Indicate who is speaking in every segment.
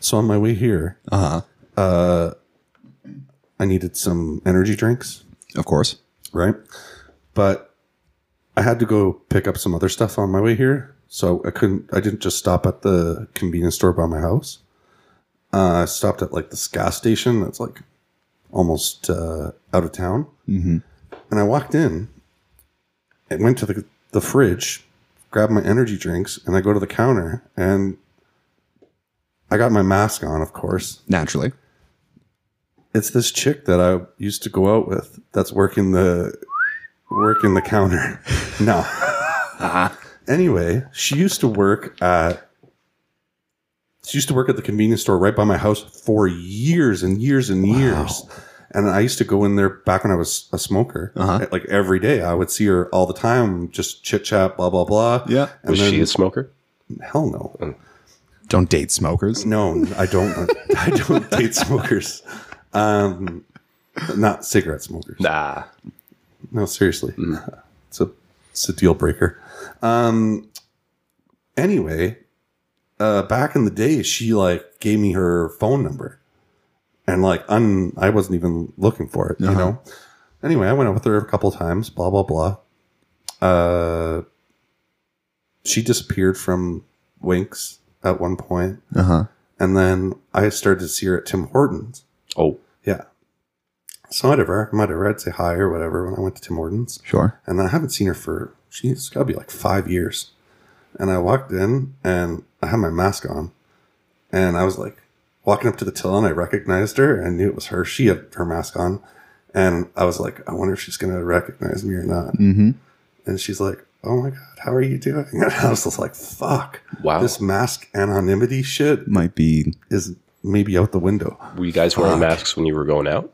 Speaker 1: So on my way here, uh-huh. I needed some energy drinks,
Speaker 2: Of course.
Speaker 1: right? But I had to go pick up some other stuff on my way here, so I couldn't. I didn't just stop at the convenience store by my house. Uh, I stopped at like this gas station that's like almost uh, out of town, mm-hmm. and I walked in. I went to the the fridge, grabbed my energy drinks, and I go to the counter and I got my mask on, of course
Speaker 2: Naturally.
Speaker 1: it's this chick that I used to go out with that's working the working the counter. No.
Speaker 3: Uh-huh.
Speaker 1: anyway, she used to work at she used to work at the convenience store right by my house for years and years and years. And I used to go in there back when I was a smoker.
Speaker 3: Uh-huh.
Speaker 1: Eh, Like every day, I would see her all the time, just chit chat, blah blah blah.
Speaker 2: Yeah.
Speaker 1: and
Speaker 3: Was
Speaker 1: then,
Speaker 3: she a smoker?
Speaker 1: hell no.
Speaker 2: Don't date smokers.
Speaker 1: No, I don't. I don't date smokers. Um, not cigarette smokers.
Speaker 3: Nah.
Speaker 1: No, seriously, it's a it's a deal breaker. Um, anyway, uh, back in the day, she like gave me her phone number, and like un, I wasn't even looking for it, you know. Anyway, I went out with her a couple times. Blah blah blah. Uh, she disappeared from Winks at one point,
Speaker 2: Uh huh.
Speaker 1: and then I started to see her at Tim Hortons.
Speaker 3: Oh,
Speaker 1: Yeah. So whatever, I might have I'd say hi or whatever when I went to Tim Hortons.
Speaker 2: Sure.
Speaker 1: And I haven't seen her for, geez, it's got to be like five years. And I walked in and I had my mask on. And I was like walking up to the till and I recognized her and knew it was her. She had her mask on. And I was like, I wonder if she's going to recognize me or not.
Speaker 2: Mm-hmm.
Speaker 1: And she's like, Oh my God, how are you doing? And I was just like, Fuck.
Speaker 3: Wow.
Speaker 1: This mask anonymity shit
Speaker 2: Might be.
Speaker 1: is maybe out the window.
Speaker 3: were you guys wearing masks when you were going out?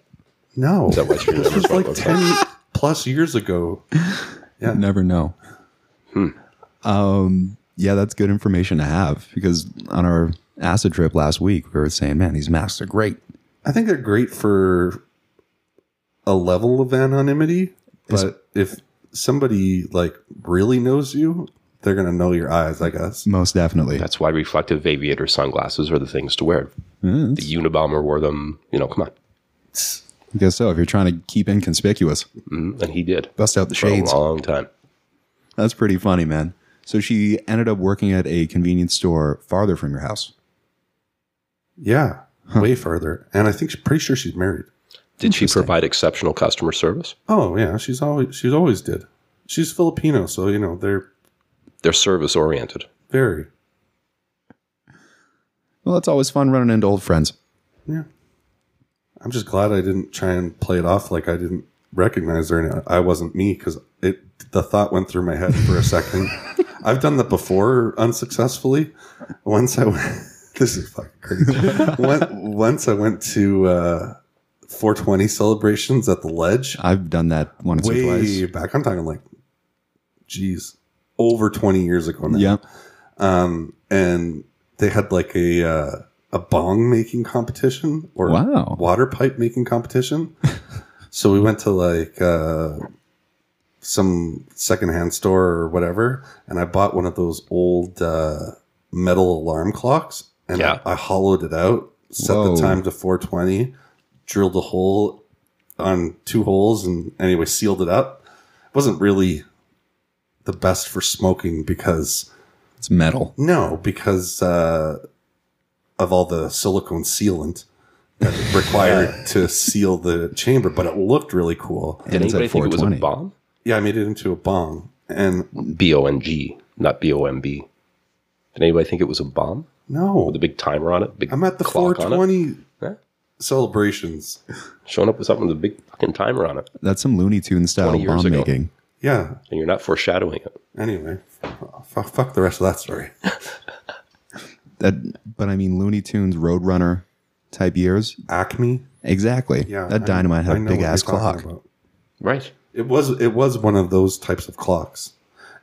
Speaker 1: No.
Speaker 3: Is that what your
Speaker 1: This was
Speaker 3: numbers
Speaker 1: like
Speaker 3: look
Speaker 1: 10 plus years ago. Yeah.
Speaker 2: Never know.
Speaker 1: Hmm.
Speaker 2: Um. Yeah, that's good information to have because on our acid trip last week, we were saying, "Man, these masks are great."
Speaker 1: I think they're great for a level of anonymity, but if somebody like really knows you, they're gonna know your eyes, I guess.
Speaker 2: Most definitely.
Speaker 3: That's why reflective aviator sunglasses are the things to wear. The Unabomber wore them. You know, come on.
Speaker 2: I guess so. If you're trying to keep inconspicuous,
Speaker 3: Mm, And he did.
Speaker 2: bust out the
Speaker 3: For a
Speaker 2: shades.
Speaker 3: long time.
Speaker 2: That's pretty funny, man. So she ended up working at a convenience store farther from your house.
Speaker 1: Yeah, way further. And I think she's pretty sure she's married.
Speaker 3: Did she provide exceptional customer service?
Speaker 1: Oh yeah, she's always she's always did. She's Filipino, so you know they're
Speaker 3: They're service oriented.
Speaker 1: very
Speaker 2: Well, it's always fun running into old friends.
Speaker 1: yeah. I'm just glad I didn't try and play it off like I didn't recognize her and I wasn't me because it the thought went through my head for a second. I've done that before unsuccessfully. Once I went, this is fucking crazy. One- once I went to uh, 420 celebrations at the ledge
Speaker 2: I've done that once or
Speaker 1: way
Speaker 2: twice.
Speaker 1: back. I'm talking like, geez, over 20 years ago now.
Speaker 2: Yeah.
Speaker 1: Um, and they had like a uh, a bong making competition or
Speaker 2: Wow.
Speaker 1: water pipe making competition. so we went to like uh, some secondhand store or whatever, and I bought one of those old uh, metal alarm clocks, and
Speaker 3: Yeah.
Speaker 1: I, I hollowed it out, set
Speaker 2: Whoa.
Speaker 1: the time to 420, drilled a hole on two holes, and anyway sealed it up. It wasn't really the best for smoking because
Speaker 2: It's metal.
Speaker 1: no, because uh, of all the silicone sealant that it required to seal the chamber, but it looked really cool.
Speaker 3: Did
Speaker 2: And it's
Speaker 3: anybody
Speaker 2: at
Speaker 3: think it was
Speaker 2: 420.
Speaker 3: a bomb?
Speaker 1: Yeah, I made it into a bong. And
Speaker 3: B O N G, not B O M B. Did anybody think it was a bomb
Speaker 1: no,
Speaker 3: with a big timer on it? Big
Speaker 1: I'm at the
Speaker 3: clock on it?
Speaker 1: 420
Speaker 3: Yeah.
Speaker 1: celebrations.
Speaker 3: Showing up with something with a big fucking timer on it,
Speaker 2: That's some Looney Tune style
Speaker 3: 20 years
Speaker 2: bomb
Speaker 3: ago.
Speaker 2: making.
Speaker 1: Yeah.
Speaker 3: and you're not foreshadowing it.
Speaker 1: Anyway, fuck, fuck the rest of that story.
Speaker 2: That, but I mean Looney Tunes Roadrunner type years.
Speaker 1: Acme.
Speaker 2: Exactly.
Speaker 1: Yeah.
Speaker 2: that
Speaker 1: I-
Speaker 2: dynamite had
Speaker 1: I
Speaker 2: a
Speaker 1: know
Speaker 2: big
Speaker 1: what
Speaker 2: ass
Speaker 1: you're talking
Speaker 2: clock.
Speaker 1: about.
Speaker 3: Right.
Speaker 1: It was it was one of those types of clocks.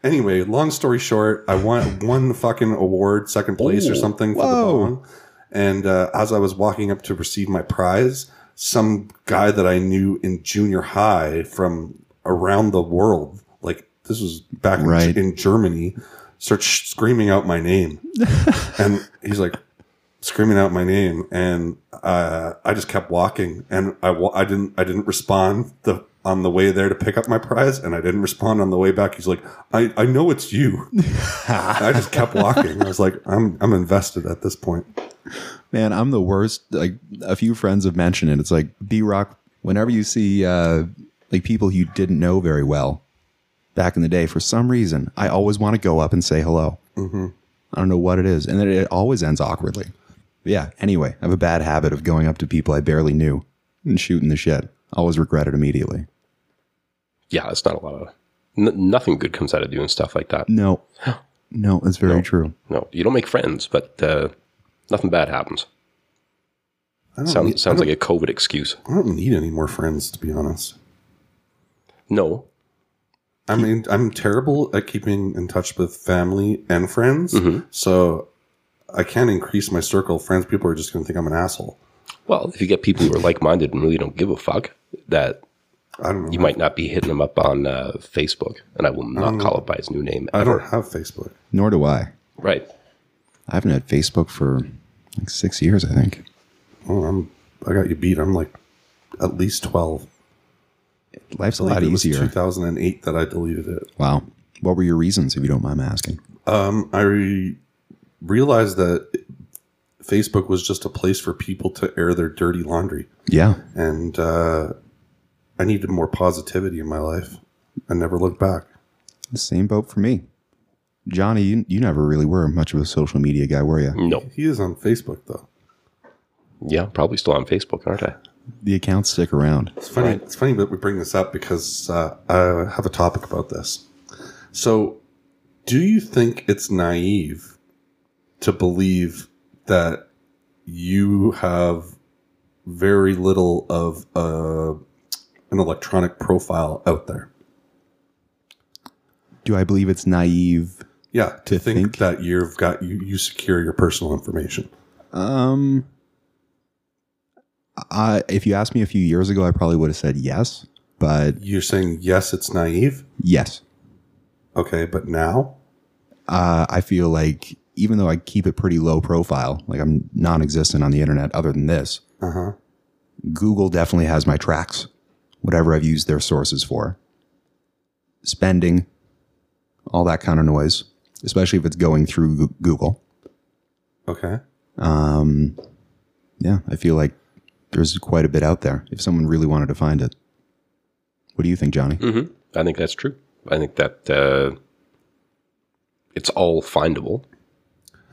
Speaker 1: Anyway, long story short, I won one fucking award, second place or
Speaker 3: Ooh,
Speaker 1: something for
Speaker 2: whoa.
Speaker 1: the bong. And uh, as I was walking up to receive my prize, some guy that I knew in junior high from around the world, like this was back in-
Speaker 2: Right.
Speaker 1: in Germany, starts sh- screaming out my name, and he's like, screaming out my name, and uh, I just kept walking, and I wa- I didn't I didn't respond the on the way there to pick up my prize, and I didn't respond on the way back. He's like, I I know it's you. I just kept walking. I was like, I'm I'm invested at this point.
Speaker 2: Man, I'm the worst. Like a few friends have mentioned it. It's like B Rock. Whenever you see uh, like people you didn't know very well back in the day, for some reason, I always want to go up and say hello.
Speaker 1: Mm-hmm.
Speaker 2: I don't know what it is, and then it always ends awkwardly. But yeah. Anyway, I have a bad habit of going up to people I barely knew and shooting the shit. Always regret it immediately.
Speaker 3: Yeah, it's not a lot of n- nothing good comes out of doing stuff like that.
Speaker 2: No, no, it's very true.
Speaker 3: No, you don't make friends, but uh, nothing bad happens.
Speaker 1: I don't
Speaker 3: Sounds
Speaker 1: need,
Speaker 3: sounds
Speaker 1: Hmm, I
Speaker 3: like a COVID excuse.
Speaker 1: don't, I don't need any more friends to be honest.
Speaker 3: No,
Speaker 1: I
Speaker 2: Hmm.
Speaker 1: mean, I'm terrible at keeping in touch with family and friends,
Speaker 2: Mm-hmm.
Speaker 1: so I can't increase my circle of friends. People are just going to think I'm an asshole.
Speaker 3: well, if you get people who are like minded and really don't give a fuck, that
Speaker 1: I don't know.
Speaker 3: you might not be hitting them up on uh, Facebook, and I will not call it by his new name
Speaker 1: Hmm. I
Speaker 3: ever.
Speaker 1: don't have Facebook.
Speaker 2: Nor do I.
Speaker 3: Right.
Speaker 2: I haven't had Facebook for like six years, I think.
Speaker 1: Oh, I'm. I got you beat. I'm like at least twelve.
Speaker 2: Life's a
Speaker 1: I
Speaker 2: lot
Speaker 1: think it was
Speaker 2: easier.
Speaker 1: 2008 that I deleted it.
Speaker 2: Wow. What were your reasons, if you don't mind my asking?
Speaker 1: Um, I re- realized that Facebook was just a place for people to air their dirty laundry,
Speaker 2: Yeah.
Speaker 1: and uh, I needed more positivity in my life. I never looked back.
Speaker 2: The same boat for me. Johnny, you, you never really were much of a social media guy, were you?
Speaker 3: No.
Speaker 1: He is on Facebook though.
Speaker 3: Yeah, probably still on Facebook, aren't I?
Speaker 2: The accounts stick around.
Speaker 1: It's funny. It's funny that we bring this up because uh, I have a topic about this. So, do you think it's naive to believe that you have very little of uh, an electronic profile out there?
Speaker 2: Do I believe it's naive?
Speaker 1: Yeah, to,
Speaker 2: To
Speaker 1: think,
Speaker 2: think?
Speaker 1: that you've got you, you secure your personal information.
Speaker 2: Um, I, if you asked me a few years ago, I probably would have said yes, but
Speaker 1: You're saying yes, it's naive.
Speaker 2: yes.
Speaker 1: Okay, but now
Speaker 2: Uh, I feel like even though I keep it pretty low profile, like I'm non existent on the internet other than this,
Speaker 1: Uh-huh.
Speaker 2: Google definitely has my tracks, whatever I've used their sources for. Spending, all that kind of noise, especially if it's going through Goo- Google.
Speaker 1: okay.
Speaker 2: Um, yeah, I feel like there's quite a bit out there if someone really wanted to find it. What do you think,
Speaker 3: Mm.
Speaker 2: Johnny?
Speaker 1: Mm-hmm.
Speaker 3: I think that's true. I think that uh, it's all findable,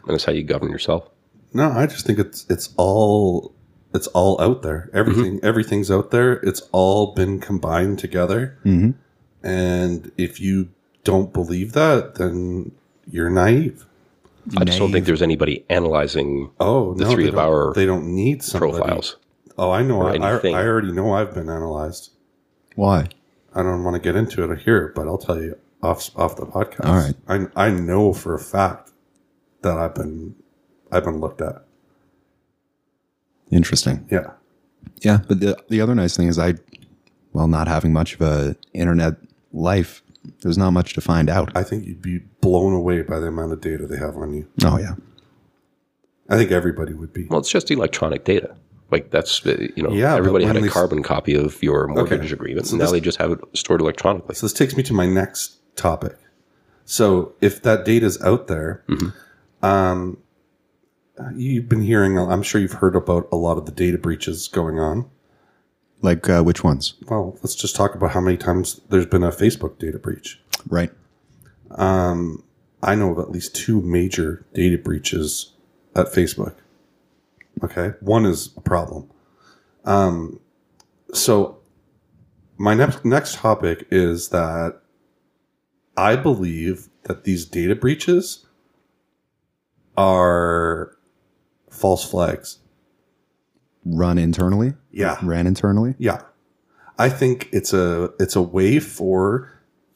Speaker 3: and it's how you govern yourself.
Speaker 1: No, I just think it's it's all it's all out
Speaker 3: Mm-hmm.
Speaker 1: there. Everything everything's out there. It's all been combined together.
Speaker 3: Mm-hmm.
Speaker 2: Mhm.
Speaker 1: And if you don't believe that, then you're naive.
Speaker 3: I just don't
Speaker 2: Naive.
Speaker 3: think there's anybody analyzing
Speaker 1: Oh,
Speaker 3: The
Speaker 1: no,
Speaker 3: three
Speaker 1: they
Speaker 3: of
Speaker 1: don't-
Speaker 3: our
Speaker 1: they don't need somebody.
Speaker 3: profiles.
Speaker 1: Oh, I know.
Speaker 3: or
Speaker 1: I, I
Speaker 3: anything.
Speaker 1: I already know I've been analyzed.
Speaker 2: Why?
Speaker 1: I don't want to get into it here, but I'll tell you off off the podcast.
Speaker 2: All right.
Speaker 1: I I know for a fact that I've been I've been looked at.
Speaker 2: Interesting.
Speaker 1: Yeah.
Speaker 2: Yeah, but the the other nice thing is I, while not having much of a internet life, there's not much to find out.
Speaker 1: I think you'd be blown away by the amount of data they have on you.
Speaker 2: oh yeah,
Speaker 1: I think everybody would be.
Speaker 3: Well, it's just electronic data. Like that's uh, you know,
Speaker 1: Yeah, but
Speaker 3: everybody had
Speaker 1: when
Speaker 3: a
Speaker 1: they s-
Speaker 3: carbon copy of your mortgage
Speaker 1: Okay.
Speaker 3: agreement,
Speaker 1: So
Speaker 3: and now
Speaker 1: this-
Speaker 3: they just have it stored electronically.
Speaker 1: So this takes me to my next topic. So if that data is out there, um, you've been hearing. I'm sure you've heard about a lot of the data breaches going on.
Speaker 2: like uh, which ones?
Speaker 1: Well, let's just talk about how many times there's been a Facebook data breach.
Speaker 2: Right.
Speaker 1: Um, I know of at least two major data breaches at Facebook. Okay, one is a problem. Um, so my next next topic is that I believe that these data breaches are false flags.
Speaker 2: Run internally.
Speaker 1: Yeah.
Speaker 2: Ran internally.
Speaker 1: Yeah. I think it's a it's a way for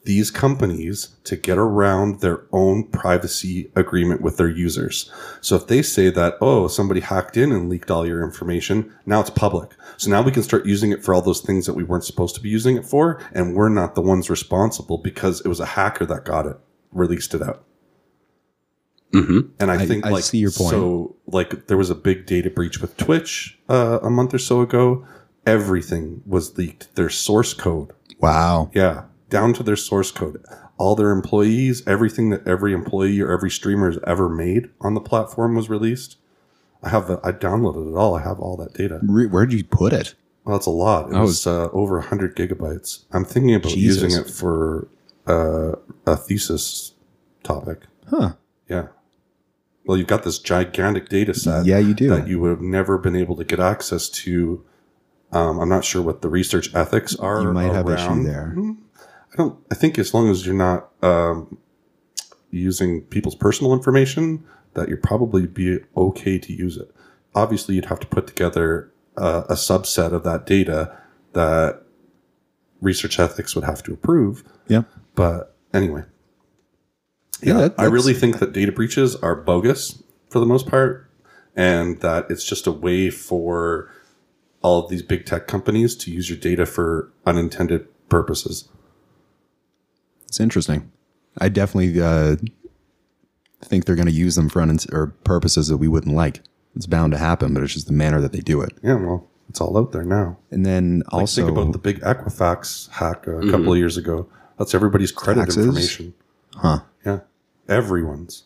Speaker 1: these companies to get around their own privacy agreement with their users. So if they say that, oh, somebody hacked in and leaked all your information, now it's public. So now we can start using it for all those things that we weren't supposed to be using it for, and we're not the ones responsible because it was a hacker that got it, released it out.
Speaker 3: hmm
Speaker 1: And I,
Speaker 2: I-
Speaker 1: think
Speaker 2: I
Speaker 1: like
Speaker 2: see your point.
Speaker 1: So like there was a big data breach with Twitch uh, a month or so ago. Everything was leaked. Their source code,
Speaker 2: Wow.
Speaker 1: yeah, down to their source code. All their employees, everything that every employee or every streamer has ever made on the platform was released. I have the, I downloaded it all. I have all that data.
Speaker 2: Re- where'd you put it?
Speaker 1: Well, that's a lot. It
Speaker 2: That
Speaker 1: was uh, over 100 gigabytes. I'm thinking about
Speaker 2: Jesus.
Speaker 1: using it for uh, a thesis topic.
Speaker 2: Huh.
Speaker 1: Yeah. Well, you've got this gigantic data set
Speaker 2: yeah, you do.
Speaker 1: that you would have never been able to get access to. Um, I'm not sure what the research ethics are.
Speaker 2: You might have issue
Speaker 1: around-
Speaker 2: there.
Speaker 1: Hmm. I don't. I think as long as you're not um, using people's personal information, that you'd probably be okay to use it. Obviously, you'd have to put together uh, a subset of that data that research ethics would have to approve.
Speaker 2: Yeah.
Speaker 1: But anyway,
Speaker 2: Yeah,
Speaker 1: yeah,
Speaker 2: that-
Speaker 1: I really think that data breaches are bogus for the most part, and that it's just a way for all of these big tech companies to use your data for unintended purposes.
Speaker 2: It's interesting. I definitely uh, think they're going to use them for un- or purposes that we wouldn't like. It's bound to happen, but it's just the manner that they do it.
Speaker 1: Yeah, well, it's all out there now.
Speaker 2: And then also,
Speaker 1: Think about the big Equifax hack a couple of years ago. That's everybody's credit
Speaker 2: Mm-hmm. Taxes?
Speaker 1: information.
Speaker 2: huh?
Speaker 1: Yeah, everyone's.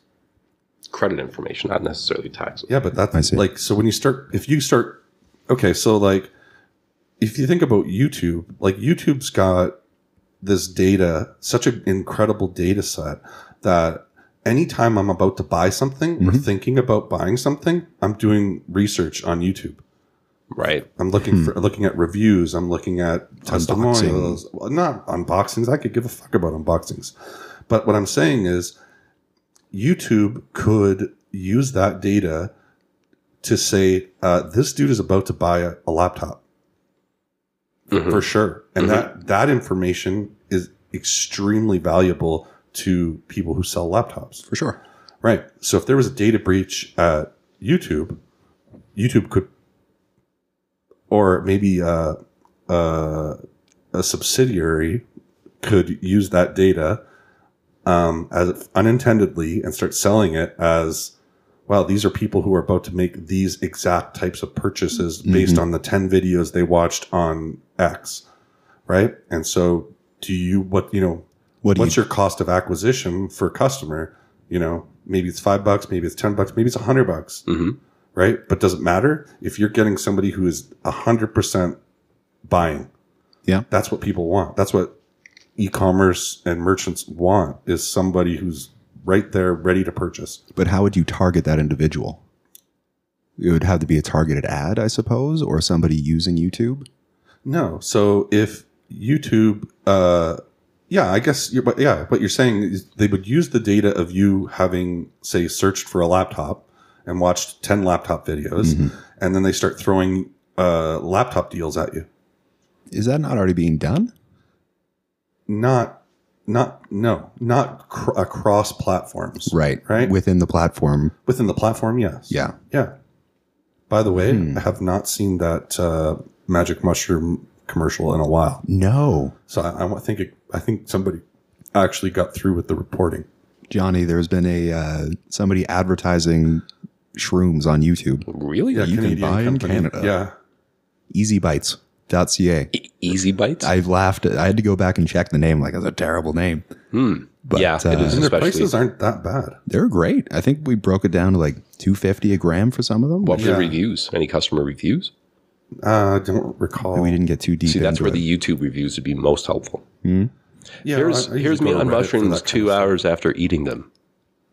Speaker 3: Credit information, not necessarily taxes.
Speaker 1: Yeah, but
Speaker 2: I
Speaker 1: that's
Speaker 2: see.
Speaker 1: like so when you start if you start okay, so like if you think about YouTube, like YouTube's got this data, such an incredible data set that anytime I'm about to buy something or
Speaker 2: Mm-hmm.
Speaker 1: thinking about buying something, I'm doing research on YouTube.
Speaker 3: Right.
Speaker 1: I'm looking
Speaker 2: Hmm.
Speaker 1: for looking at reviews. I'm looking at testimonials. Well, not unboxings. I could give a fuck about unboxings. But what I'm saying is, YouTube could use that data to say uh, this dude is about to buy a, a laptop for sure, and that that information is extremely valuable to people who sell laptops.
Speaker 2: for sure.
Speaker 1: Right. So if there was a data breach at YouTube, YouTube could, or maybe uh, uh, a subsidiary could use that data um, as unintendedly and start selling it as, wow, these are people who are about to make these exact types of purchases based on the 10 videos they watched on X. Right. And so do you, what, you know,
Speaker 2: What do
Speaker 1: what's
Speaker 2: you?
Speaker 1: your cost of acquisition for a customer? You know, maybe it's five bucks, maybe it's ten bucks, maybe it's a hundred bucks,
Speaker 3: hmm
Speaker 2: Mm-hmm.
Speaker 1: right? But does it matter if you're getting somebody who is a hundred percent buying?
Speaker 2: Yeah.
Speaker 1: that's what people want. That's what e-commerce and merchants want is somebody who's right there, ready to purchase.
Speaker 2: but how would you target that individual? It would have to be a targeted ad, I suppose, or somebody using YouTube.
Speaker 1: No. So if YouTube, uh, yeah, I guess, you're, but yeah, what you're saying is they would use the data of you having, say, searched for a laptop and watched 10 laptop videos,
Speaker 2: Mm-hmm.
Speaker 1: and then they start throwing uh, laptop deals at you.
Speaker 2: Is that not already being done?
Speaker 1: Not, not, no, not cr- across platforms.
Speaker 2: Right.
Speaker 1: Right.
Speaker 2: Within the platform.
Speaker 1: Within the platform, yes.
Speaker 2: Yeah. Hmm.
Speaker 1: Yeah. By the way, I have not seen that uh, magic mushroom commercial in a while.
Speaker 2: No.
Speaker 1: So I, I think it, I think somebody actually got through with the reporting.
Speaker 2: Johnny, there's been a uh, somebody advertising shrooms on YouTube.
Speaker 3: Really?
Speaker 1: Yeah,
Speaker 2: You can buy in Canada.
Speaker 1: Yeah,
Speaker 2: Easybites.ca.
Speaker 3: E- easy bites.
Speaker 2: I laughed. I had to go back and check the name. Like, that's a terrible name. But,
Speaker 3: Hmm. yeah,
Speaker 2: uh,
Speaker 3: it is
Speaker 1: and their
Speaker 3: especially.
Speaker 1: prices aren't that bad.
Speaker 2: They're great. I think we broke it down to like 250 a gram for some of them.
Speaker 3: What were the
Speaker 1: Yeah.
Speaker 3: reviews? Any customer reviews?
Speaker 1: Uh, I don't recall.
Speaker 2: we didn't get too deep
Speaker 3: See, that's
Speaker 2: into
Speaker 3: where
Speaker 2: it. Hmm?
Speaker 3: the YouTube reviews would be most helpful.
Speaker 1: yeah,
Speaker 3: Here's
Speaker 1: I- I usually
Speaker 3: here's me
Speaker 1: go to
Speaker 3: on
Speaker 1: Reddit for
Speaker 3: mushrooms
Speaker 1: that kind of
Speaker 3: two
Speaker 1: stuff. Oh.
Speaker 3: hours after eating them.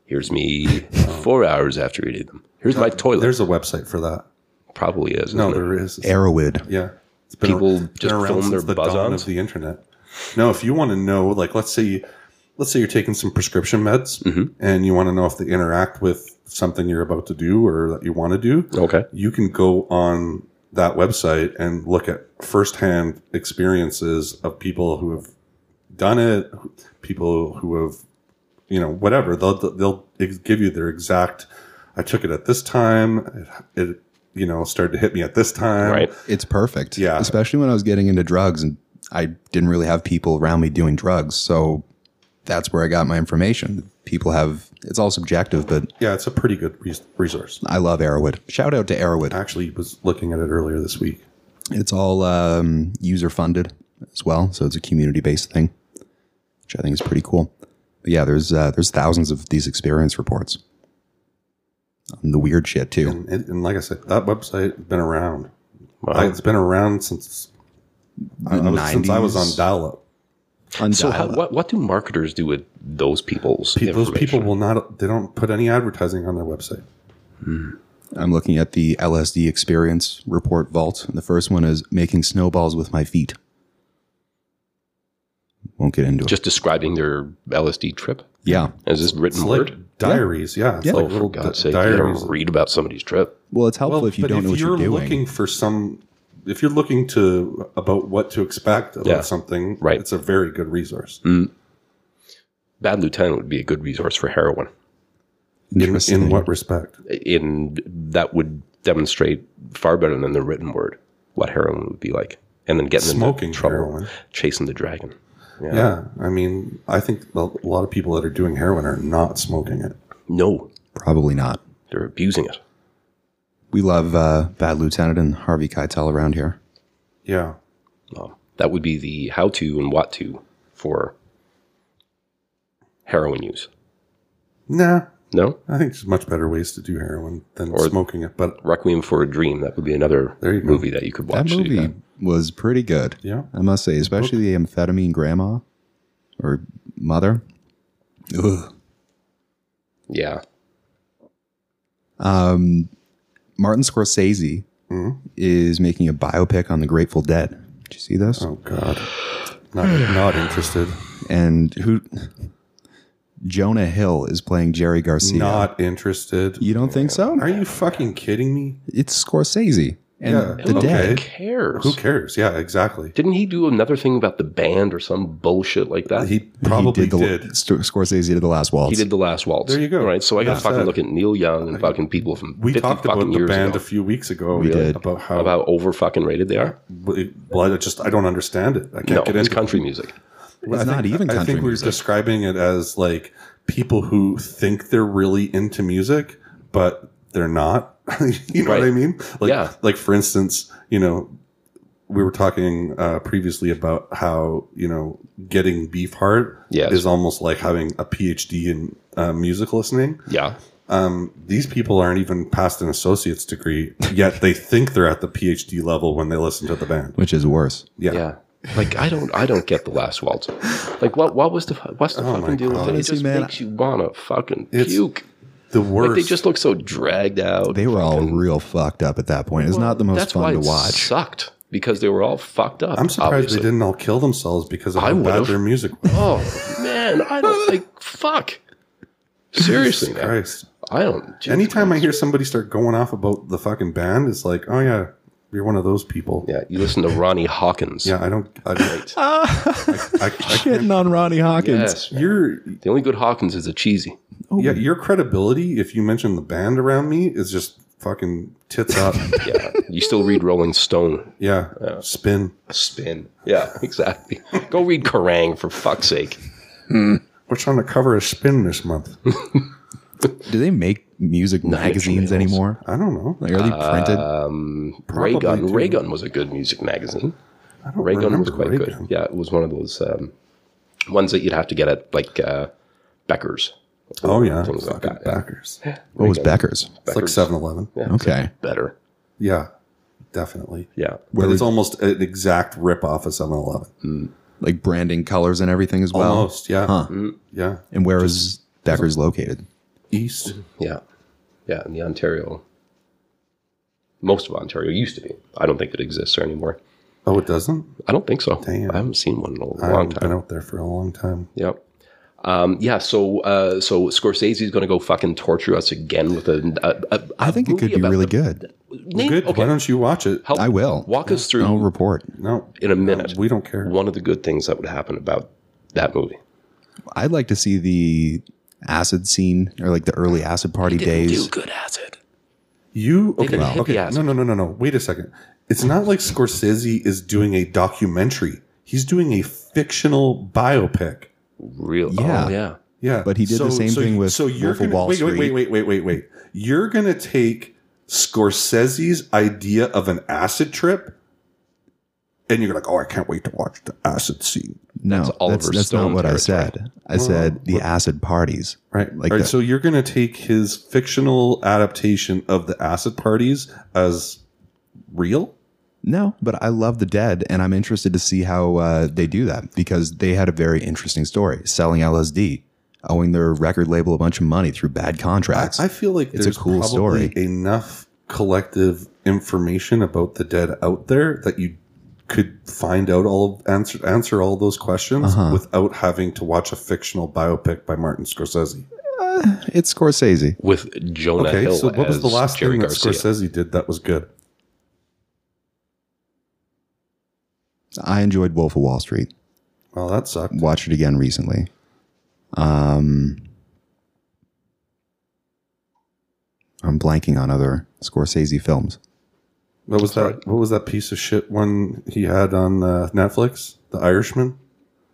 Speaker 3: Here's me four hours after eating them. Here's my toilet.
Speaker 1: Uh, There's a website for that.
Speaker 3: Probably is.
Speaker 1: No,
Speaker 3: isn't there?
Speaker 1: there is.
Speaker 2: Arrowid.
Speaker 1: yeah, it's been
Speaker 3: People
Speaker 1: been
Speaker 3: just film
Speaker 1: since
Speaker 3: their
Speaker 1: the
Speaker 3: buzz
Speaker 1: dawn
Speaker 3: ons?
Speaker 1: of the internet. No, if you want to know, like, let's say, let's say you're taking some prescription meds,
Speaker 3: Mm-hmm.
Speaker 1: and you want to know if they interact with something you're about to do or that you want to do.
Speaker 3: Okay.
Speaker 1: you can go on that website and look at firsthand experiences of people who have done it, people who have, you know, whatever. They'll they'll give you their exact. I took it at this time. It, it you know started to hit me at this time.
Speaker 3: Right.
Speaker 2: It's perfect.
Speaker 1: Yeah.
Speaker 2: Especially when I was getting into drugs and I didn't really have people around me doing drugs. So that's where I got my information. people have. It's all subjective, but
Speaker 1: Yeah, it's a pretty good res- resource.
Speaker 2: I love Arrowwood. Shout out to
Speaker 1: I
Speaker 2: Arrowwood.
Speaker 1: actually was looking at it earlier this week.
Speaker 2: It's all um, user funded as well, so it's a community based thing, which I think is pretty cool. But yeah, there's uh, there's thousands of these experience reports. And the weird shit too.
Speaker 1: And, and like I said, that website has been around.
Speaker 3: Wow.
Speaker 1: It's been around since I, I was, since I was on
Speaker 2: 90s.
Speaker 1: dial-up.
Speaker 2: On
Speaker 3: so how,
Speaker 2: dial-up.
Speaker 3: what what do marketers do with those people's
Speaker 1: Pe- those people
Speaker 3: information?
Speaker 1: will not. They don't put any advertising on their website.
Speaker 2: I'm looking at the LSD experience report vault. And the first one is making snowballs with my feet. Won't get into it.
Speaker 3: just describing their LSD trip.
Speaker 2: Yeah.
Speaker 3: Is this written
Speaker 1: It's
Speaker 3: word?
Speaker 1: like diaries. Yeah, it's
Speaker 2: Yeah.
Speaker 1: like
Speaker 3: oh, for
Speaker 1: little
Speaker 3: God's
Speaker 1: di-
Speaker 3: sake, you
Speaker 1: diaries.
Speaker 3: don't read about somebody's trip.
Speaker 2: Well, it's helpful
Speaker 1: Well,
Speaker 2: if you
Speaker 1: but
Speaker 2: don't know what you're
Speaker 1: you're
Speaker 2: doing.
Speaker 1: looking for some, if you're looking to about what to expect about
Speaker 3: Yeah.
Speaker 1: something,
Speaker 3: Right. Mm.
Speaker 1: It's a very good resource.
Speaker 3: Bad Lieutenant would be a good resource for heroin.
Speaker 1: In, in what respect?
Speaker 3: In that would demonstrate far better than the written word what heroin would be like, and then getting
Speaker 1: Smoking
Speaker 3: into trouble,
Speaker 1: heroin.
Speaker 3: chasing the dragon.
Speaker 1: Yeah. I mean, I think a a lot of people that are doing heroin are not smoking it.
Speaker 3: No,
Speaker 2: Probably not.
Speaker 3: they're abusing it.
Speaker 2: We love uh, Bad Lieutenant and Harvey Keitel around here.
Speaker 1: Yeah,
Speaker 3: Um, that would be the how to and what to for heroin use.
Speaker 1: nah.
Speaker 3: No,
Speaker 1: I think there's much better ways to do heroin than
Speaker 3: Or-
Speaker 1: smoking it. But
Speaker 3: Requiem for a Dream. That would be another
Speaker 1: There you go.
Speaker 3: movie that you could watch.
Speaker 2: that
Speaker 3: to do
Speaker 2: movie
Speaker 3: that.
Speaker 2: was pretty good.
Speaker 1: yeah,
Speaker 2: I must say, especially the amphetamine grandma or mother. Ugh.
Speaker 3: Yeah,
Speaker 2: Um, Martin Scorsese
Speaker 1: Mm-hmm.
Speaker 2: is making a biopic on the Grateful Dead. Did you see this?
Speaker 1: oh god, not not interested.
Speaker 2: And who? Jonah Hill is playing Jerry Garcia.
Speaker 1: Not interested.
Speaker 2: you don't think so?
Speaker 1: Are you fucking kidding me?
Speaker 2: It's Scorsese and
Speaker 1: Yeah,
Speaker 2: the
Speaker 1: okay.
Speaker 2: Dead.
Speaker 3: Who cares?
Speaker 1: Who cares? Yeah, exactly.
Speaker 3: Didn't he do another thing about the band or some bullshit like that?
Speaker 1: He probably
Speaker 2: he did, the,
Speaker 1: did.
Speaker 2: Sto- Scorsese did the last waltz.
Speaker 3: He did the last waltz.
Speaker 1: There you go.
Speaker 3: Right. So I got
Speaker 1: That's
Speaker 3: fucking
Speaker 1: that.
Speaker 3: look at Neil Young and fucking people from
Speaker 1: We
Speaker 3: 50
Speaker 1: talked
Speaker 3: fucking
Speaker 1: about the
Speaker 3: years
Speaker 1: band
Speaker 3: ago
Speaker 1: a few weeks ago.
Speaker 2: did.
Speaker 1: about how
Speaker 3: about over fucking rated they are.
Speaker 1: Well, I just I don't understand it. I can't
Speaker 3: No,
Speaker 1: get
Speaker 3: it's
Speaker 1: into.
Speaker 3: country music.
Speaker 1: it.
Speaker 2: It's
Speaker 1: I
Speaker 2: not even
Speaker 1: I
Speaker 2: country
Speaker 1: think we're
Speaker 2: music.
Speaker 1: describing it as like people who think they're really into music, but they're not. you know what I
Speaker 3: Right.
Speaker 1: mean? Like,
Speaker 3: Yeah.
Speaker 1: Like for instance, you know, we were talking uh, previously about how you know getting Beefheart
Speaker 3: Yes.
Speaker 1: is almost like having a PhD in uh, music listening.
Speaker 3: Yeah.
Speaker 1: um, these people aren't even past an associate's degree yet they think they're at the phd level when they listen to the band
Speaker 2: which is worse.
Speaker 1: yeah,
Speaker 3: Yeah. Like I don't, I don't get the last waltz. Like what, what was the, fu- what's the
Speaker 1: Oh my
Speaker 3: fucking deal with
Speaker 1: God.
Speaker 3: it? It
Speaker 2: Honestly,
Speaker 3: just
Speaker 2: man,
Speaker 3: makes you wanna fucking
Speaker 1: It's
Speaker 3: puke.
Speaker 1: the worst
Speaker 3: Like they just look so dragged out.
Speaker 2: They were all real fucked up at that point. It's not the most
Speaker 3: That's
Speaker 2: fun
Speaker 3: why
Speaker 2: to
Speaker 3: it
Speaker 2: watch.
Speaker 3: Sucked because they were all fucked up.
Speaker 1: i'm surprised
Speaker 3: obviously.
Speaker 1: they didn't all kill themselves because of
Speaker 3: I
Speaker 1: how bad
Speaker 3: would've.
Speaker 1: their music was
Speaker 3: Oh man, I don't like fuck. Seriously, man.
Speaker 1: christ
Speaker 3: I don't. Jesus
Speaker 1: anytime i
Speaker 3: Christ.
Speaker 1: hear somebody start going off about the fucking band it's like oh yeah you're one of those people
Speaker 3: yeah, you listen to Ronnie Hawkins.
Speaker 1: yeah i don't i, don't- I, I can't
Speaker 2: Shitting on Ronnie Hawkins.
Speaker 3: Yes.
Speaker 1: your
Speaker 3: The only good Hawkins is a cheesy.
Speaker 1: yeah your credibility if you mention the band around me is just fucking tits up
Speaker 3: Yeah, you still read Rolling Stone.
Speaker 1: yeah spin
Speaker 3: Spin. Yeah, exactly. Go read Kerrang for fuck's sake.
Speaker 1: what's on the cover of spin this month
Speaker 2: Do they make music magazines
Speaker 3: Nails.
Speaker 2: anymore?
Speaker 1: i don't know
Speaker 2: Like, are they printed?
Speaker 3: Uh,
Speaker 1: Probably
Speaker 3: Raygun.
Speaker 1: do.
Speaker 3: Raygun was a good music magazine. Raygun was
Speaker 1: remember
Speaker 3: quite
Speaker 1: Raygun.
Speaker 3: good. Yeah, it was one of those um, ones that you'd have to get at like uh, Becker's.
Speaker 1: Oh yeah,
Speaker 3: Things like
Speaker 1: Fucking
Speaker 3: that, yeah.
Speaker 1: backers.
Speaker 2: what was Becker's?
Speaker 1: It's like
Speaker 3: Becker's.
Speaker 1: 7-Eleven. Yeah.
Speaker 3: Yeah, it's
Speaker 2: Okay.
Speaker 3: better.
Speaker 1: definitely.
Speaker 3: Yeah,
Speaker 1: But it's almost an exact rip off of 7-Eleven.
Speaker 2: Like branding colors and everything as well.
Speaker 3: Uh-huh.
Speaker 1: almost, yeah,
Speaker 2: Oh. Huh.
Speaker 3: Mm.
Speaker 1: yeah.
Speaker 2: And where is Becker's located?
Speaker 1: East,
Speaker 3: yeah, yeah. In the Ontario, most of Ontario used to be. I don't think it exists there anymore.
Speaker 1: oh, it doesn't.
Speaker 3: I don't think so.
Speaker 1: Damn.
Speaker 3: I haven't seen one in a
Speaker 1: I
Speaker 3: long
Speaker 1: haven't
Speaker 3: time.
Speaker 1: been out there for a long time.
Speaker 3: Yep. Um, yeah. So uh, so Scorsese's going to go fucking torture us again with a. a, a
Speaker 2: I think it could be really good.
Speaker 3: good. Name,
Speaker 1: Good.
Speaker 3: Okay.
Speaker 1: Why don't you watch it?
Speaker 3: Help.
Speaker 2: I will.
Speaker 3: walk us through
Speaker 2: I'll report.
Speaker 1: No,
Speaker 3: in a minute.
Speaker 1: we don't care.
Speaker 3: One of the good things that would happen about that movie.
Speaker 2: I'd like to see the acid scene or like the early acid party days.
Speaker 3: Do good acid.
Speaker 1: You okay?
Speaker 3: did a hippie
Speaker 1: okay.
Speaker 3: ass.
Speaker 1: No, no, no, no, no. Wait a second. It's not like Scorsese is doing a documentary. He's doing a fictional biopic.
Speaker 3: Real.
Speaker 2: Yeah.
Speaker 3: Oh yeah.
Speaker 1: Yeah,
Speaker 2: But he did the same thing with Wolf of
Speaker 1: gonna,
Speaker 2: Wall
Speaker 1: wait,
Speaker 2: Street.
Speaker 1: Wait, wait, wait, wait, wait, wait. You're gonna take Scorsese's idea of an acid trip, and you're like, oh, I can't wait to watch the acid scene,
Speaker 2: No, that's,
Speaker 3: Oliver
Speaker 2: that's, not
Speaker 3: Stone
Speaker 2: what I
Speaker 3: territory.
Speaker 2: said. I said the acid parties.
Speaker 1: right?
Speaker 2: Like
Speaker 1: Like, All right,
Speaker 2: that.
Speaker 1: so you're gonna take his fictional adaptation of the acid parties as real.
Speaker 2: No, but I love the dead, and I'm interested to see how uh, they do that because they had a very interesting story selling LSD, owing their record label a bunch of money through bad
Speaker 1: I,
Speaker 2: contracts.
Speaker 1: I feel like
Speaker 2: It's a
Speaker 1: there's
Speaker 2: cool
Speaker 1: probably
Speaker 2: story.
Speaker 1: enough collective information about the dead out there that you could find out all answer answer all those questions
Speaker 2: Uh-huh.
Speaker 1: without having to watch a fictional biopic by Martin Scorsese.
Speaker 2: it's Scorsese.
Speaker 3: with Jonah
Speaker 1: Okay,
Speaker 3: Hill.
Speaker 1: so what was the
Speaker 3: as
Speaker 1: last
Speaker 3: Jerry
Speaker 1: thing that
Speaker 3: Garcia.
Speaker 1: Scorsese did that was good?
Speaker 2: I enjoyed Wolf of Wall Street.
Speaker 1: Well, that
Speaker 3: Mm,
Speaker 1: sucked.
Speaker 2: Watched it again recently. Um, I'm blanking on other Scorsese films.
Speaker 1: What was that? What was that piece of shit one he had on uh, Netflix? The Irishman.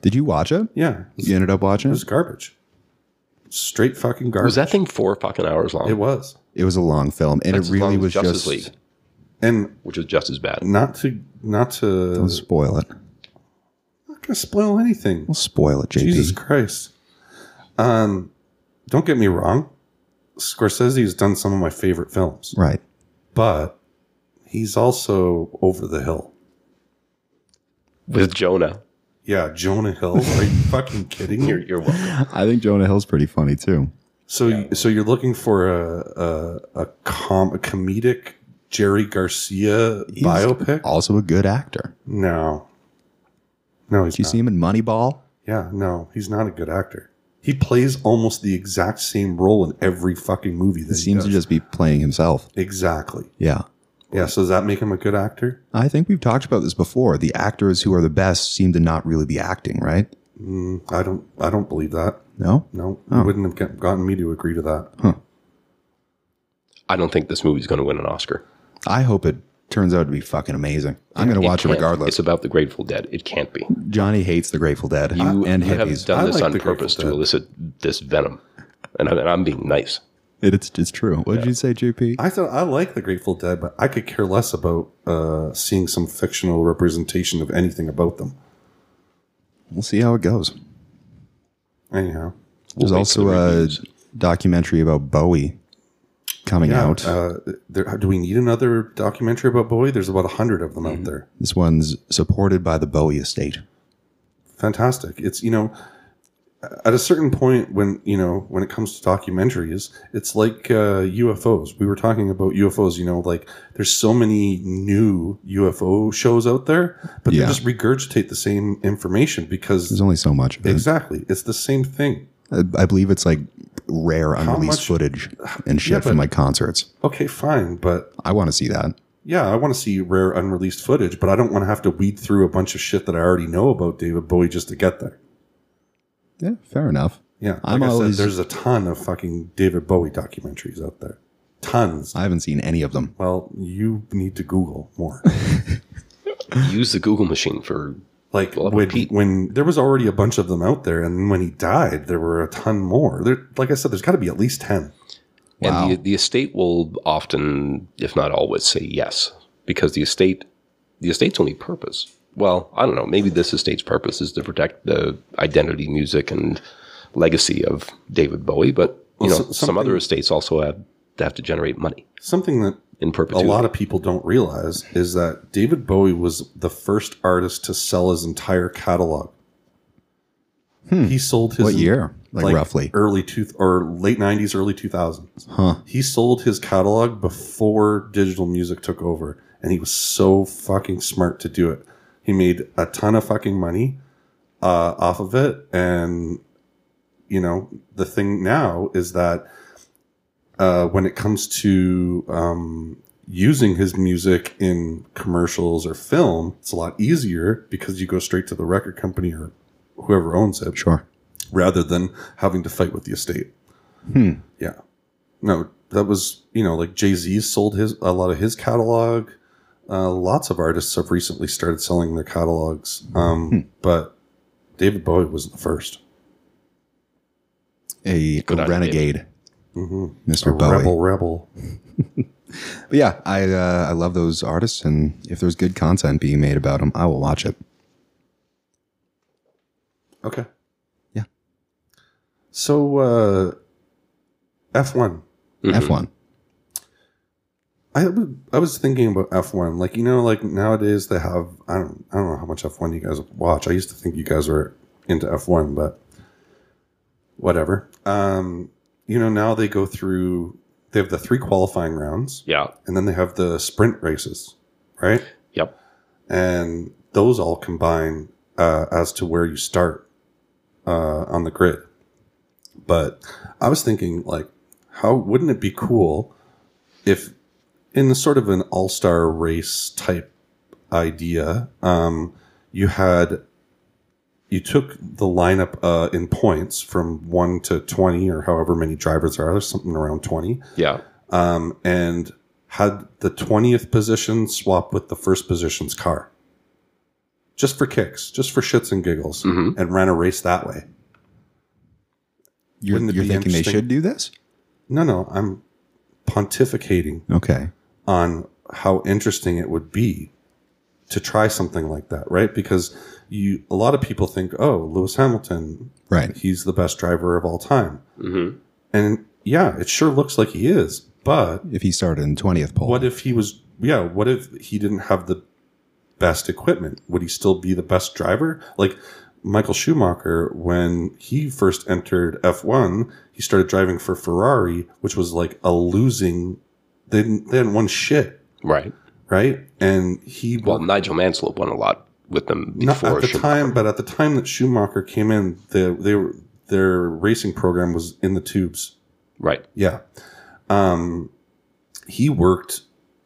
Speaker 2: Did you watch it?
Speaker 1: Yeah, it was,
Speaker 2: You ended up watching
Speaker 1: it
Speaker 2: it.
Speaker 1: was garbage. Straight fucking garbage.
Speaker 3: Was that thing four fucking hours long?
Speaker 1: It was,
Speaker 2: It was a long film, and it
Speaker 3: That's as
Speaker 2: really
Speaker 3: long as
Speaker 2: was
Speaker 3: Justice
Speaker 2: just.
Speaker 3: League,
Speaker 1: and
Speaker 3: which was just as bad.
Speaker 1: not to not to
Speaker 2: Don't spoil it.
Speaker 1: not gonna spoil anything.
Speaker 2: Don't spoil it, JP.
Speaker 1: Jesus Christ. Um, don't get me wrong. Scorsese has done some of my favorite films,
Speaker 2: Right.
Speaker 1: but he's also over the hill.
Speaker 3: with Jonah.
Speaker 1: Yeah, Jonah Hill. Are you fucking kidding?
Speaker 3: You're,
Speaker 1: me?
Speaker 3: you're welcome.
Speaker 2: I think Jonah Hill's pretty funny too.
Speaker 1: So, so you're looking for a a, a, com, a comedic Jerry Garcia biopic?
Speaker 2: Also a good actor.
Speaker 1: no, no, he's
Speaker 2: Do you
Speaker 1: not.
Speaker 2: see him in Moneyball?
Speaker 1: yeah, no, he's not a good actor. He plays almost the exact same role in every fucking movie. That
Speaker 2: He seems
Speaker 1: he
Speaker 2: to
Speaker 1: does.
Speaker 2: just be playing himself.
Speaker 1: exactly.
Speaker 2: Yeah.
Speaker 1: Yeah, so does that make him a good actor?
Speaker 2: I think we've talked about this before. The actors who are the best seem to not really be acting, right?
Speaker 1: Mm, I don't I don't believe that.
Speaker 2: No?
Speaker 1: No,
Speaker 2: Oh.
Speaker 1: you wouldn't have get- gotten me to agree to that.
Speaker 3: I don't think this movie's going to win an Oscar.
Speaker 2: I hope it turns out to be fucking amazing. I'm going to watch it,
Speaker 3: can't.
Speaker 2: regardless.
Speaker 3: It's about the Grateful Dead. It can't be.
Speaker 2: Johnny hates the Grateful Dead
Speaker 3: You,
Speaker 2: Uh, and
Speaker 3: you
Speaker 2: hippies.
Speaker 3: have done
Speaker 1: I
Speaker 3: this
Speaker 1: like the
Speaker 3: on purpose
Speaker 1: Grateful
Speaker 3: to
Speaker 1: Dead.
Speaker 3: elicit this venom, and, I, and I'm being nice.
Speaker 2: It- it's, it's true. What did you say, JP?
Speaker 1: I thought I like the Grateful Dead, but I could care less about uh, seeing some fictional representation of anything about them.
Speaker 2: We'll see how it goes.
Speaker 1: Anyhow,
Speaker 2: There's
Speaker 3: wait
Speaker 2: also
Speaker 3: for the
Speaker 2: a
Speaker 3: reviews.
Speaker 2: documentary about Bowie coming
Speaker 1: yeah,
Speaker 2: out.
Speaker 1: uh, there, do we need another documentary about Bowie? There's about a hundred of them
Speaker 2: Mm-hmm.
Speaker 1: out there.
Speaker 2: this one's supported by the Bowie estate.
Speaker 1: Fantastic. It's you know, at a certain point when you know when it comes to documentaries, it's like uh, UFOs. We were talking about UFOs. You know, like there's so many new UFO shows out there, but
Speaker 2: Yeah.
Speaker 1: they just regurgitate the same information because
Speaker 2: There's only so much of it.
Speaker 1: Exactly. It's the same thing.
Speaker 2: I I believe it's like rare unreleased
Speaker 1: much-
Speaker 2: footage and shit
Speaker 1: Yeah,
Speaker 2: from
Speaker 1: but-
Speaker 2: like concerts.
Speaker 1: Okay, fine, but
Speaker 2: I want to see that.
Speaker 1: yeah, I want to see rare unreleased footage, but I don't want to have to weed through a bunch of shit that I already know about David Bowie just to get there.
Speaker 2: Yeah, fair enough.
Speaker 1: Yeah, like
Speaker 2: I'm
Speaker 1: I
Speaker 2: always-
Speaker 1: said, there's a ton of fucking David Bowie documentaries out there. Tons.
Speaker 2: I haven't seen any of them.
Speaker 1: Well, you need to Google more.
Speaker 3: Use the Google machine for
Speaker 1: Like
Speaker 3: Well,
Speaker 1: when
Speaker 3: Pete-
Speaker 1: when there was already a bunch of them out there, and when he died, there were a ton more. There, like I said, there's got to be at least ten.
Speaker 2: Wow.
Speaker 3: And the, the estate will often, if not always, say yes because the estate, the estate's only purpose. Well, I don't know. Maybe this estate's purpose is to protect the identity, music, and legacy of David Bowie. But you
Speaker 1: Well,
Speaker 3: know,
Speaker 1: so-
Speaker 3: some
Speaker 1: something-
Speaker 3: other estates also have they have to generate money
Speaker 1: Something that
Speaker 3: in perpetuity.
Speaker 1: A lot of people don't realize is that David Bowie was the first artist to sell his entire catalog. He sold his
Speaker 2: Hmm. What year? Like, roughly.
Speaker 1: early two or late nineties, early two thousands.
Speaker 2: Huh.
Speaker 1: He sold his catalog before digital music took over, and he was so fucking smart to do it. He made a ton of fucking money uh, off of it, and you know the thing now is that uh, when it comes to um, using his music in commercials or film, it's a lot easier because you go straight to the record company or whoever owns it
Speaker 2: Sure.
Speaker 1: rather than having to fight with the estate.
Speaker 2: Hmm.
Speaker 1: Yeah. No, that was, you know, like Jay Z sold his a lot of his catalog. Uh, lots of artists have recently started selling their
Speaker 2: Hmm.
Speaker 1: catalogs, um, but David Bowie was the first.
Speaker 2: a, a
Speaker 3: on you,
Speaker 2: renegade, Mr. Bowie.
Speaker 1: Mm-hmm. Rebel, rebel.
Speaker 2: But yeah, I uh, I love those artists, and if there's good content being made about them, I will watch it.
Speaker 1: Okay.
Speaker 2: Yeah.
Speaker 1: So uh, F one. Mm-hmm.
Speaker 2: F one.
Speaker 1: I w- I was thinking about F one. Like you know, like nowadays they have I don't I don't know how much F one you guys watch. I used to think you guys were into F one, but whatever. Um, you know, now they go through. They have the three qualifying rounds,
Speaker 3: Yeah.
Speaker 1: and then they have the sprint races, right?
Speaker 3: Yep.
Speaker 1: And those all combine uh, as to where you start uh, on the grid. But I was thinking, like, how wouldn't it be cool if, in sort of an all star race type idea, um, you had you took the lineup uh, in points from one to twenty or however many drivers there are, there's something around twenty,
Speaker 3: Yeah.
Speaker 1: um, and had the 20th position swap with the first position's car just for kicks, just for shits and giggles,
Speaker 3: Mhm.
Speaker 1: and ran a race that way.
Speaker 2: You're,
Speaker 1: Wouldn't it
Speaker 2: you're
Speaker 1: be
Speaker 2: thinking they
Speaker 1: interesting?
Speaker 2: should do this?
Speaker 1: No, no, I'm pontificating
Speaker 2: Okay.
Speaker 1: on how interesting it would be to try something like that, right? Because you a lot of people think, "Oh, Lewis Hamilton,
Speaker 2: Right.
Speaker 1: he's the best driver of all time."
Speaker 3: Mm-hmm.
Speaker 1: And yeah, it sure looks like he is, but
Speaker 2: If he started in 20th pole.
Speaker 1: What if he was? Yeah. What if he didn't have the best equipment? Would he still be the best driver? Like Michael Schumacher, when he first entered F one, he started driving for Ferrari, which was like a losing. They didn't. They hadn't won shit,
Speaker 3: Right.
Speaker 1: right? And he
Speaker 3: Well, Nigel Mansell won a lot with them
Speaker 1: not
Speaker 3: before.
Speaker 1: at the
Speaker 3: Schum-
Speaker 1: time, but at the time that Schumacher came in, the, they were their racing program was in the tubes.
Speaker 3: Right.
Speaker 1: Yeah. Um, he worked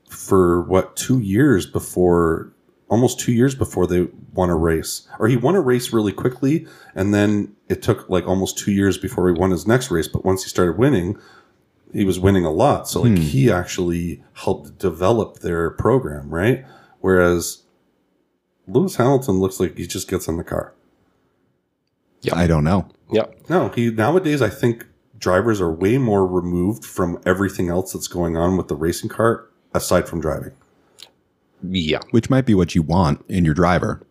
Speaker 1: for what two years before, almost two years before they won a race, or he won a race really quickly, and then it took like almost two years before he won his next race. But once he started winning, he was winning a lot. So like
Speaker 2: Hmm.
Speaker 1: he actually helped develop their program, right? Whereas Lewis Hamilton looks like he just gets in the car.
Speaker 2: I don't know.
Speaker 3: Yeah.
Speaker 1: No, he nowadays I think drivers are way more removed from everything else that's going on with the racing car aside from driving.
Speaker 3: Yeah.
Speaker 2: Which might be what you want in your driver.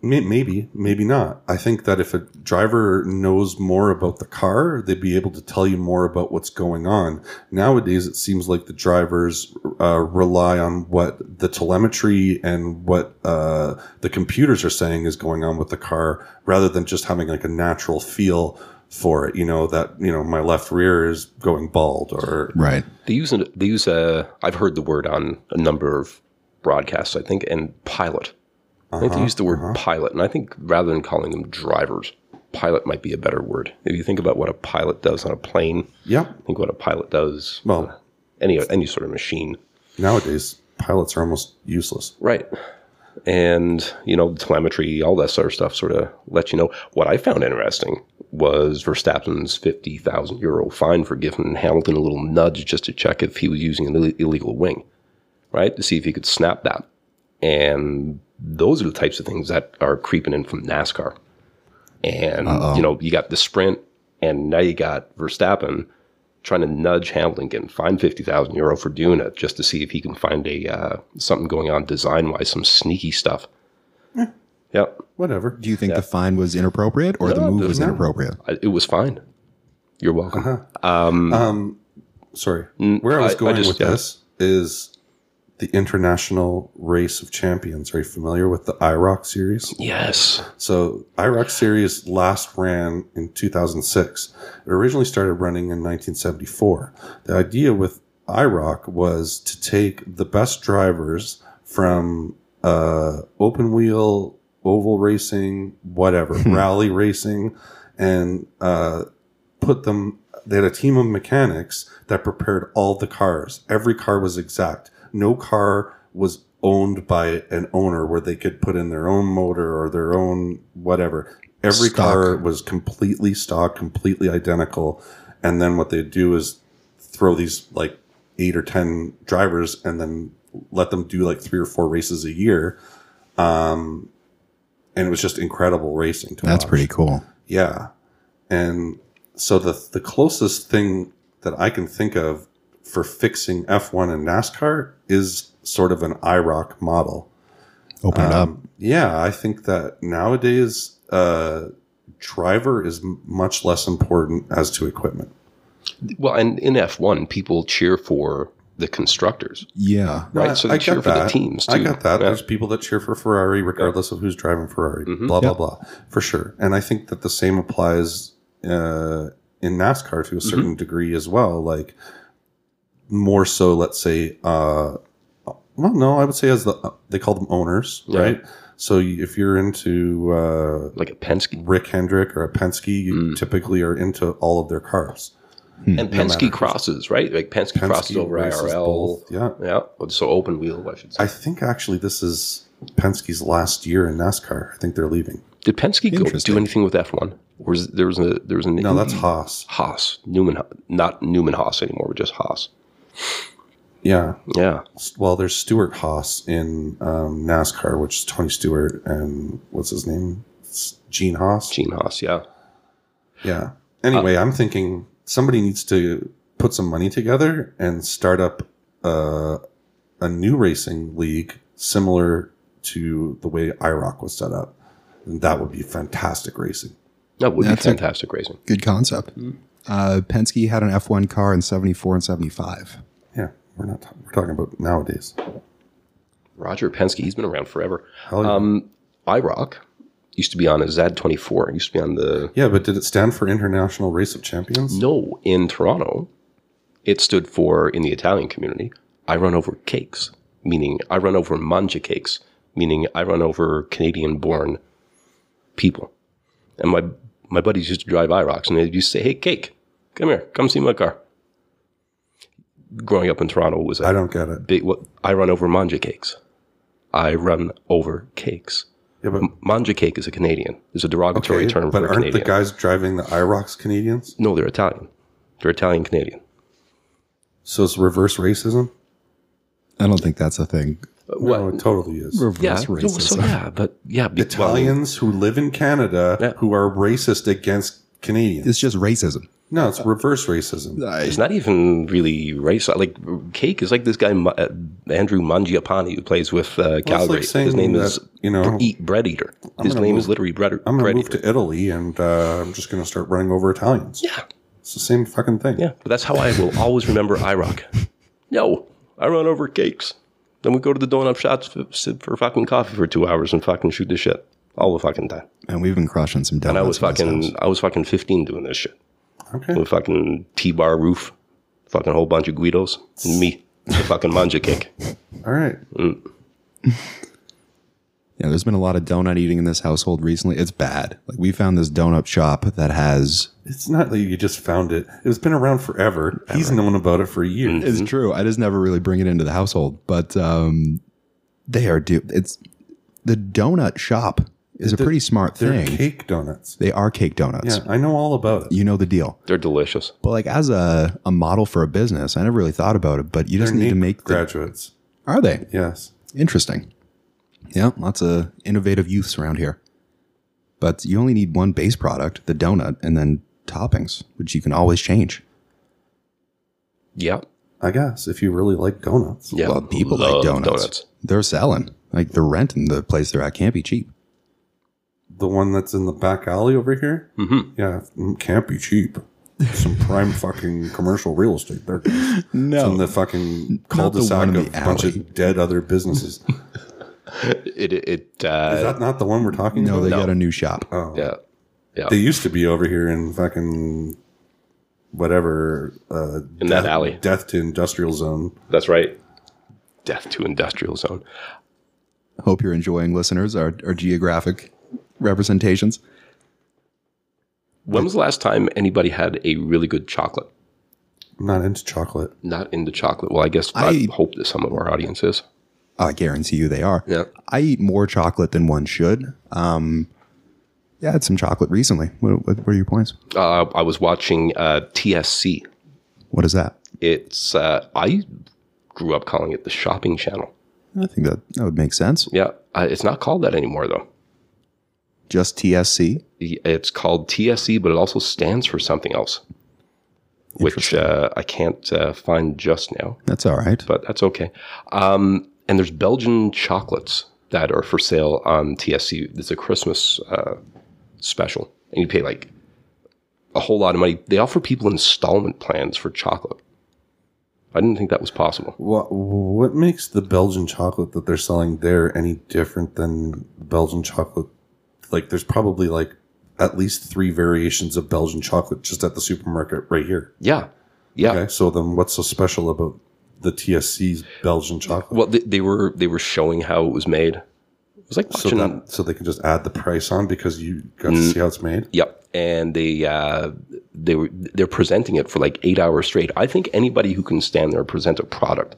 Speaker 1: May- Maybe, maybe not. I think that if a driver knows more about the car, they'd be able to tell you more about what's going on. Nowadays, it seems like the drivers uh, rely on what the telemetry and what uh, the computers are saying is going on with the car rather than just having like a natural feel for it. You know, that, you know, my left rear is going bald or
Speaker 2: Right.
Speaker 3: They use an, they use a. I've heard the word on a number of broadcasts. I think and pilot. I think they use the word pilot, and I think rather than calling them drivers, pilot might be a better word. If you think about what a pilot does on a plane,
Speaker 1: Yeah.
Speaker 3: think what a pilot does.
Speaker 1: Well,
Speaker 3: any any sort of machine,
Speaker 1: nowadays pilots are almost useless.
Speaker 3: right? And you know, telemetry, all that sort of stuff, sort of let you know. What I found interesting was Verstappen's fifty thousand euro fine for giving Hamilton a little nudge just to check if he was using an ill- illegal wing, right? To see if he could snap that. And those are the types of things that are creeping in from NASCAR. And you know, you got the sprint, and now you got Verstappen trying to nudge Hamilton and find fifty thousand euro for doing it, just to see if he can find a uh, something going on design wise, some sneaky stuff.
Speaker 1: Hmm.
Speaker 3: Yep,
Speaker 1: Whatever.
Speaker 2: Do you think the fine was inappropriate or the
Speaker 3: No,
Speaker 2: move was
Speaker 3: no.
Speaker 2: inappropriate?
Speaker 3: I- it was fine. You're welcome.
Speaker 1: Uh-huh. Sorry. Where I was
Speaker 3: Mm, I- I
Speaker 1: going
Speaker 3: just-
Speaker 1: with
Speaker 3: yeah.
Speaker 1: this is the International Race of Champions. Are you familiar with the IROC series?
Speaker 3: Yes,
Speaker 1: So IROC series last ran in 2006. It originally started running in 1974. The idea with IROC was to take the best drivers from uh, open wheel, oval racing, whatever, rally racing, and uh, put them. They had a team of mechanics that prepared all the cars. Every car was exact. No car was owned by an owner where they could put in their own motor or their own whatever. Every
Speaker 2: Stock.
Speaker 1: car was completely stock, completely identical. And then what they do is throw these like eight or ten drivers and then let them do like three or four races a year. Um, and it was just incredible racing. To
Speaker 2: That's
Speaker 1: watch.
Speaker 2: pretty cool.
Speaker 1: Yeah. And so the the closest thing that I can think of for fixing F1 and NASCAR is sort of an IROC model.
Speaker 2: Open it up.
Speaker 1: Um, yeah, I think that nowadays uh, driver is m- much less important as to equipment.
Speaker 3: Well, and in F1, people cheer for the constructors.
Speaker 2: Yeah.
Speaker 3: Right, so they cheer
Speaker 1: got
Speaker 3: for the teams,
Speaker 1: I
Speaker 3: too.
Speaker 1: got that.
Speaker 3: Yeah.
Speaker 1: There's people that cheer for Ferrari, regardless of who's driving Ferrari.
Speaker 3: Mhm.
Speaker 1: Blah blah blah, for sure. And I think that the same applies uh, in NASCAR to a
Speaker 3: Mm-hmm.
Speaker 1: certain degree as well. Like more so, let's say. Uh, well, no, I would say as the they call them owners,
Speaker 3: Yeah.
Speaker 1: right? So you- if you're into uh,
Speaker 3: Like a Penske.
Speaker 1: Rick Hendrick or a Penske, you
Speaker 3: Mm.
Speaker 1: typically are into all of their cars.
Speaker 3: And Penske
Speaker 1: matter.
Speaker 3: crosses, right? Like Penske,
Speaker 1: Penske
Speaker 3: crosses over
Speaker 1: races
Speaker 3: IRL.
Speaker 1: both, yeah.
Speaker 3: Yeah. So open wheel, I should say.
Speaker 1: I think actually this is Penske's last year in NASCAR. I think they're leaving.
Speaker 3: Did Penske go
Speaker 2: Interesting.
Speaker 3: do anything with F1? Or is, there was a there was an
Speaker 1: No, that's Haas.
Speaker 3: Haas Newman, not Newman Haas anymore, but just Haas.
Speaker 1: Yeah.
Speaker 3: Yeah,
Speaker 1: Well, there's Stuart Haas in um, NASCAR, which is Tony Stewart and what's his name? It's Gene Haas.
Speaker 3: Gene Uh, Haas. Yeah,
Speaker 1: Yeah. Anyway, I'm thinking somebody needs to put some money together and start up uh, a new racing league similar to the way IROC was set up. And that would be fantastic racing.
Speaker 3: that would
Speaker 2: That's a-
Speaker 3: be fantastic racing.
Speaker 2: Good concept. Uh, Penske had an F1 car in 74 and 75.
Speaker 1: Yeah. We're not ta- we're talking about nowadays.
Speaker 3: Roger Penske, he's been around forever.
Speaker 1: Hell yeah.
Speaker 3: Um, IROC used to be on a ZAD twenty four. Used to be on the
Speaker 1: yeah, but did it stand for International Race of Champions?
Speaker 3: no in Toronto. It stood for in the Italian community. I run over cakes, meaning I run over manja cakes, meaning I run over Canadian born people. And my my buddies used to drive IROCs, and they used to say, "Hey, cake, come here, come see my car." Growing up in Toronto was a
Speaker 1: I don't get it.
Speaker 3: big what I run over manja cakes. I run over cakes.
Speaker 1: Yeah, but
Speaker 3: Manja cake is a Canadian. It's a derogatory
Speaker 1: Okay,
Speaker 3: term
Speaker 1: but
Speaker 3: for a
Speaker 1: aren't
Speaker 3: Canadian.
Speaker 1: the guys driving the IROCs Canadians?
Speaker 3: no, they're Italian. They're Italian Canadian.
Speaker 1: So it's reverse racism?
Speaker 2: I don't think that's a thing.
Speaker 1: No, it totally is.
Speaker 2: Reverse
Speaker 3: Yeah. no,
Speaker 2: racism.
Speaker 3: so yeah, but yeah, be-
Speaker 1: Italians who live in Canada
Speaker 3: Yeah.
Speaker 1: who are racist against Canadians.
Speaker 2: It's just racism.
Speaker 1: No, it's reverse racism.
Speaker 3: Well, it's not even really race. Like cake is like this guy Ma- uh, Andrew Mangiapane who plays with uh,
Speaker 1: Well, it's
Speaker 3: Calgary.
Speaker 1: like saying
Speaker 3: His name
Speaker 1: that,
Speaker 3: is
Speaker 1: you know,
Speaker 3: Eat Bread Eater. His
Speaker 1: gonna
Speaker 3: name
Speaker 1: move-
Speaker 3: is literally Bread,
Speaker 1: I'm going
Speaker 3: bread
Speaker 1: to move
Speaker 3: Eater.
Speaker 1: to Italy and uh, I'm just going to start running over Italians.
Speaker 3: Yeah,
Speaker 1: It's the same fucking thing.
Speaker 3: yeah. But that's how I will always remember IROC. No, I run over cakes. Then we go to the donut shops for, sit for fucking coffee for two hours and fucking shoot the shit all the fucking time.
Speaker 2: And we've been crushing some donuts.
Speaker 3: And I was
Speaker 2: in this house.
Speaker 3: fucking, I was fucking 15 doing this shit.
Speaker 1: Okay.
Speaker 3: With fucking T-bar roof, fucking whole bunch of Guidos, and me, the fucking manja cake.
Speaker 1: All right.
Speaker 2: Yeah, there's been a lot of donut eating in this household recently. It's bad. Like we found this donut shop that has.
Speaker 1: It's not that you just found it. It's been around forever. He's known about it for
Speaker 3: Mm.
Speaker 1: years.
Speaker 2: It's true. I just never really bring it into the household, but um, they are do. It's the donut shop is a pretty smart
Speaker 1: They're
Speaker 2: thing.
Speaker 1: cake donuts.
Speaker 2: they are cake donuts.
Speaker 1: Yeah, I know all about it.
Speaker 2: You know the deal.
Speaker 3: They're delicious.
Speaker 2: But like as a, a model for a business, I never really thought about it. But you just
Speaker 1: They're
Speaker 2: need to
Speaker 1: Nate
Speaker 2: make the,
Speaker 1: graduates.
Speaker 2: are they
Speaker 1: Yes.
Speaker 2: interesting? Yeah, lots of innovative youths around here. But you only need one base product, the donut, and then toppings, which you can always change.
Speaker 3: Yeah,
Speaker 1: I guess if you really like donuts.
Speaker 3: yeah.
Speaker 2: well, people
Speaker 3: Love
Speaker 2: like donuts. They're selling. Like the rent in the place they're at can't be cheap.
Speaker 1: The one that's in the back alley over here. Mm-hmm. Yeah, mm, can't be cheap. Some prime fucking commercial real estate there.
Speaker 2: No.
Speaker 1: From the fucking
Speaker 2: Oh. Not the
Speaker 1: cul-de-sac
Speaker 2: one in
Speaker 1: of a
Speaker 2: the
Speaker 1: bunch
Speaker 2: alley.
Speaker 1: of dead other businesses. Is
Speaker 3: It, it, uh,
Speaker 1: that not the one we're talking
Speaker 2: no,
Speaker 1: about?
Speaker 2: they got a new shop.
Speaker 3: yeah, yeah.
Speaker 1: They used to be over here in fucking whatever. Uh,
Speaker 3: In that alley.
Speaker 1: Death to industrial zone.
Speaker 3: That's right. Death to industrial zone.
Speaker 2: Hope you're enjoying, listeners, our, our geographic representations.
Speaker 3: When was the last time anybody had a really good chocolate?
Speaker 1: I'm not into chocolate.
Speaker 3: Not into chocolate. Well, I guess I,
Speaker 2: I-
Speaker 3: hope that some of our audience is.
Speaker 2: I guarantee you they are.
Speaker 3: Yeah.
Speaker 2: I eat more chocolate than one should. Um, yeah, I had some chocolate recently. What, what were your points?
Speaker 3: Uh, I was watching uh, TSC.
Speaker 2: What is that?
Speaker 3: It's uh, I grew up calling it the shopping channel.
Speaker 2: I think that, that would make sense.
Speaker 3: Yeah, uh, it's not called that anymore though.
Speaker 2: Just TSC?
Speaker 3: It's called TSE, but it also stands for something else, which uh, I can't uh, find just now,
Speaker 2: That's all right.
Speaker 3: but that's okay. Um, and there's Belgian chocolates that are for sale on TSE. It's a Christmas uh, special, and you pay like a whole lot of money. They offer people installment plans for chocolate. I didn't think that was possible.
Speaker 1: What what makes the Belgian chocolate that they're selling there any different than Belgian chocolate? Like, there's probably like at least three variations of Belgian chocolate just at the supermarket right here.
Speaker 3: Yeah, yeah.
Speaker 1: Okay, so then what's so special about the TSC's Belgian chocolate?
Speaker 3: Well, they, they were they were showing how it was made. It was like
Speaker 1: so
Speaker 3: watching.
Speaker 1: that so they can just add the price on because you got
Speaker 3: Mm.
Speaker 1: to see how it's made.
Speaker 3: Yep, and they uh, they were they're presenting it for like eight hours straight. I think anybody who can stand there and present a product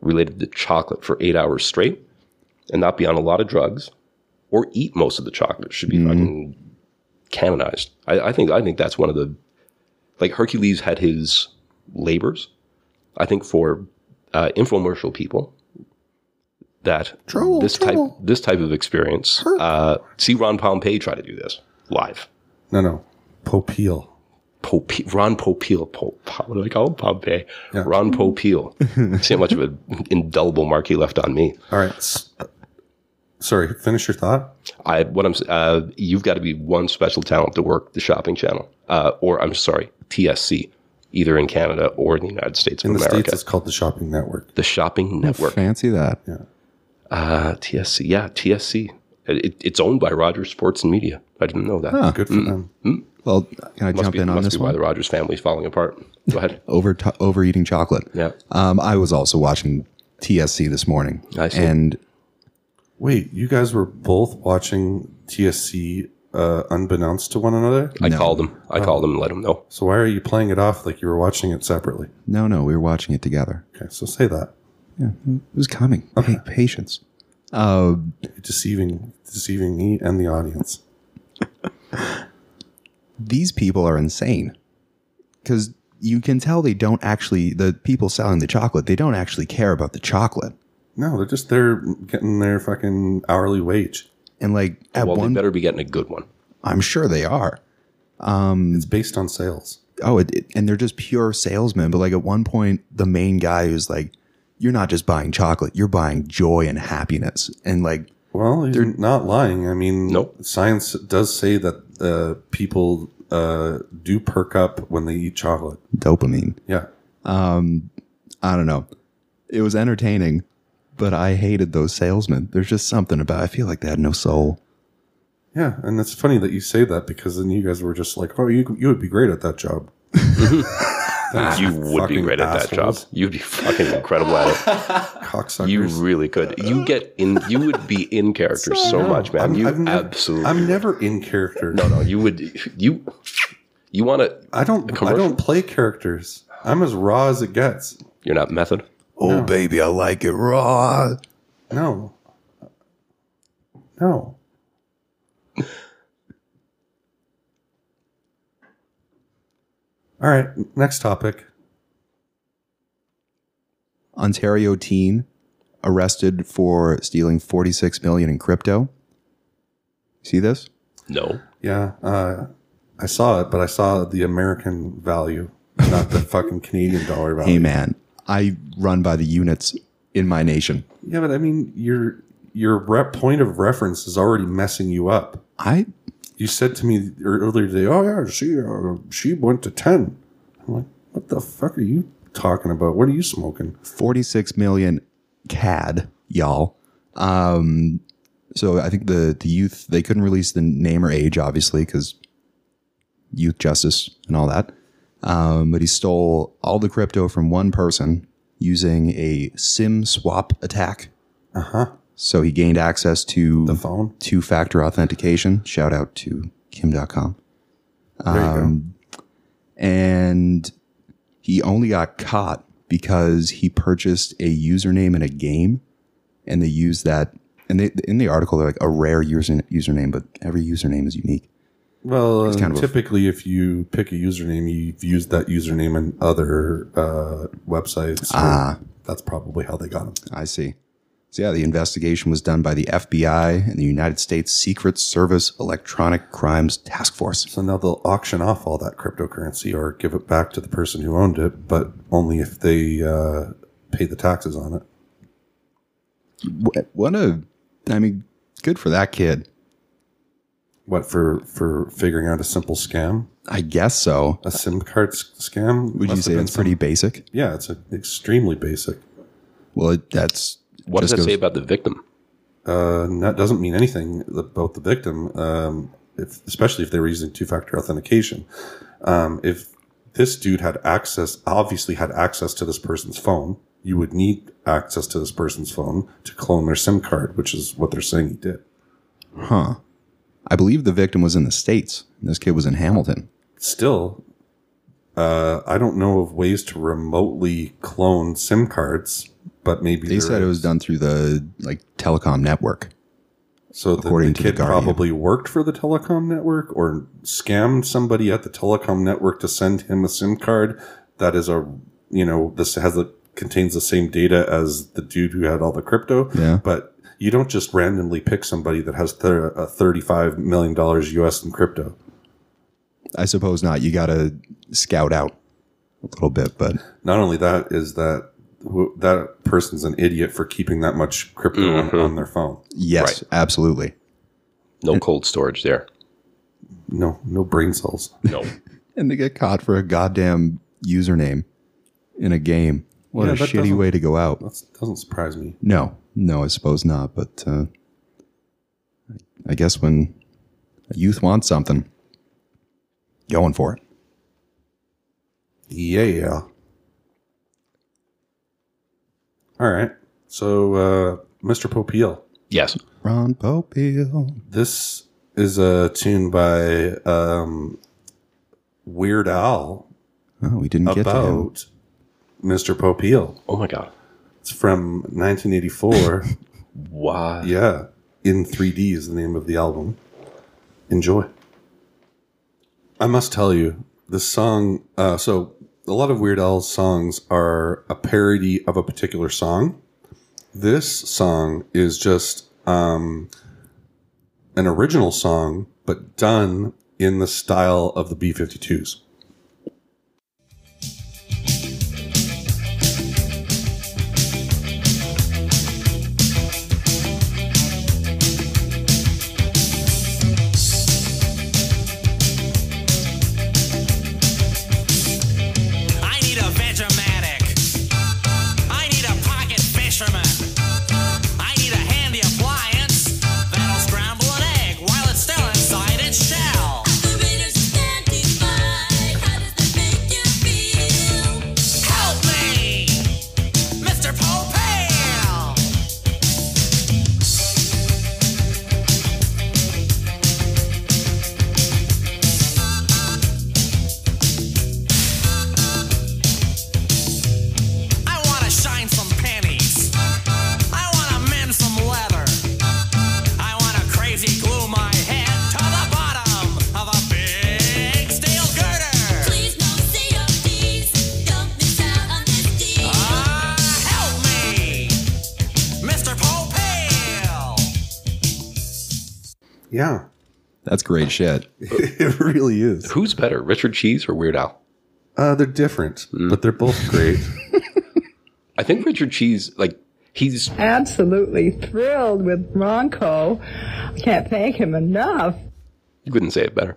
Speaker 3: related to chocolate for eight hours straight and not be on a lot of drugs or eat most of the chocolate should be fucking canonized. I, I think I think that's one of the like Hercules had his labors. I think for uh, infomercial people that
Speaker 2: Trouble,
Speaker 3: this
Speaker 2: trouble.
Speaker 3: type this type of experience. Uh, see Ron Pompey try to do this live.
Speaker 1: No, no, Popeil.
Speaker 3: Pope, Ron Popeil, Pope, what do I call him? Pompey. Ron Popeil. See how much of an indelible mark he left on me.
Speaker 1: All right, s- sorry. Finish your thought.
Speaker 3: I what I'm s- uh, you've got to be one special talent to work the shopping channel, uh, or I'm sorry, TSC, either in Canada or in the United States of
Speaker 1: In the
Speaker 3: America.
Speaker 1: states, it's called the shopping network.
Speaker 3: the shopping network,
Speaker 2: Fancy that.
Speaker 3: uh, TSC, yeah, TSC. It, it- it's owned by Rogers Sports and Media. I didn't know that.
Speaker 1: Good for them.
Speaker 2: Well, can I
Speaker 3: Must
Speaker 2: jump
Speaker 3: be,
Speaker 2: in on
Speaker 3: must
Speaker 2: this
Speaker 3: be why
Speaker 2: one?
Speaker 3: the Rogers family's falling apart. Go ahead.
Speaker 2: Over to overeating chocolate.
Speaker 3: Yeah.
Speaker 2: Um, I was also watching TSC this morning.
Speaker 3: I see.
Speaker 2: And
Speaker 1: Wait, you guys were both watching TSC uh, unbeknownst to one another?
Speaker 3: I called them. I called them and let them know.
Speaker 1: So why are you playing it off like you were watching it separately?
Speaker 2: no, no, we were watching it together.
Speaker 1: Okay, so say that.
Speaker 2: It was coming. Pa- patience.
Speaker 1: You're deceiving deceiving me and the audience.
Speaker 2: These people are insane because you can tell they don't actually, the people selling the chocolate, they don't actually care about the chocolate.
Speaker 1: No, they're just there getting their fucking hourly wage.
Speaker 2: And like at
Speaker 3: Well,
Speaker 2: one,
Speaker 3: they better be getting a good one.
Speaker 2: I'm sure they are.
Speaker 1: It's based on sales.
Speaker 2: oh, it, it- and they're just pure salesmen. But like at one point, the main guy who's like, you're not just buying chocolate, you're buying joy and happiness. And like,
Speaker 1: Well, you're not lying. I mean,
Speaker 3: Nope.
Speaker 1: science does say that uh, people uh, do perk up when they eat chocolate.
Speaker 2: dopamine.
Speaker 1: Yeah.
Speaker 2: I don't know. It was entertaining, but I hated those salesmen. There's just something about I feel like they had no soul.
Speaker 1: Yeah, and it's funny that you say that because then you guys were just like, "Oh, you you would be great at that job."
Speaker 3: You would be
Speaker 1: fucking
Speaker 3: great at that job.
Speaker 1: assholes.
Speaker 3: You'd be fucking incredible at
Speaker 1: Cocksuckers.
Speaker 3: it. You really could. You get in. You would be in character so much, man.
Speaker 1: I'm-
Speaker 3: You
Speaker 1: I've never-
Speaker 3: absolutely.
Speaker 1: I'm never in character.
Speaker 3: no, no. You would. You. You want to.
Speaker 1: I don't. I
Speaker 3: commercial.
Speaker 1: don't play characters. I'm as raw as it gets.
Speaker 3: You're not method.
Speaker 2: Oh baby, I like it raw.
Speaker 1: No. No. All right. n- Next topic.
Speaker 2: Ontario teen arrested for stealing 46 million in crypto. See this?
Speaker 3: No.
Speaker 1: Yeah, uh, I saw it, but I saw the American value, not the fucking Canadian dollar value.
Speaker 2: Hey man, I run by the units in my nation.
Speaker 1: Yeah, but I mean, your your rep point of reference is already messing you up.
Speaker 2: I
Speaker 1: You said to me earlier today, "Oh yeah, she uh, she went to 10. I'm like, "What the fuck are you talking about? What are you smoking?"
Speaker 2: 46 million CAD, y'all. Um, so I think the the youth they couldn't release the name or age, obviously, because youth justice and all that. Um, but he stole all the crypto from one person using a SIM swap attack. Uh huh. So he gained access to
Speaker 1: Uh-huh. The phone.
Speaker 2: two factor authentication. Shout out to Kim.com.
Speaker 1: There you
Speaker 2: Um, And he only got caught because he purchased a username in a game and they used that. And they, in the article, they're like a rare user, username, but every username is unique.
Speaker 1: go. Well, uh,
Speaker 2: kind of a-
Speaker 1: typically, if you pick a username, you've used that username in other uh, websites. Ah, that's probably how they got them.
Speaker 2: I see. So yeah, the investigation was done by the FBI and the United States Secret Service Electronic Crimes Task Force.
Speaker 1: So now they'll auction off all that cryptocurrency or give it back to the person who owned it, but only if they uh, pay the taxes on it.
Speaker 2: Wh- What a, I mean, good for that kid.
Speaker 1: What for? For figuring out a simple scam,
Speaker 2: I guess so.
Speaker 1: a SIM card s- scam.
Speaker 2: Would you
Speaker 1: Must
Speaker 2: say
Speaker 1: have been
Speaker 2: that's pretty basic?
Speaker 1: some- yeah, it's a, extremely basic.
Speaker 2: Well, it, that's
Speaker 3: What does
Speaker 2: just
Speaker 3: that say
Speaker 2: goes-
Speaker 3: about the victim?
Speaker 1: Uh, and that doesn't mean anything about the victim, um, if, especially if they were using two-factor authentication. Um, if this dude had access, obviously had access to this person's phone, you would need access to this person's phone to clone their SIM card, which is what they're saying he did.
Speaker 2: Huh. I believe the victim was in the States. and This kid was in Hamilton.
Speaker 1: Still, uh, I don't know of ways to remotely clone SIM cards, but maybe
Speaker 2: They
Speaker 1: there
Speaker 2: said it
Speaker 1: is.
Speaker 2: was done through the like telecom network.
Speaker 1: So the,
Speaker 2: according
Speaker 1: the
Speaker 2: to The
Speaker 1: kid
Speaker 2: Guardian.
Speaker 1: probably worked for the telecom network or scammed somebody at the telecom network to send him a SIM card that is a you know this has a contains the same data as the dude who had all the crypto.
Speaker 2: Yeah.
Speaker 1: But you don't just randomly pick somebody that has th- a thirty-five million dollars US in crypto.
Speaker 2: I suppose not. You got to scout out a little bit, but
Speaker 1: Not only that is that who- that person's an idiot for keeping that much crypto on, on their phone.
Speaker 2: yes, absolutely.
Speaker 3: No cold storage there.
Speaker 1: No, no brain cells.
Speaker 3: No.
Speaker 2: And they get caught for a goddamn username in a game. What
Speaker 1: Yeah,
Speaker 2: a
Speaker 1: that
Speaker 2: shitty
Speaker 1: doesn't-
Speaker 2: way to go out.
Speaker 1: That doesn't surprise me.
Speaker 2: No, no, I suppose not. But uh, I guess when a youth wants something, going for it.
Speaker 1: Yeah. All right. So, uh, Mr. Popiel,
Speaker 3: yes.
Speaker 2: Ron Popeil.
Speaker 1: this is a tune by um, Weird Al
Speaker 2: Oh, we didn't get to him.
Speaker 1: about Mr. Popiel.
Speaker 3: Oh my God.
Speaker 1: It's from 1984.
Speaker 3: Why?
Speaker 1: yeah. In 3D is the name of the album. Enjoy. I must tell you, this song. Uh, so, a lot of Weird Al's songs are a parody of a particular song. This song is just um, an original song, but done in the style of the B 52s.
Speaker 4: I need a Vegematic. I need a pocket fisherman. I need a handy appliance that'll scramble an egg while it's still inside its shell. Help me, Mr. Popeil. I wanna shine some pennies. I wanna mend some leather. I wanna crazy glue my head to the bottom of a big steel girder.
Speaker 5: Uh,
Speaker 4: Ah, help me, Mr. Popeil.
Speaker 1: Yeah.
Speaker 2: That's great shit.
Speaker 1: it really is.
Speaker 3: Who's better, Richard Cheese or Weird Al?
Speaker 1: Uh, they're different, but they're both great.
Speaker 3: I think Richard Cheese, like, he's
Speaker 6: absolutely thrilled with Ronco. I can't thank him enough.
Speaker 3: you couldn't say it better.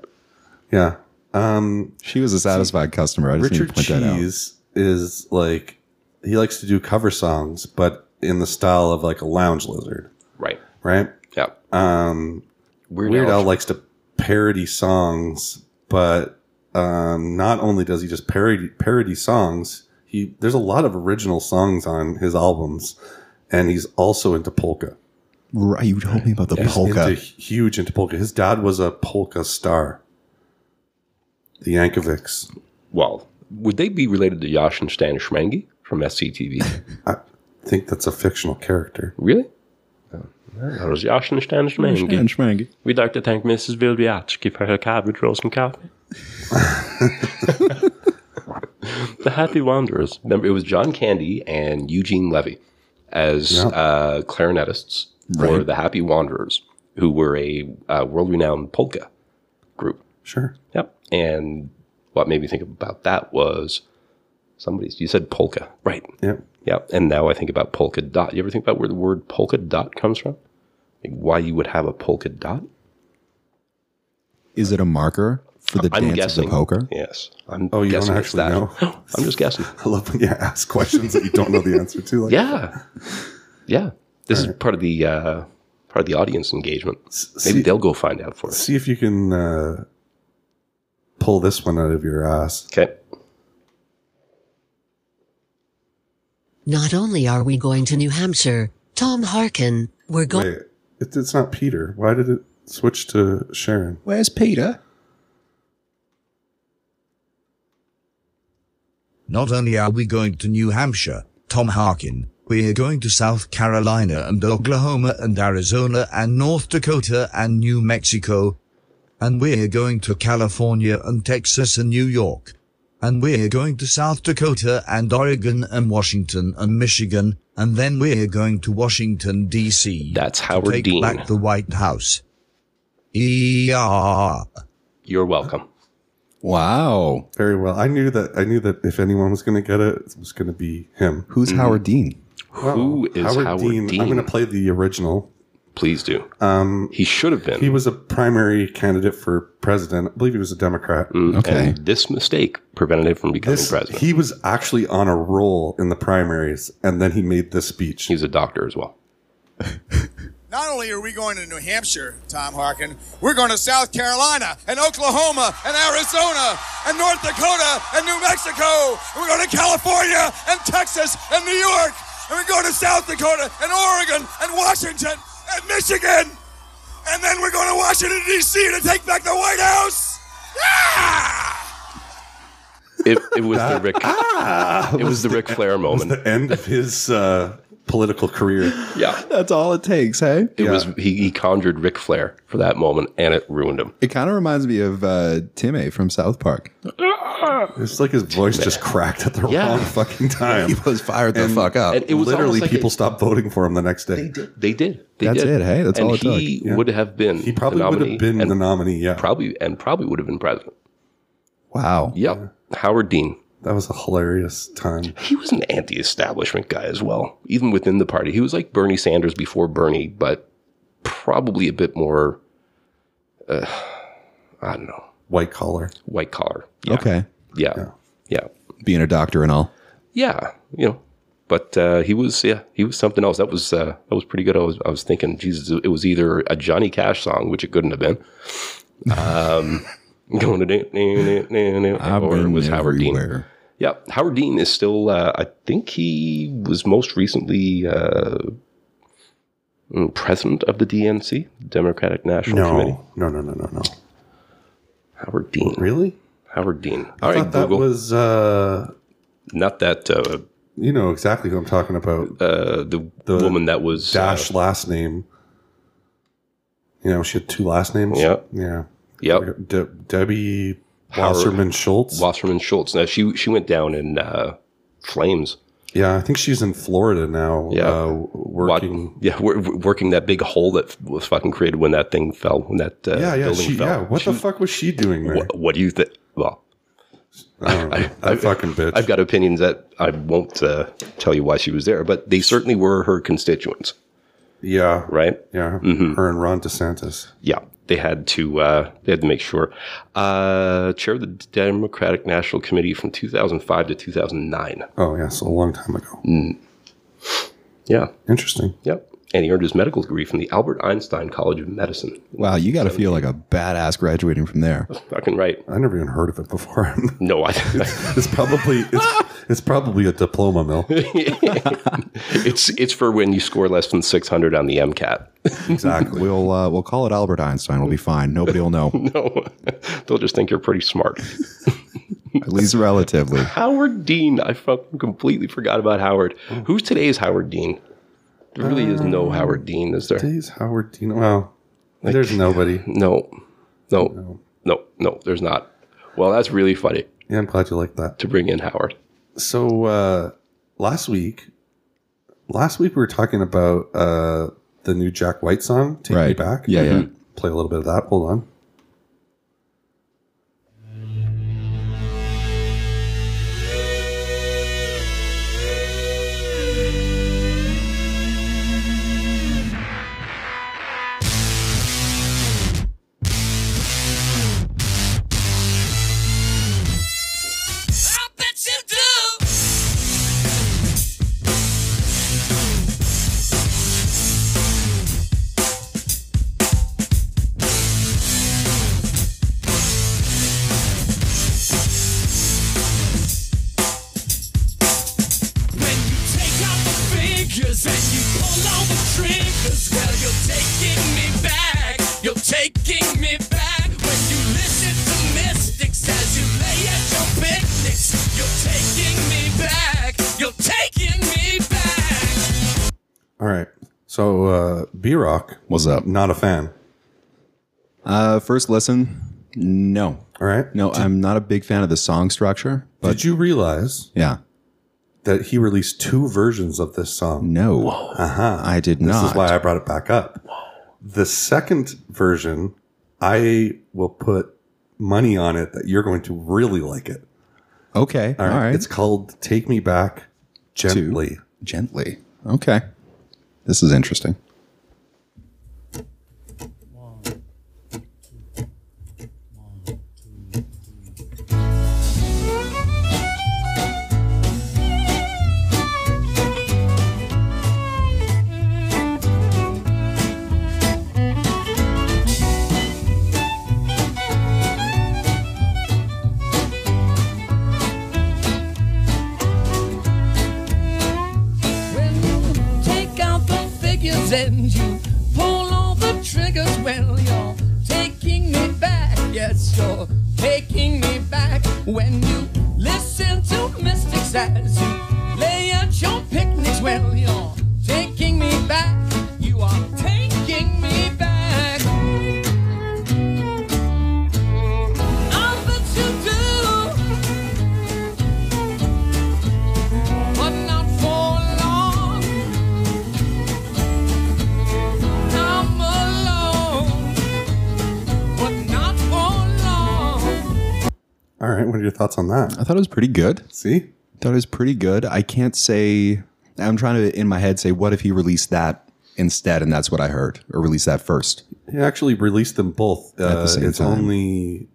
Speaker 1: yeah. Um,
Speaker 2: She was a satisfied customer. I just need to
Speaker 1: Richard
Speaker 2: point that out.
Speaker 1: Cheese is like he likes to do cover songs, but in the style of like a lounge lizard,
Speaker 3: Right.
Speaker 1: right?
Speaker 3: Yeah.
Speaker 1: Um,
Speaker 3: Weird,
Speaker 1: Weird
Speaker 3: Al.
Speaker 1: Al likes to parody songs, but um, not only does he just parody parody songs, he there's a lot of original songs on his albums, and he's also into polka.
Speaker 2: Right, you told me about the polka.
Speaker 1: Into, huge into polka. His dad was a polka star. The Yankovics.
Speaker 3: well, would they be related to Yashin Stan Schmangi from SCTV?
Speaker 1: I think that's a fictional character.
Speaker 3: really? Oh, That was Yashin Stan Schmangi. We'd like to thank Mrs. Wilbiatski for her cabbage roast and coffee. the Happy Wanderers. Remember, it was John Candy and Eugene Levy as
Speaker 1: Yeah.
Speaker 3: uh, clarinetists for
Speaker 2: Right.
Speaker 3: the Happy Wanderers, who were a uh, world renowned polka group.
Speaker 1: Sure.
Speaker 3: Yep. And what made me think about that was somebody's, you said polka, right?
Speaker 1: Yeah.
Speaker 3: Yep. And now I think about polka dot. You ever think about where the word polka dot comes from? Like why you would have a polka dot?
Speaker 2: Is it a marker for the
Speaker 3: I'm
Speaker 2: dance
Speaker 3: guessing.
Speaker 2: of the poker?
Speaker 3: Yes. I'm
Speaker 1: Oh, you don't
Speaker 3: guessing it's
Speaker 1: actually
Speaker 3: that.
Speaker 1: know?
Speaker 3: I'm just guessing.
Speaker 1: I love when you ask questions that you don't know the answer to. Like,
Speaker 3: Yeah. Yeah. This is part of the uh, part of the audience engagement. Maybe
Speaker 1: see-
Speaker 3: they'll go find out for us.
Speaker 1: See if you can uh, pull this one out of your ass.
Speaker 3: Okay.
Speaker 7: Not only are we going to New Hampshire, Tom Harkin, we're going.
Speaker 1: Wait, it, it's not Peter. Why did it switch to Sharon?
Speaker 2: Where's Peter?
Speaker 8: Not only are we going to New Hampshire, Tom Harkin, we are going to South Carolina and Oklahoma and Arizona and North Dakota and New Mexico. And we're going to California and Texas and New York. And we're going to South Dakota and Oregon and Washington and Michigan. And then we're going to Washington DC.
Speaker 3: That's
Speaker 8: to
Speaker 3: Howard
Speaker 8: take
Speaker 3: Dean.
Speaker 8: back the White House. E Yeah.
Speaker 3: You're welcome.
Speaker 2: Wow.
Speaker 1: Very well. I knew that. I knew that if anyone was going to get it, it was going to be him.
Speaker 2: Who's
Speaker 3: Mm.
Speaker 2: Howard Dean?
Speaker 3: Who is Howard, Dean?
Speaker 1: I'm going to play the original.
Speaker 3: Please do. Um, he should have been.
Speaker 1: He was a primary candidate for president. I believe he was a Democrat.
Speaker 2: Okay.
Speaker 3: And this mistake prevented him from becoming
Speaker 1: This,
Speaker 3: Mm, president.
Speaker 1: he was actually on a roll in the primaries, and then he made this speech.
Speaker 3: He's a doctor as well.
Speaker 5: Not only are we going to New Hampshire, Tom Harkin, we're going to South Carolina and Oklahoma and Arizona and North Dakota and New Mexico. And we're going to California and Texas and New York. And we're going to South Dakota and Oregon and Washington and Michigan. And then we're going to Washington, D.C. to take back the White House. Yeah!
Speaker 3: It, it was the Rick.
Speaker 1: Ah,
Speaker 3: it was the Ric Flair moment.
Speaker 1: the end of his uh, political career.
Speaker 3: yeah.
Speaker 2: That's all it takes, hey?
Speaker 3: It was he, he conjured Ric Flair for that moment, and it ruined him.
Speaker 2: It kind of reminds me of uh, Timmy from South Park.
Speaker 1: It's like his voice just cracked at the
Speaker 3: Yeah.
Speaker 1: wrong fucking time.
Speaker 2: He was fired the fuck up.
Speaker 3: and it was
Speaker 1: Literally,
Speaker 3: almost like
Speaker 1: people
Speaker 3: it-
Speaker 1: stopped voting for him the next day.
Speaker 3: They did. They
Speaker 2: That's
Speaker 3: did.
Speaker 2: it, hey? That's
Speaker 3: and
Speaker 2: all it took.
Speaker 3: he would have been.
Speaker 1: He probably
Speaker 3: the
Speaker 1: would
Speaker 3: nominee
Speaker 1: have been
Speaker 3: and
Speaker 1: the nominee. Yeah,
Speaker 3: probably and probably would have been president.
Speaker 2: wow.
Speaker 3: Yep. Howard Dean.
Speaker 1: that was a hilarious time.
Speaker 3: He was an anti-establishment guy as well, even within the party. He was like Bernie Sanders before Bernie, but probably a bit more. Uh, I don't know.
Speaker 1: White collar.
Speaker 3: White collar. Yeah.
Speaker 2: Okay.
Speaker 3: Yeah. Yeah.
Speaker 2: Being a doctor and all.
Speaker 3: yeah, you know. But uh, he was, yeah, he was something else. That was uh, that was pretty good. I was, I was thinking, Jesus, it was either a Johnny Cash song, which it couldn't have been, um, going to do, do, do, do, do, or it was Howard Dean.
Speaker 2: everywhere.
Speaker 3: Yeah, Howard Dean is still. Uh, I think he was most recently uh, mm, president of the DNC, Democratic National Committee.
Speaker 1: No, no, no, no, no, no.
Speaker 3: Howard Dean,
Speaker 1: Really?
Speaker 3: Howard Dean.
Speaker 1: I
Speaker 3: All right,
Speaker 1: thought that
Speaker 3: Google.
Speaker 1: was. Uh,
Speaker 3: Not that uh,
Speaker 1: you know exactly who I'm talking about.
Speaker 3: uh, the, woman that was uh,
Speaker 1: Dash last name. You know, she had two last names.
Speaker 3: Yeah.
Speaker 1: Yeah.
Speaker 3: Yep.
Speaker 1: De- Debbie
Speaker 3: Howard.
Speaker 1: Wasserman Schultz.
Speaker 3: Wasserman Schultz. Now she she went down in uh, flames.
Speaker 1: yeah, I think she's in Florida now.
Speaker 3: Yeah.
Speaker 1: Uh, working.
Speaker 3: Wa- yeah, wor- wor- working that big hole that was fucking created when that thing fell. When that uh,
Speaker 1: yeah, yeah.
Speaker 3: building
Speaker 1: She,
Speaker 3: fell.
Speaker 1: yeah. What the fuck was she doing there?
Speaker 3: What, what do you think? Well,
Speaker 1: I don't know. That fucking bitch.
Speaker 3: I've got opinions that I won't uh, tell you why she was there, but they certainly were her constituents,
Speaker 1: yeah.
Speaker 3: right? Mm-hmm.
Speaker 1: Yeah. Her and Ron DeSantis.
Speaker 3: Yeah, they had to uh, they had to make sure. Uh, chair of the Democratic National Committee from 2005 to 2009.
Speaker 1: Oh, yeah. So a long time ago.
Speaker 3: Mm. Yeah,
Speaker 1: Interesting.
Speaker 3: yep. And he earned his medical degree from the Albert Einstein College of Medicine.
Speaker 2: Wow, you got to feel like a badass graduating from there.
Speaker 3: Fucking right.
Speaker 1: I never even heard of it before.
Speaker 3: No, I.
Speaker 1: it's probably it's, it's probably a diploma mill.
Speaker 3: It's it's for when you score less than 600 on the MCAT.
Speaker 1: Exactly.
Speaker 2: We'll uh, we'll call it Albert Einstein. We'll be fine. Nobody will know,
Speaker 3: No, they'll just think you're pretty smart.
Speaker 2: at least relatively.
Speaker 3: Howard Dean, I fucking completely forgot about Howard. Who's today's Howard Dean? There really is no Howard Dean, is there?
Speaker 1: Today's Howard Dean. Well, there's nobody.
Speaker 3: No, no, no, no. There's not. Well, that's really funny
Speaker 1: Yeah, I'm glad you like that.
Speaker 3: to bring in Howard.
Speaker 1: So uh, last week, Last week we were talking about uh, the new Jack White song, "Take Me
Speaker 2: Right.
Speaker 1: Back." Mm-hmm.
Speaker 2: Yeah, yeah.
Speaker 1: Play a little bit of that. Hold on.
Speaker 4: I bet you do. When you take out the fingers and you pull all the triggers, well, you're taking me back. You're taking me back. When you listen to mystics as you lay at your picnics, you're taking me back. You're taking me back.
Speaker 1: All right. So uh, B Rock
Speaker 2: What's up?
Speaker 1: not a fan.
Speaker 2: Uh, first listen, no,
Speaker 1: All right.
Speaker 2: no, I'm not a big fan of the song structure. But
Speaker 1: Did you realize
Speaker 2: yeah,
Speaker 1: that he released two versions of this song?
Speaker 2: no, uh-huh. I did
Speaker 1: This
Speaker 2: not.
Speaker 1: is why I brought it back up. The second version, I will put money on it that you're going to really like it.
Speaker 2: okay, all right.
Speaker 1: It's called Take Me Back Gently.
Speaker 2: gently. Okay, this is interesting.
Speaker 4: When you take out the figures and you pull all the triggers, well, you're taking me back. Yes, you're taking me back. When you listen to mystics as you lay out your picnics, well, you're taking me back. You are taking me back. All that you do. But not for long. I'm alone, but not for long.
Speaker 1: All right. What are your thoughts on that?
Speaker 2: I thought it was pretty good.
Speaker 1: See?
Speaker 2: Thought it was pretty good. I can't say. I'm trying to in my head say, what if he released that instead, and that's what I heard, or released that first.
Speaker 1: He actually released them both. Uh,
Speaker 2: the same
Speaker 1: it's
Speaker 2: time.
Speaker 1: only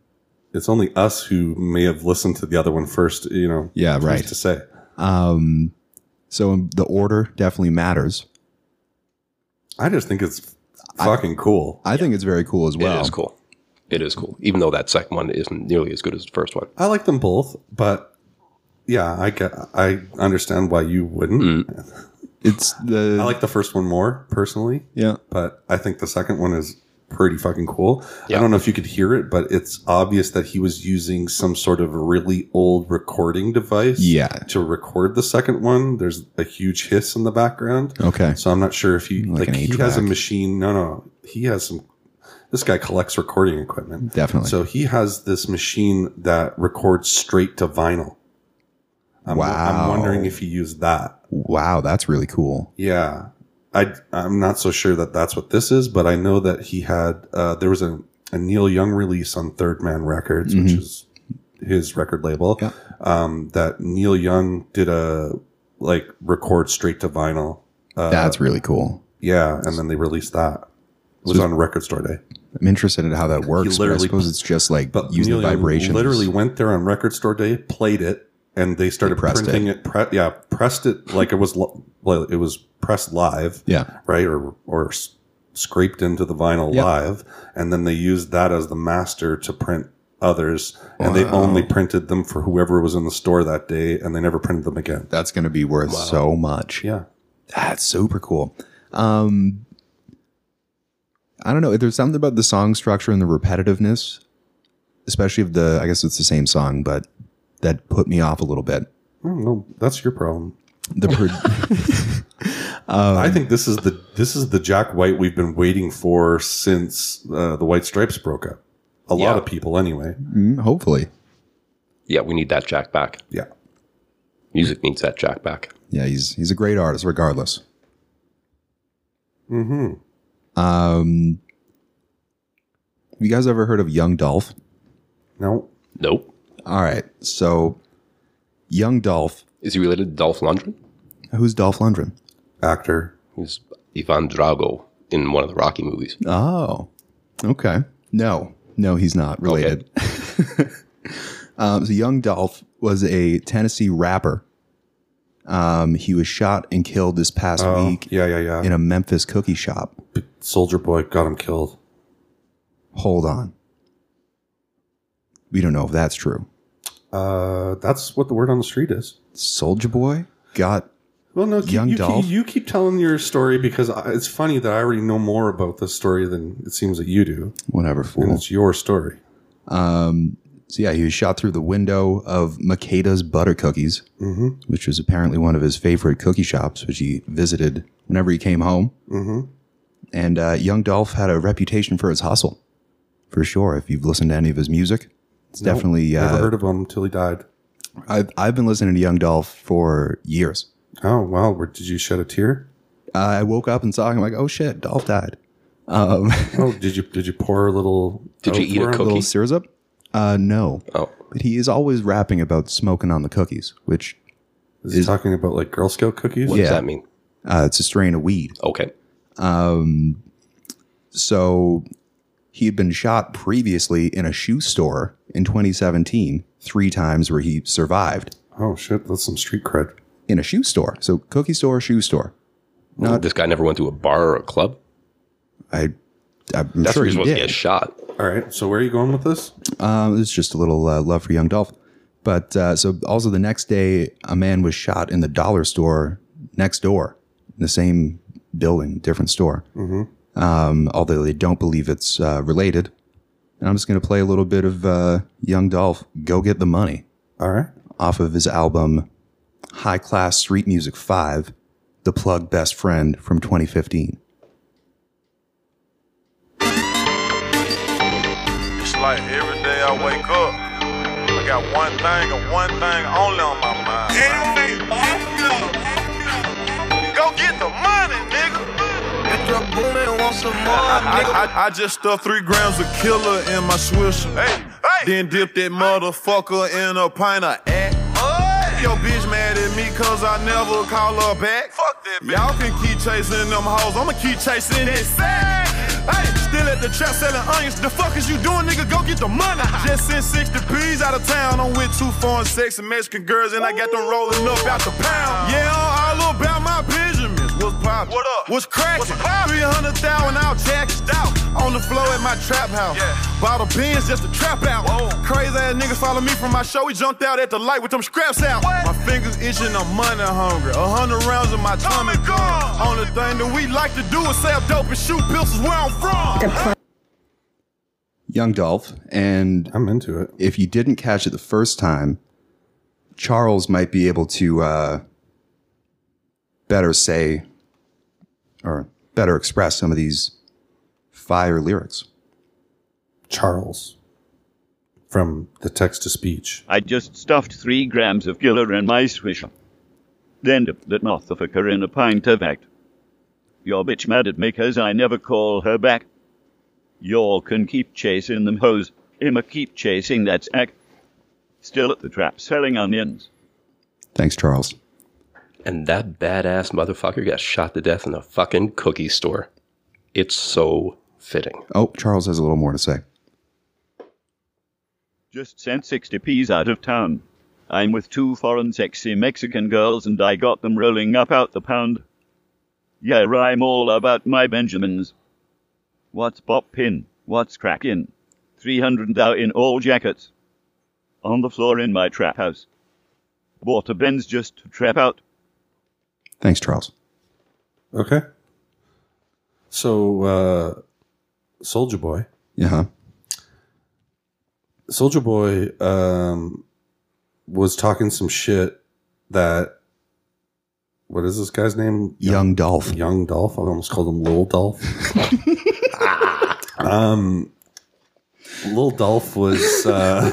Speaker 1: it's only us who may have listened to the other one first. You know,
Speaker 2: Yeah,
Speaker 1: who's
Speaker 2: right.
Speaker 1: To say,
Speaker 2: Um, so um, the order definitely matters.
Speaker 1: I just think it's fucking cool.
Speaker 2: I think it's very cool as well.
Speaker 3: It is cool. It is cool. Even though that second one isn't nearly as good as the first one.
Speaker 1: I like them both, but yeah, I get, I understand why you wouldn't.
Speaker 2: It's the
Speaker 1: I like the first one more personally,
Speaker 2: yeah.
Speaker 1: but I think the second one is pretty fucking cool.
Speaker 3: Yeah.
Speaker 1: I don't know if you could hear it, but it's obvious that he was using some sort of really old recording device.
Speaker 2: Yeah.
Speaker 1: To record the second one, there's a huge hiss in the background.
Speaker 2: Okay.
Speaker 1: So I'm not sure if he
Speaker 2: Like
Speaker 1: like,
Speaker 2: an
Speaker 1: he
Speaker 2: eight
Speaker 1: has a
Speaker 2: track.
Speaker 1: machine. No, no, he has some. This guy collects recording equipment.
Speaker 2: Definitely.
Speaker 1: So he has this machine that records straight to vinyl. I'm, I'm
Speaker 2: Wow.
Speaker 1: wondering if he used that.
Speaker 2: Wow, that's really cool.
Speaker 1: Yeah, I I'm not so sure that that's what this is, but I know that he had uh, there was a, a Neil Young release on Third Man Records, which is his record label.
Speaker 2: Yeah.
Speaker 1: Um, that Neil Young did a like record straight to vinyl. Uh,
Speaker 2: that's really cool.
Speaker 1: yeah, and then they released that. It was on Record Store Day.
Speaker 2: I'm interested in how that works. But I
Speaker 1: literally-
Speaker 2: suppose it's just like using the
Speaker 1: Neil Young
Speaker 2: vibrations.
Speaker 1: literally went there on Record Store Day, played it, and they started
Speaker 2: They pressed
Speaker 1: printing it. pre- yeah, pressed it like it was li- well, it was pressed live.
Speaker 2: Yeah.
Speaker 1: right, or or s- scraped into the vinyl
Speaker 2: Yeah.
Speaker 1: live, and then they used that as the master to print others, and they only printed them for whoever was in the store that day, and they never printed them again.
Speaker 2: That's going to be worth so much.
Speaker 1: Yeah,
Speaker 2: That's super cool. Um, I don't know. There's something about the song structure and the repetitiveness, especially of the. I guess it's the same song, but that put me off a little bit.
Speaker 1: I don't know. Oh, that's your problem.
Speaker 2: The pro- Um,
Speaker 1: I think this is the this is the Jack White we've been waiting for since uh, the White Stripes broke up. A lot
Speaker 3: Yeah.
Speaker 1: of people, anyway.
Speaker 2: Mm, Hmm, hopefully,
Speaker 3: Yeah, we need that Jack back.
Speaker 1: Yeah,
Speaker 3: You Music needs that jack back.
Speaker 2: Yeah, he's he's a great artist, regardless.
Speaker 1: Mm-hmm.
Speaker 2: Um, have you guys ever heard of Young Dolph?
Speaker 1: No.
Speaker 3: Nope.
Speaker 2: All right, so Young Dolph,
Speaker 3: Is he related to Dolph Lundgren?
Speaker 2: who's Dolph Lundgren?
Speaker 1: Actor.
Speaker 3: He's Ivan Drago in one of the Rocky movies.
Speaker 2: Oh, okay. No, no, he's not related. um, so Young Dolph was a Tennessee rapper. Um, he was shot and killed this past
Speaker 1: Oh,
Speaker 2: week
Speaker 1: yeah, yeah, yeah.
Speaker 2: in a Memphis cookie shop.
Speaker 1: Soldier Boy got him killed.
Speaker 2: Hold on. We don't know if that's true.
Speaker 1: Uh, that's what the word on the street is.
Speaker 2: Soldier Boy got
Speaker 1: Well, no, keep,
Speaker 2: Young
Speaker 1: you,
Speaker 2: Dolph?
Speaker 1: keep, you keep telling your story because I, it's funny that I already know more about this story than it seems that you do,
Speaker 2: whatever
Speaker 1: and
Speaker 2: fool.
Speaker 1: it's your story.
Speaker 2: Um, so yeah, he was shot through the window of Makeda's Butter Cookies,
Speaker 1: Mm-hmm.
Speaker 2: which was apparently one of his favorite cookie shops, which he visited whenever he came home.
Speaker 1: Mm-hmm.
Speaker 2: And uh, Young Dolph had a reputation for his hustle, for sure. If you've listened to any of his music, it's definitely.
Speaker 1: Never
Speaker 2: Uh,
Speaker 1: heard of him until he died.
Speaker 2: I've I've been listening to Young Dolph for years. Uh,
Speaker 1: Oh wow, where did you shed a tear?
Speaker 2: I woke up and saw him like, oh shit, Dolph died. Um,
Speaker 1: Oh, did you did you pour a little?
Speaker 3: Did you eat a
Speaker 1: outpour?
Speaker 3: cookie?
Speaker 2: little syrup? Uh, no.
Speaker 3: Oh,
Speaker 2: But he is always rapping about smoking on the cookies, which
Speaker 1: Is he talking about like Girl Scout cookies?
Speaker 3: what
Speaker 2: Yeah.
Speaker 3: does that mean?
Speaker 2: uh, it's a strain of weed.
Speaker 3: Okay.
Speaker 2: Um, so he had been shot previously in a shoe store in 2017, three times where he survived
Speaker 1: Oh shit, that's some street cred.
Speaker 2: in a shoe store. So cookie store, shoe store. Not-
Speaker 3: this guy never went to a bar or a club.
Speaker 2: I, I'm
Speaker 3: That's
Speaker 2: sure
Speaker 3: where he's
Speaker 2: he
Speaker 3: supposed to
Speaker 2: did.
Speaker 3: get shot.
Speaker 1: All right, so where are you going with this?
Speaker 2: Um, it's just a little uh, love for Young Dolph. But uh, so also the next day, a man was shot in the dollar store next door, in the same building, different store.
Speaker 1: Mm-hmm.
Speaker 2: Um, although they don't believe it's uh, related. And I'm just going to play a little bit of uh, Young Dolph, Go Get the Money,
Speaker 1: All right,
Speaker 2: off of his album High Class Street Music 5, The Plug Best Friend from 2015.
Speaker 9: It's like every day I wake up, I got one thing and one thing only on my mind. Go get the money, nigga. I, I, I just stuffed three grams of killer in my swisher. Hey, hey. Then dipped that motherfucker in a pint of act. Yo, bitch mad at me cause I never call her back. Fuck that bitch. Y'all can keep chasing them hoes. I'ma keep chasing that sack. Hey, still at the trap selling onions. The fuck is you doing, nigga? Go get the money. Just sent 60 P's out of town. I'm with two foreign sex and Mexican girls, and I got them rolling up out the pound. Yeah, I'm all about my Benjamins. What's poppin'? What up? What's crackin'? 300,000 out, jacked out. On the floor at my trap house. Bought a Benz just to trap out. Crazy ass niggas follow me from my show. He jumped out at the light with them scraps out. My fingers itching, I'm money hungry. A hundred rounds in my tummy. Oh Only thing that we like to do is sell dope and shoot pistols where I'm from.
Speaker 2: Young Dolph and
Speaker 1: I'm into it.
Speaker 2: if you didn't catch it the first time, Charles might be able to uh, better say or better express some of these fire lyrics.
Speaker 1: Charles from the text to speech.
Speaker 10: I just stuffed three grams of killer in my swisher. Then dipped that motherfucker in a pint of act. Your bitch mad at me 'cause I never call her back. Y'all can keep chasing them hoes. Imma keep chasing that sack. Still at the trap selling onions.
Speaker 2: Thanks, Charles.
Speaker 3: And that badass motherfucker got shot to death in a fucking cookie store. It's so fitting.
Speaker 2: Oh, Charles has a little more to say.
Speaker 10: Just sent 60 P's out of town. I'm with two foreign sexy Mexican girls and I got them rolling up out the pound. Yeah, I'm all about my Benjamins. What's poppin'? What's crackin'? 300 thou in all jackets. On the floor in my trap house. Bought a Benz just to trap out.
Speaker 2: Thanks, Charles.
Speaker 1: Okay. So, uh, Soldier Boy.
Speaker 2: Yeah. huh?
Speaker 1: Soldier Boy um, was talking some shit that. What is this guy's name?
Speaker 2: Young Dolph.
Speaker 1: Young Dolph. I almost called him Lil Dolph. um, Lil Dolph was uh,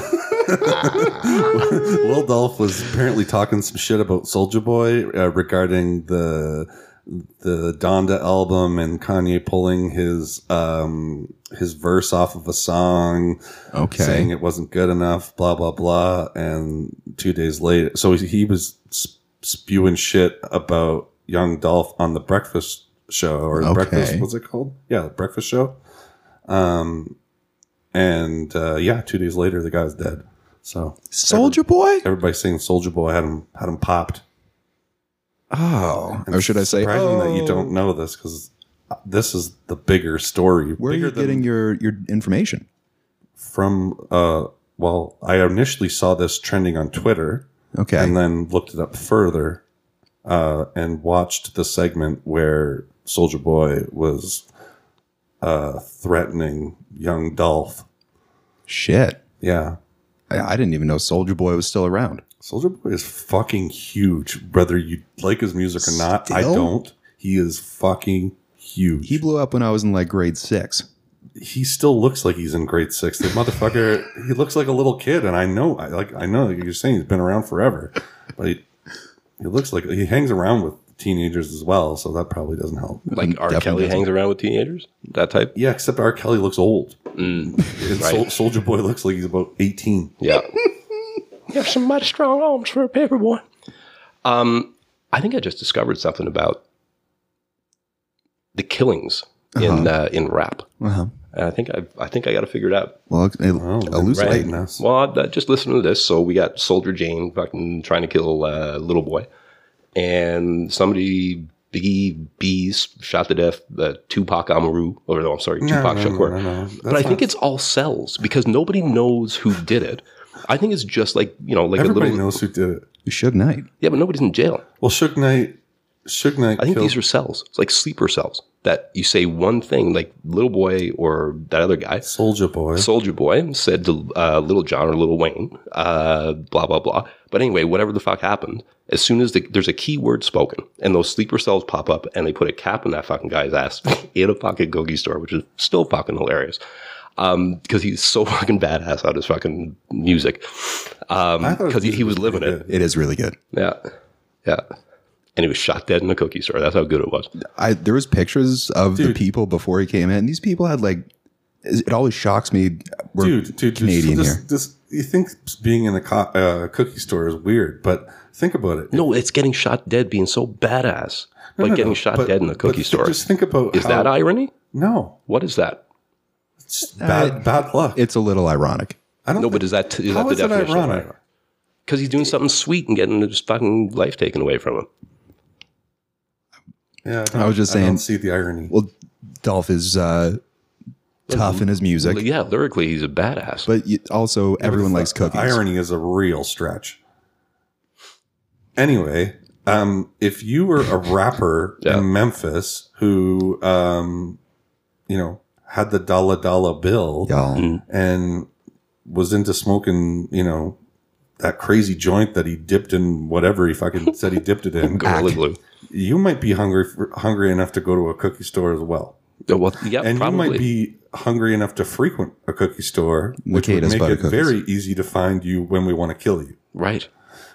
Speaker 1: Lil Dolph was apparently talking some shit about Soldier Boy uh, regarding the the Donda album and Kanye pulling his um, his verse off of a song,
Speaker 2: Okay.
Speaker 1: saying it wasn't good enough, blah blah blah. And two days later, so he was sp- spewing shit about Young Dolph on the Breakfast Show or the
Speaker 2: Okay.
Speaker 1: Breakfast. What's it called? Yeah, the Breakfast Show. Um, and uh, yeah, two days later, the guy was dead. So
Speaker 2: Soldier Boy?
Speaker 1: everybody saying Soldier Boy had him had him popped.
Speaker 2: Oh. Or should I say,
Speaker 1: Surprising
Speaker 2: oh,
Speaker 1: that you don't know this because this is the bigger story.
Speaker 2: Where are
Speaker 1: bigger
Speaker 2: you getting your, your information?
Speaker 1: from? Uh, well, I initially saw this trending on Twitter
Speaker 2: Okay.
Speaker 1: and then looked it up further uh, and watched the segment where Soldier Boy was uh, threatening young Dolph.
Speaker 2: Shit.
Speaker 1: Yeah.
Speaker 2: I, I didn't even know Soldier Boy was still around.
Speaker 1: Soldier Boy is fucking huge, whether you like his music or not. I
Speaker 2: Still?
Speaker 1: don't. He is fucking huge.
Speaker 2: He
Speaker 1: He,
Speaker 2: blew up when I was in like grade six.
Speaker 1: still looks like he's in grade six. The motherfucker, he looks like a little kid, and I know, I like, I know that you're saying he's been around forever, but he, he looks like he hangs around with teenagers as well, so that probably doesn't help.
Speaker 3: Like R.
Speaker 2: Definitely
Speaker 3: Kelly
Speaker 2: doesn't.
Speaker 3: hangs around with teenagers, that type.
Speaker 1: Yeah, except R. Kelly looks old, and
Speaker 3: Mm, right.
Speaker 1: Sol- Soldier Boy looks like he's about eighteen.
Speaker 3: Yeah. you have some mighty strong arms for a paper boy. Um, I think I just discovered something about the killings in uh, in rap,
Speaker 2: Uh-huh.
Speaker 3: and I think I I think I got to figure it out.
Speaker 2: Well, el-
Speaker 1: Oh,
Speaker 2: elucidate.
Speaker 1: enlighten us.
Speaker 3: Well, I, I just listen to this. So we got Soldier Jane fucking trying to kill uh, little boy, and somebody Biggie Bees shot to death uh, Tupac Amaru, or no, I'm sorry, Tupac Shakur. But I think it's all cells because nobody knows who did it. I think it's just like you know, like
Speaker 1: everybody
Speaker 3: a little
Speaker 1: knows who did it.
Speaker 2: Suge Knight.
Speaker 3: yeah, but nobody's in jail.
Speaker 1: Well, Suge Knight, Suge Knight.
Speaker 3: I think
Speaker 1: killed-
Speaker 3: these are cells. It's like sleeper cells that you say one thing, like little boy or that other guy,
Speaker 1: Soldier Boy.
Speaker 3: Soldier Boy said to uh, Little John or Little Wayne, uh, blah blah blah. But anyway, whatever the fuck happened, as soon as the, there's a key word spoken, and those sleeper cells pop up, and they put a cap on that fucking guy's ass in a fucking gogi store, which is still fucking hilarious. Um, because he's so fucking badass out his fucking music. Um,
Speaker 1: I thought his
Speaker 3: because he,
Speaker 1: music
Speaker 3: he was
Speaker 1: was
Speaker 3: living
Speaker 1: pretty
Speaker 3: it.
Speaker 2: It is really good.
Speaker 3: Yeah, yeah. And he was shot dead in a cookie store. That's how good it was.
Speaker 2: I there was pictures of the
Speaker 1: Dude.
Speaker 2: people before he came in. These people had like. It always shocks me. We're
Speaker 1: dude, dude,
Speaker 2: Canadian
Speaker 1: just,
Speaker 2: here.
Speaker 1: Just, just- you think being in a co- uh, cookie store is weird, but think about it.
Speaker 3: No, it's getting shot dead being so badass.
Speaker 1: No,
Speaker 3: like
Speaker 1: no,
Speaker 3: getting
Speaker 1: no,
Speaker 3: shot
Speaker 1: but-
Speaker 3: dead in a
Speaker 1: but
Speaker 3: cookie
Speaker 1: th-
Speaker 3: store.
Speaker 1: Just think about
Speaker 3: Is
Speaker 1: how-
Speaker 3: that irony?
Speaker 1: no
Speaker 3: What is that?
Speaker 1: it's bad bad luck.
Speaker 2: It's a little ironic.
Speaker 1: I don't
Speaker 3: No,
Speaker 1: think-
Speaker 3: but is that is
Speaker 1: how
Speaker 3: that the
Speaker 1: is it
Speaker 3: definition?
Speaker 1: ironic?
Speaker 3: Because he's doing something sweet and getting his fucking life taken away from him.
Speaker 1: Yeah, don't-
Speaker 2: I was just
Speaker 1: I
Speaker 2: saying-
Speaker 1: don't see the irony.
Speaker 2: Well, Dolph is uh, tough in his music,
Speaker 3: yeah, lyrically, he's a badass.
Speaker 2: but you, also everyone likes
Speaker 1: The
Speaker 2: cookies.
Speaker 1: irony is a real stretch. Anyway, um, if you were a rapper
Speaker 3: Yeah.
Speaker 1: in Memphis who, um, you know, had the dollar dollar bill,
Speaker 2: Y'all,
Speaker 1: and was into smoking, you know, that crazy joint that he dipped in whatever he fucking said he dipped it in.
Speaker 3: Gorilla glue.
Speaker 1: You might be hungry for, hungry enough to go to a cookie store as well,
Speaker 3: Oh, Well, yeah,
Speaker 1: and
Speaker 3: probably.
Speaker 1: you might be hungry enough to frequent a cookie store, which would
Speaker 2: Makeda's
Speaker 1: make
Speaker 2: butter
Speaker 1: it
Speaker 2: cookies.
Speaker 1: very easy to find you when we want to kill you.
Speaker 3: right.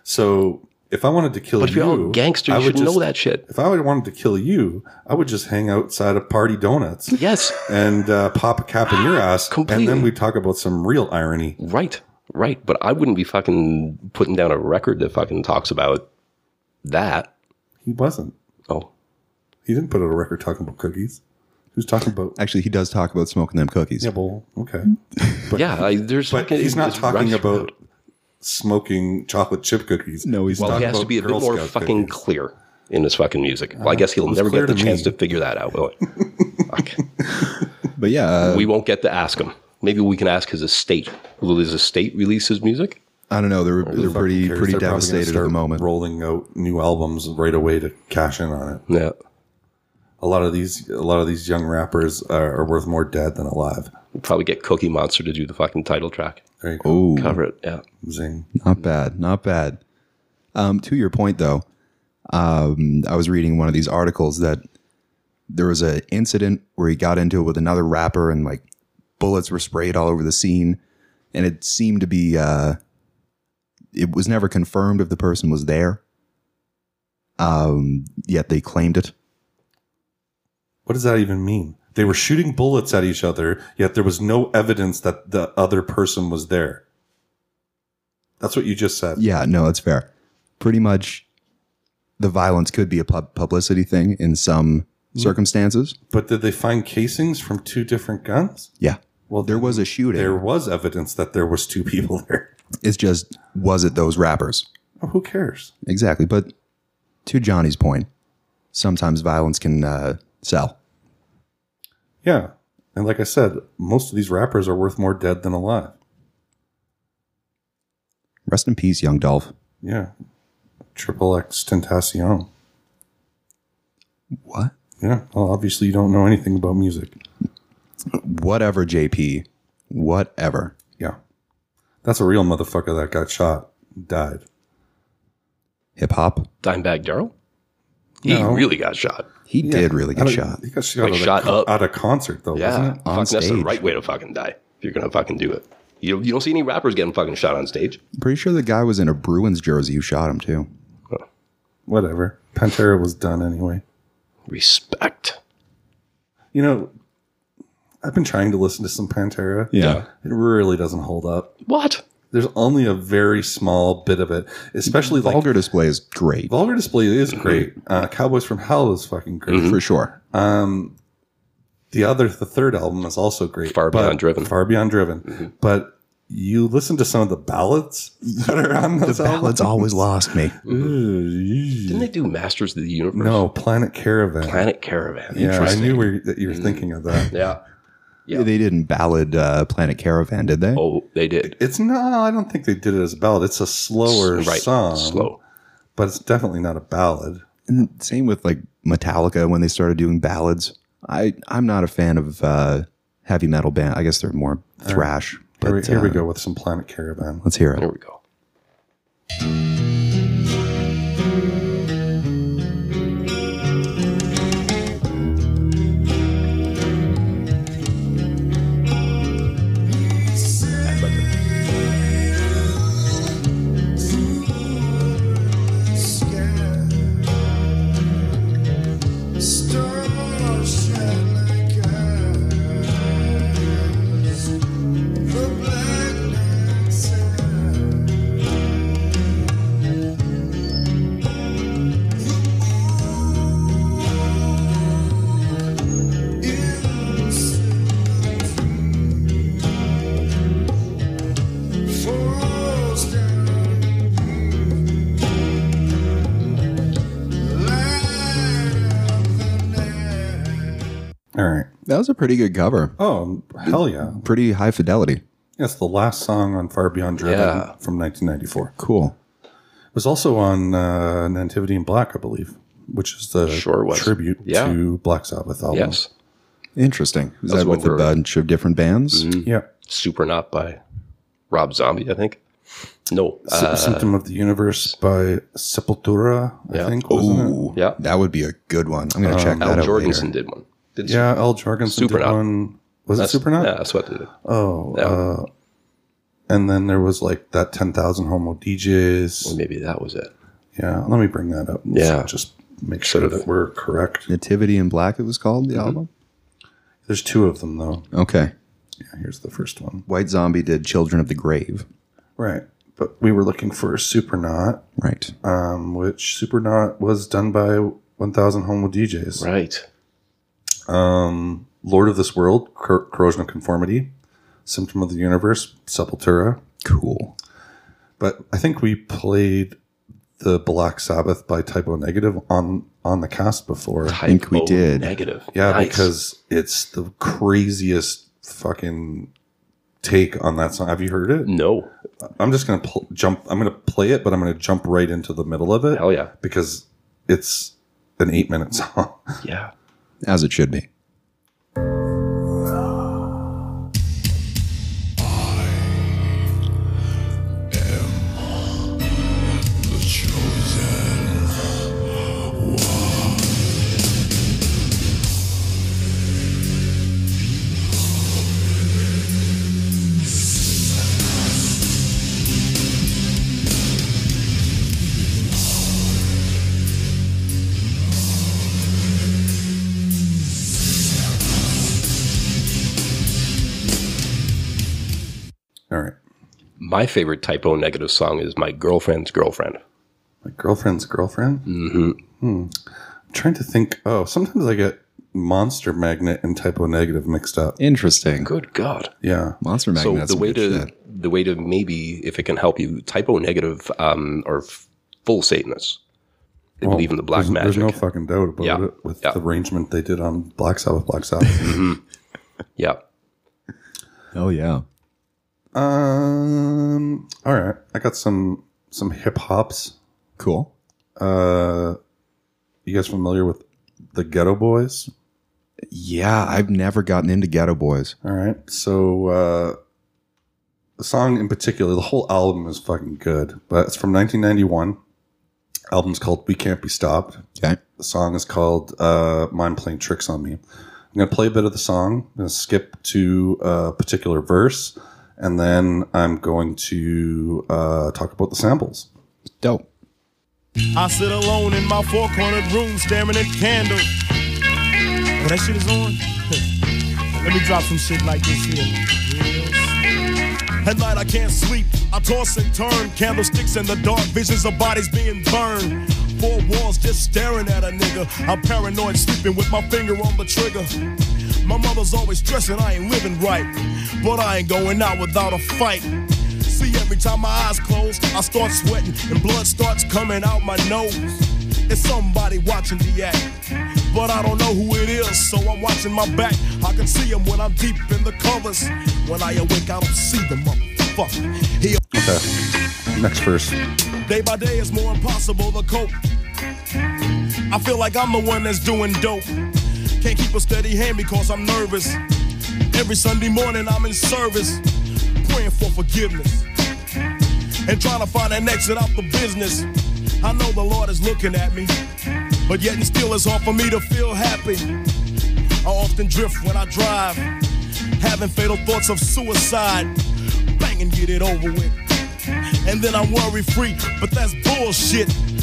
Speaker 1: So if I wanted to kill
Speaker 3: But if
Speaker 1: you,
Speaker 3: you're all gangster,
Speaker 1: I
Speaker 3: you
Speaker 1: would
Speaker 3: should know
Speaker 1: just-
Speaker 3: that shit.
Speaker 1: If I would- wanted to kill you, I would just hang outside of Party Donuts
Speaker 3: Yes.
Speaker 1: and uh, pop a cap in your ass, and
Speaker 3: Completely.
Speaker 1: then we talk about some real irony.
Speaker 3: Right. Right. But I wouldn't be fucking putting down a record that fucking talks about that.
Speaker 1: He wasn't.
Speaker 3: Oh.
Speaker 1: He didn't put out a record talking about cookies. He was talking about
Speaker 2: actually, he does talk about smoking them cookies.
Speaker 1: yeah, well, okay,
Speaker 3: yeah. I, there's
Speaker 1: but
Speaker 3: fucking-
Speaker 1: he's not
Speaker 3: it's
Speaker 1: talking
Speaker 3: rush
Speaker 1: about
Speaker 3: around.
Speaker 1: smoking chocolate chip cookies.
Speaker 2: No, he's
Speaker 3: Well,
Speaker 1: talking
Speaker 3: he has to
Speaker 1: about
Speaker 3: be a bit
Speaker 1: Girl
Speaker 3: more
Speaker 1: Scout
Speaker 3: fucking
Speaker 1: cookies.
Speaker 3: clear in his fucking music. Well, I guess he'll
Speaker 1: was
Speaker 3: never
Speaker 1: Uh, clear
Speaker 3: get the
Speaker 1: to
Speaker 3: chance
Speaker 1: me.
Speaker 3: to figure that out, will he? Fuck.
Speaker 2: But yeah, uh,
Speaker 3: we won't get to ask him. Maybe we can ask his estate. Will his estate release his music?
Speaker 2: I don't know. They're they're
Speaker 1: Fucking
Speaker 2: pretty
Speaker 1: cares.
Speaker 2: pretty
Speaker 1: They're probably gonna
Speaker 2: devastated at
Speaker 1: start
Speaker 2: the moment.
Speaker 1: Rolling out new albums right away to cash in on it.
Speaker 3: Yeah.
Speaker 1: A lot of these, a lot of these young rappers are, are worth more dead than alive.
Speaker 3: We'll probably get Cookie Monster to do the fucking title track.
Speaker 1: There you go.
Speaker 2: Oh,
Speaker 3: Cover it. Yeah.
Speaker 1: Zing.
Speaker 2: Not bad, not bad. Um, to your point, though, um, I was reading one of these articles that there was an incident where he got into it with another rapper and like bullets were sprayed all over the scene, and it seemed to be. Uh, it was never confirmed if the person was there. Um, yet they claimed it.
Speaker 1: What does that even mean? They were shooting bullets at each other, yet there was no evidence that the other person was there. That's what you just said.
Speaker 2: Yeah, no, that's fair. Pretty much, the violence could be a pub- publicity thing in some circumstances.
Speaker 1: But did they find casings from two different guns?
Speaker 2: Yeah. Well, there was a shooting.
Speaker 1: There was evidence that there was two people there.
Speaker 2: It's just was it those rappers?
Speaker 1: Oh, who cares?
Speaker 2: Exactly. But to Johnny's point, sometimes violence can uh, sell.
Speaker 1: Yeah. And like I said, most of these rappers are worth more dead than alive.
Speaker 2: Rest in peace, Young Dolph.
Speaker 1: Yeah. Triple X Tentacion.
Speaker 2: What?
Speaker 1: Yeah. Well, obviously you don't know anything about music.
Speaker 2: Whatever, JP. Whatever.
Speaker 1: Yeah. That's a real motherfucker that got shot, died.
Speaker 2: Hip hop.
Speaker 3: Dimebag Daryl? He
Speaker 1: No.
Speaker 3: really got shot.
Speaker 2: He did really get
Speaker 1: At a-
Speaker 2: shot.
Speaker 1: He got shot,
Speaker 3: Like,
Speaker 1: at, a
Speaker 3: shot
Speaker 1: co-
Speaker 3: up.
Speaker 1: at a concert though,
Speaker 3: Yeah.
Speaker 1: wasn't it?
Speaker 2: On
Speaker 3: Fucking, that's the
Speaker 2: stage.
Speaker 3: right way to fucking die if you're going to fucking do it. You, you don't see any rappers getting fucking shot on stage.
Speaker 2: Pretty sure the guy was in a Bruins jersey who shot him too.
Speaker 1: Whatever. Pantera was done anyway.
Speaker 3: Respect.
Speaker 1: You know, I've been trying to listen to some Pantera.
Speaker 2: Yeah.
Speaker 1: It really doesn't hold up.
Speaker 3: What?
Speaker 1: There's only a very small bit of it, especially like
Speaker 2: Vulgar display is great
Speaker 1: Vulgar Display is great. Uh, Cowboys from Hell is fucking great.
Speaker 3: Mm-hmm.
Speaker 2: for sure.
Speaker 1: Um, the other, the third album is also great.
Speaker 3: Far
Speaker 1: but-
Speaker 3: Beyond Driven. Mm-hmm.
Speaker 1: Far Beyond Driven. But you listen to some of the ballads that are on
Speaker 2: The
Speaker 1: this
Speaker 2: ballads always lost me.
Speaker 3: Didn't they do Masters of the Universe?
Speaker 1: No, Planet Caravan.
Speaker 3: Planet Caravan.
Speaker 1: yeah, I
Speaker 3: Interesting. Mm.
Speaker 1: knew where, that you were thinking of that.
Speaker 3: Yeah. Yeah.
Speaker 2: They didn't ballad uh, Planet Caravan, did they?
Speaker 3: Oh, they did.
Speaker 1: It's not. I don't think they did it as a ballad. It's a slower
Speaker 3: right.
Speaker 1: song,
Speaker 3: Slow.
Speaker 1: but it's definitely not a ballad.
Speaker 2: And same with like Metallica when they started doing ballads. I I'm not a fan of uh, heavy metal band. I guess they're more thrash. But
Speaker 1: Here, we- here we
Speaker 2: uh,
Speaker 1: go with some Planet Caravan.
Speaker 2: Let's hear
Speaker 3: There
Speaker 2: it.
Speaker 3: we go.
Speaker 1: All right.
Speaker 2: That was a pretty good cover.
Speaker 1: Oh hell yeah!
Speaker 2: Pretty high fidelity.
Speaker 1: That's the last song on Far Beyond Driven
Speaker 3: Yeah.
Speaker 1: from 1994.
Speaker 2: Cool.
Speaker 1: It was also on uh, Nativity in Black, I believe, which is the
Speaker 3: Sure was.
Speaker 1: tribute
Speaker 3: Yeah.
Speaker 1: to Black Sabbath album.
Speaker 3: Yes.
Speaker 2: Interesting. Was Mm-hmm.
Speaker 3: That's
Speaker 2: that
Speaker 3: what
Speaker 2: with a
Speaker 3: we're-
Speaker 2: bunch of different bands?
Speaker 1: Yeah.
Speaker 3: Supernaut by Rob Zombie, I think. No.
Speaker 1: Sy-
Speaker 3: Uh,
Speaker 1: Symptom of the Universe by Sepultura, I
Speaker 3: Yeah.
Speaker 1: think. Wasn't it?
Speaker 2: Ooh,
Speaker 3: Yeah.
Speaker 2: That would be a good one. I'm
Speaker 1: Um,
Speaker 2: gonna check that
Speaker 3: Al
Speaker 2: out
Speaker 3: Jorgensen
Speaker 2: later.
Speaker 3: did one. Did
Speaker 1: Yeah, Al Jorgensen did
Speaker 3: Supernaut.
Speaker 1: one. Was
Speaker 3: That's,
Speaker 1: it Supernaut?
Speaker 3: Yeah, that's what they did.
Speaker 1: Oh,
Speaker 3: Yeah.
Speaker 1: uh, and then there was like that 10,000 Homo
Speaker 3: Well,
Speaker 1: DJs.
Speaker 3: maybe that was it.
Speaker 1: Yeah, let me bring that up. and
Speaker 3: Yeah.
Speaker 1: Just make sure that we're correct.
Speaker 2: Nativity in Black. It was called the album.
Speaker 1: There's two of them, though.
Speaker 2: Okay.
Speaker 1: Yeah, here's the first one.
Speaker 2: White Zombie did Children of the Grave.
Speaker 1: Right. But we were looking for a Supernaut,
Speaker 2: Right.
Speaker 1: um, which Supernaut was done by 1,000 Homo DJs.
Speaker 3: Right.
Speaker 1: Um, Lord of this World, Cor- Corrosion of Conformity, Symptom of the Universe, Sepultura.
Speaker 2: Cool.
Speaker 1: But I think we played the Black Sabbath by Typo Negative on on the cast before.
Speaker 2: think we
Speaker 3: Type O
Speaker 2: did.
Speaker 3: Negative.
Speaker 1: Yeah,
Speaker 3: Nice.
Speaker 1: because it's the craziest fucking take on that song. Have you heard it?
Speaker 3: No.
Speaker 1: I'm just gonna pl- jump. I'm gonna play it, but I'm gonna jump right into the middle of it
Speaker 3: Hell yeah.
Speaker 1: because it's an eight minute song.
Speaker 3: Yeah.
Speaker 2: As it should be.
Speaker 1: All right.
Speaker 3: My favorite typo negative song is My Girlfriend's Girlfriend.
Speaker 1: My girlfriend's girlfriend? Mm-hmm. Hmm. I'm trying to think. Oh, sometimes I get Monster Magnet and Typo Negative mixed up.
Speaker 2: Interesting.
Speaker 3: Good God.
Speaker 1: Yeah.
Speaker 2: Monster
Speaker 3: So
Speaker 2: Magnet's
Speaker 3: the way
Speaker 2: good
Speaker 3: to
Speaker 2: shit.
Speaker 3: the way to maybe if it can help you typo negative um, or f- full Satanists. They
Speaker 1: Well,
Speaker 3: believe in the black
Speaker 1: there's,
Speaker 3: magic.
Speaker 1: There's no fucking doubt about
Speaker 3: Yeah.
Speaker 1: it with
Speaker 3: Yeah.
Speaker 1: the arrangement they did on Black Sabbath, Black Sabbath.
Speaker 3: yeah.
Speaker 2: Oh yeah.
Speaker 1: Um. All right, I got some some hip hops.
Speaker 2: Cool.
Speaker 1: Uh, you guys familiar with the Ghetto Boys?
Speaker 2: Yeah, I've never gotten into Ghetto Boys.
Speaker 1: All right, so uh, the song in particular, the whole album is fucking good, but it's from 1991. Album's called "We Can't Be Stopped."
Speaker 2: Okay.
Speaker 1: The song is called uh, "Mind Playing Tricks on Me." I'm gonna play a bit of the song. I'm gonna skip to a particular verse, and then I'm going to uh, talk about the samples.
Speaker 2: Dope.
Speaker 11: I sit alone in my four cornered room staring at candles. Oh, that shit is on? Let me drop some shit like this here. At night I can't sleep, I toss and turn. Candlesticks in the dark, visions of bodies being burned. Four walls just staring at a nigga. I'm paranoid, sleeping with my finger on the trigger. My mother's always stressing I ain't living right, but I ain't going out without a fight. See, every time my eyes close, I start sweating and blood starts coming out my nose. It's somebody watching the act, but I don't know who it is, so I'm watching my back. I can see him when I'm deep in the covers. When I awake, I don't see the motherfucker. He
Speaker 1: Okay. Next verse.
Speaker 11: Day by day it's more impossible to cope. I feel like I'm the one that's doing dope. Can't keep a steady hand because I'm nervous. Every Sunday morning I'm in service, praying for forgiveness and trying to find an exit out the business. I know the Lord is looking at me, but yet and still it's hard for me to feel happy. I often drift when I drive, having fatal thoughts of suicide. Bang and get it over with and then I'm worry free. But that's bullshit.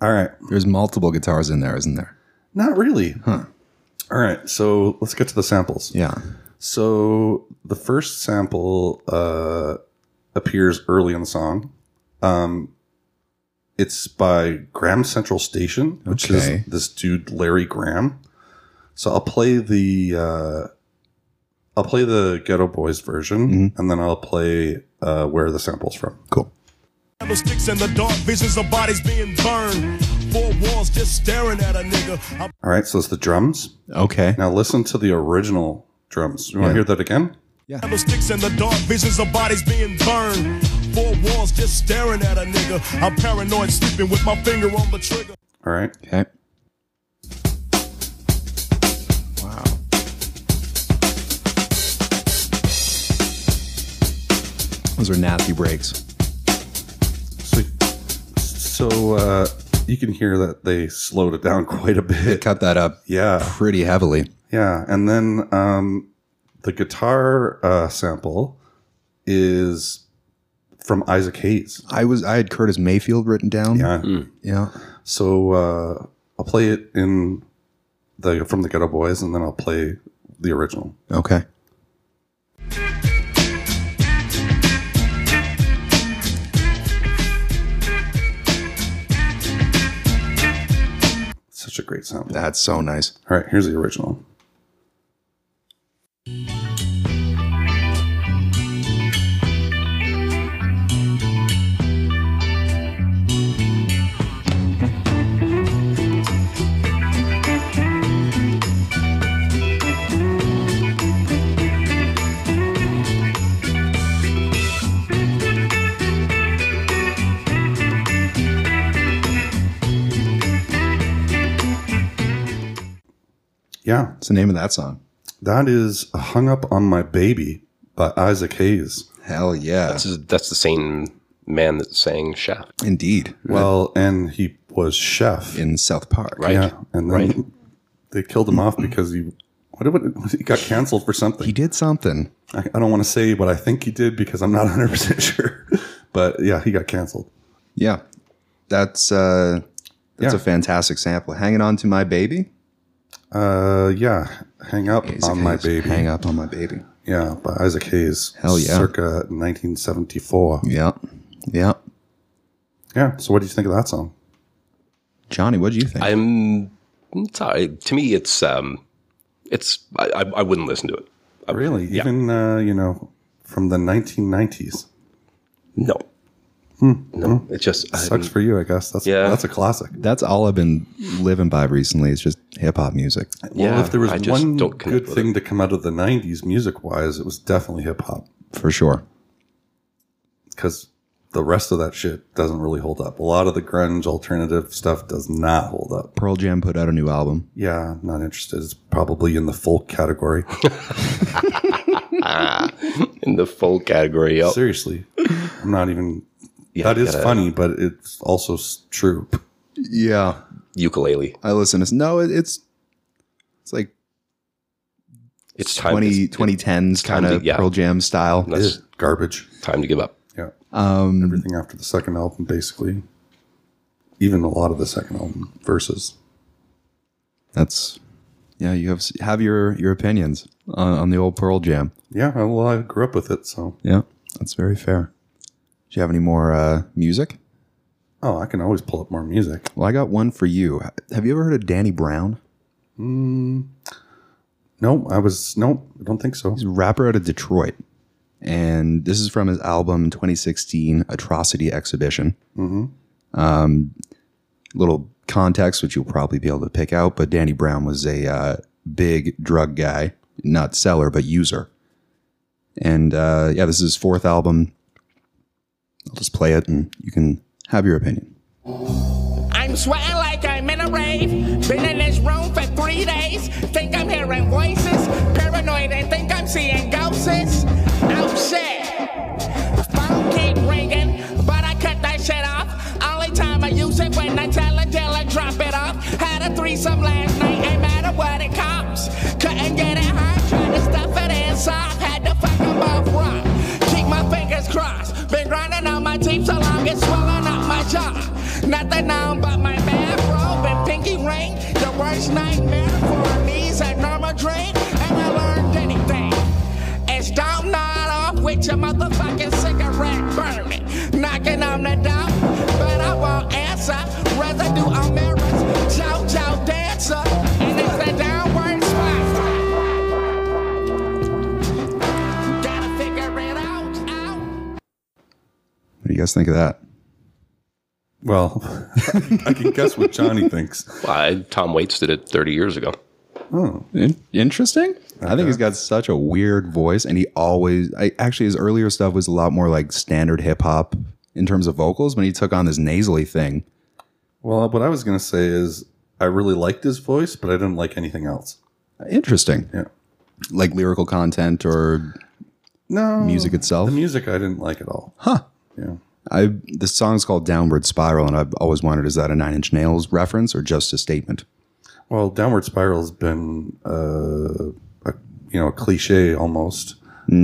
Speaker 1: All right.
Speaker 2: There's multiple guitars in there, isn't there?
Speaker 1: Not really.
Speaker 2: Huh.
Speaker 1: All right, so let's get to the samples.
Speaker 2: Yeah.
Speaker 1: So the first sample uh, appears early in the song. Um, it's by Graham Central Station, which
Speaker 2: Okay.
Speaker 1: is this dude Larry Graham. So I'll play the uh, I'll play the Ghetto Boys version,
Speaker 2: Mm-hmm.
Speaker 1: and then I'll play uh, where the samples from.
Speaker 2: Cool.
Speaker 11: Candlesticks in the dark, visions of bodies being burned. Four walls just staring at a nigga. I'm
Speaker 1: All right, so it's the drums.
Speaker 2: Okay.
Speaker 1: Now listen to the original drums. You want
Speaker 2: Yeah.
Speaker 1: to hear that again?
Speaker 11: Candlesticks in the dark, visions of bodies being burned. Four walls just staring at a nigga. I'm paranoid, sleeping with my finger on the trigger.
Speaker 1: All right.
Speaker 2: Okay. Those are nasty breaks.
Speaker 1: So, so uh, you can hear that they slowed it down quite a
Speaker 2: They
Speaker 1: bit.
Speaker 2: cut that up
Speaker 1: Yeah,
Speaker 2: pretty heavily.
Speaker 1: yeah. And then um, the guitar uh, sample is from Isaac Hayes.
Speaker 2: I was I had Curtis Mayfield written down.
Speaker 1: Yeah.
Speaker 2: Yeah.
Speaker 1: So uh, I'll play it in the from the Ghetto Boys, and then I'll play the original.
Speaker 2: Okay.
Speaker 1: Such a great sample.
Speaker 2: That's so nice.
Speaker 1: All right, here's the original. Yeah.
Speaker 2: What's the name of that song?
Speaker 1: That is Hung Up on My Baby by Isaac Hayes.
Speaker 2: Hell yeah.
Speaker 3: That's, that's the same man that sang Shaft.
Speaker 2: Indeed.
Speaker 1: Well, and he was chef
Speaker 2: in South Park.
Speaker 3: Right.
Speaker 1: Yeah. And then
Speaker 3: Right.
Speaker 1: they killed him off because he what, what he got canceled for something. He
Speaker 2: did something.
Speaker 1: I, I don't want to say what I think he did because I'm not 100% sure. But yeah, he got canceled.
Speaker 2: Yeah. That's uh that's a fantastic sample. Hanging on to my baby.
Speaker 1: Uh yeah. Hang up
Speaker 2: Isaac
Speaker 1: on my
Speaker 2: Hayes,
Speaker 1: baby.
Speaker 2: Hang up on my baby.
Speaker 1: Yeah, by Isaac Hayes.
Speaker 2: Hell yeah.
Speaker 1: Circa 1974.
Speaker 2: Yeah. Yeah.
Speaker 1: Yeah. So what do you think of that song?
Speaker 2: Johnny, what do you think?
Speaker 3: I'm sorry. To me, it's um, it's I, I, I wouldn't listen to it. I-
Speaker 1: Really?
Speaker 3: Yeah.
Speaker 1: Even uh, you know, from the 1990s.
Speaker 3: No.
Speaker 1: Hmm.
Speaker 3: No, it just
Speaker 1: Sucks for you, I guess. That's
Speaker 3: Yeah.
Speaker 1: that's a classic.
Speaker 2: That's all I've been living by recently. It's just hip hop music.
Speaker 1: Well, if there was
Speaker 3: I just
Speaker 1: one
Speaker 3: don't connect
Speaker 1: good
Speaker 3: with
Speaker 1: thing to come out of the '90s music-wise, it was definitely hip hop
Speaker 2: For sure.
Speaker 1: because the rest of that shit doesn't really hold up. A lot of the grunge alternative stuff does not hold up.
Speaker 2: Pearl Jam put out a new album.
Speaker 1: Yeah, I'm not interested. It's probably in the folk category.
Speaker 3: in the folk category. Yep.
Speaker 1: Seriously, I'm not even.
Speaker 3: Yeah,
Speaker 1: that is
Speaker 3: gotta-
Speaker 1: funny, but it's also s- true.
Speaker 2: Yeah.
Speaker 3: ukulele.
Speaker 2: I listen to no, it, it's it's like
Speaker 3: It's time.
Speaker 2: 20,
Speaker 3: it's
Speaker 2: 2010s
Speaker 3: time
Speaker 2: kind
Speaker 3: to-
Speaker 2: of
Speaker 3: yeah.
Speaker 2: Pearl Jam style.
Speaker 3: That's
Speaker 1: Garbage.
Speaker 3: time to give up.
Speaker 1: Yeah,
Speaker 2: Um
Speaker 1: everything after the second album, basically. Even a lot of the second album verses.
Speaker 2: That's yeah. You have have your your opinions on, on the old Pearl Jam.
Speaker 1: Yeah, well, I grew up with it, so
Speaker 2: Yeah, that's very fair. Do you have any more uh, music?
Speaker 1: oh, I can always pull up more music.
Speaker 2: Well, I got one for you. Have you ever heard of Danny Brown?
Speaker 1: Mm, no, I was no, I don't think so.
Speaker 2: He's a rapper out of Detroit, and this is from his album 2016 Atrocity Exhibition.
Speaker 1: Mm-hmm.
Speaker 2: Um, little context, which you'll probably be able to pick out, but Danny Brown was a uh, big drug guy, not seller, but user. And uh, yeah, this is his fourth album. I'll just play it and you can have your opinion.
Speaker 9: I'm sweating like I'm in a rave. Been in this room for three days. Think I'm hearing voices. Paranoid and think I'm seeing ghosts. Oh shit. Phone keep ringing, but I cut that shit off. Only time I use it when I tell a dealer drop it off. Had a threesome last night, ain't matter what it cops. Couldn't get it hot, tried to stuff it inside. Had to fuck 'em both rock. Keep my fingers crossed. Been grinding on my teeth so long it's swelling up my jaw. Nothing on but my bathrobe and pinky ring. The worst nightmare for a knees and normal drink. And I learned anything. It's don't nod off with your motherfucking cigarette burning. Knocking on the door, but I won't answer. Residue on mirrors, JoJo dancer. And it's the downward spiral. Gotta figure it out.
Speaker 2: What do you guys think of that?
Speaker 1: Well, I can guess what Johnny thinks.
Speaker 3: I, Tom Waits did it 30 years ago.
Speaker 1: Oh,
Speaker 2: In- interesting. I
Speaker 3: Okay.
Speaker 2: think he's got such a weird voice, and he always, I, actually, his earlier stuff was a lot more like standard hip hop in terms of vocals. When he took on this nasally thing,
Speaker 1: well, what I was gonna say is I really liked his voice, but I didn't like anything else.
Speaker 2: interesting.
Speaker 1: Yeah.
Speaker 2: Like lyrical content or
Speaker 1: No,
Speaker 2: music itself.
Speaker 1: Oh. The music I didn't like at all.
Speaker 2: Huh.
Speaker 1: Yeah.
Speaker 2: I the song's called Downward Spiral, and I've always wondered is that a Nine Inch Nails reference or just a statement?
Speaker 1: Well, downward spiral's been uh, a, you know a cliche almost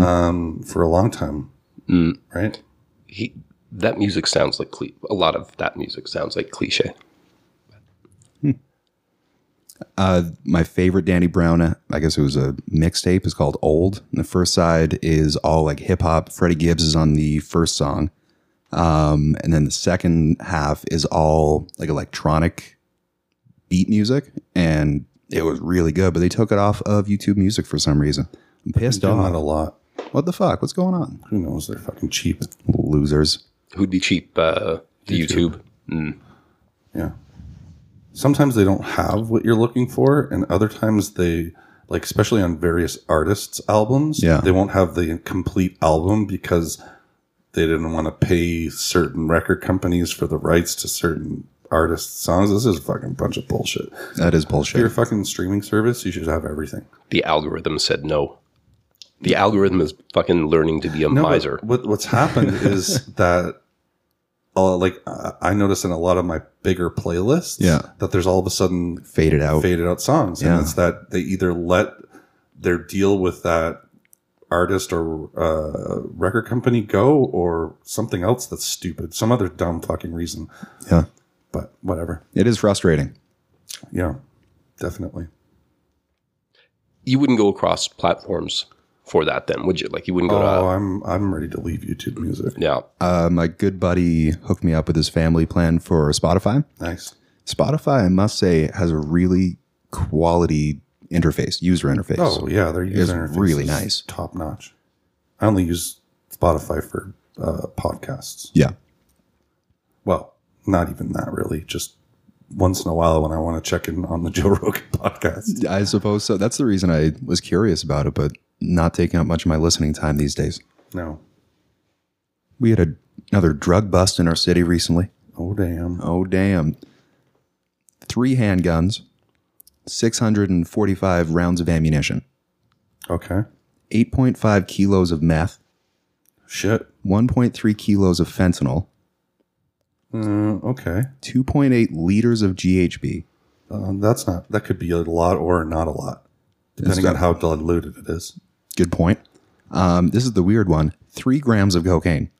Speaker 1: um, for a long time,
Speaker 3: Mm.
Speaker 1: right?
Speaker 3: He that music sounds like cle- a lot of that music sounds like cliche.
Speaker 2: Uh, my favorite Danny Brown, uh, I guess it was a mixtape, is called Old. And the first side is all like hip hop. Freddie Gibbs is on the first song. Um, and then the second half is all like electronic beat music. And it was really good, but they took it off of YouTube music for some reason. I'm pissed
Speaker 1: Doing that
Speaker 2: off.
Speaker 1: a lot.
Speaker 2: What the fuck? What's going on?
Speaker 1: Who knows? They're fucking cheap.
Speaker 2: Losers.
Speaker 3: Who'd be cheap? Uh, the YouTube. Mm.
Speaker 1: Yeah. Sometimes they don't have what you're looking for, and other times they like especially on various artists' albums,
Speaker 2: Yeah.
Speaker 1: they won't have the complete album because they didn't want to pay certain record companies for the rights to certain artist songs. This is a fucking bunch of bullshit.
Speaker 2: That is
Speaker 1: If you're a
Speaker 2: bullshit.
Speaker 1: fucking streaming service, you should have everything.
Speaker 3: The algorithm said no. The algorithm is fucking learning to be a
Speaker 1: but
Speaker 3: miser.
Speaker 1: What, what's happened is that, uh, like, uh, I notice in a lot of my bigger playlists,
Speaker 2: Yeah.
Speaker 1: that there's all of a sudden
Speaker 2: Faded out.
Speaker 1: faded out songs,
Speaker 2: Yeah.
Speaker 1: and it's that they either let their deal with that artist or uh, record company go, or something else that's stupid, some other dumb fucking reason.
Speaker 2: Yeah.
Speaker 1: But whatever,
Speaker 2: It is frustrating.
Speaker 1: yeah, definitely.
Speaker 3: You wouldn't go across platforms for that then, would you? Like you wouldn't go
Speaker 1: oh,
Speaker 3: to
Speaker 1: I'm I'm ready to leave YouTube Music.
Speaker 3: Yeah.
Speaker 2: Uh, my good buddy hooked me up with his family plan for Spotify.
Speaker 1: Nice.
Speaker 2: Spotify, I must say, has a really quality interface, user interface.
Speaker 1: Oh yeah, their
Speaker 2: It's
Speaker 1: user interface
Speaker 2: really
Speaker 1: is
Speaker 2: nice.
Speaker 1: top notch. I only use Spotify for uh, podcasts.
Speaker 2: Yeah.
Speaker 1: Well, not even that really. Just once in a while when I want to check in on the Joe Rogan podcast.
Speaker 2: I suppose so. That's the reason I was curious about it, but not taking up much of my listening time these days.
Speaker 1: No.
Speaker 2: We had a, another drug bust in our city recently.
Speaker 1: Oh, damn.
Speaker 2: Oh, damn. Three handguns, 645 rounds of ammunition.
Speaker 1: Okay.
Speaker 2: 8.5 kilos of meth.
Speaker 1: Shit.
Speaker 2: 1.3 kilos of fentanyl.
Speaker 1: Uh, okay.
Speaker 2: 2.8 liters of GHB.
Speaker 1: Um, that's not. That could be a lot or not a lot, depending on
Speaker 2: That's-
Speaker 1: how diluted it is.
Speaker 2: Good point. Um, this is the weird one. Three grams of cocaine.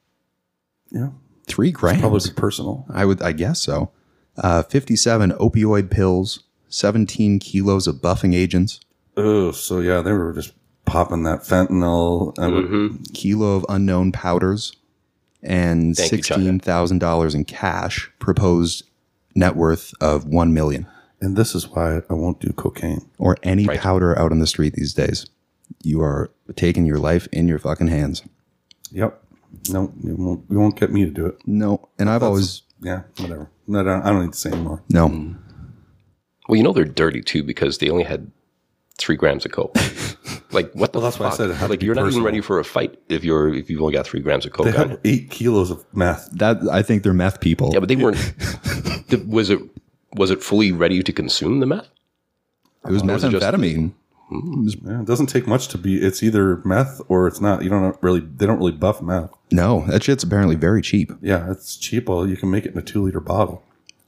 Speaker 1: Yeah.
Speaker 2: Three grams.
Speaker 1: Probably personal.
Speaker 2: I would, I guess so. Uh, Fifty-seven opioid pills. Seventeen kilos of buffing agents.
Speaker 1: Oh, so yeah, they were just popping that fentanyl. And
Speaker 2: Kilo of unknown powders. And
Speaker 3: Thank you, China.
Speaker 2: sixteen thousand dollars in cash. Proposed net worth of one million.
Speaker 1: And this is why I won't do cocaine.
Speaker 2: Or any powder out on the street these days. You are taking your life in your fucking hands.
Speaker 1: Yep. No, you won't, you won't get me to do it.
Speaker 2: No, and I've always
Speaker 1: Yeah, whatever. No, I don't, I don't need to say anymore.
Speaker 3: mm.
Speaker 2: no.
Speaker 3: Well, you know they're dirty too because they only had three grams of coke. like what the
Speaker 1: Well, that's why I
Speaker 3: fuck?
Speaker 1: said it had to
Speaker 3: like
Speaker 1: be
Speaker 3: you're not even
Speaker 1: personal.
Speaker 3: ready for a fight if you're if you've only got three grams of coke
Speaker 1: They
Speaker 3: on you.
Speaker 1: have eight kilos of meth.
Speaker 2: That I think they're meth people.
Speaker 3: Yeah, but they weren't. th- was it was it fully ready to consume the meth?
Speaker 2: it was
Speaker 3: was it just-
Speaker 2: methamphetamine.
Speaker 1: Yeah, it doesn't take much to be. It's either meth or it's not. You don't really. They don't really buff meth.
Speaker 2: No, that shit's apparently very cheap.
Speaker 1: Yeah, it's cheap. Well, you can make it in a two liter bottle.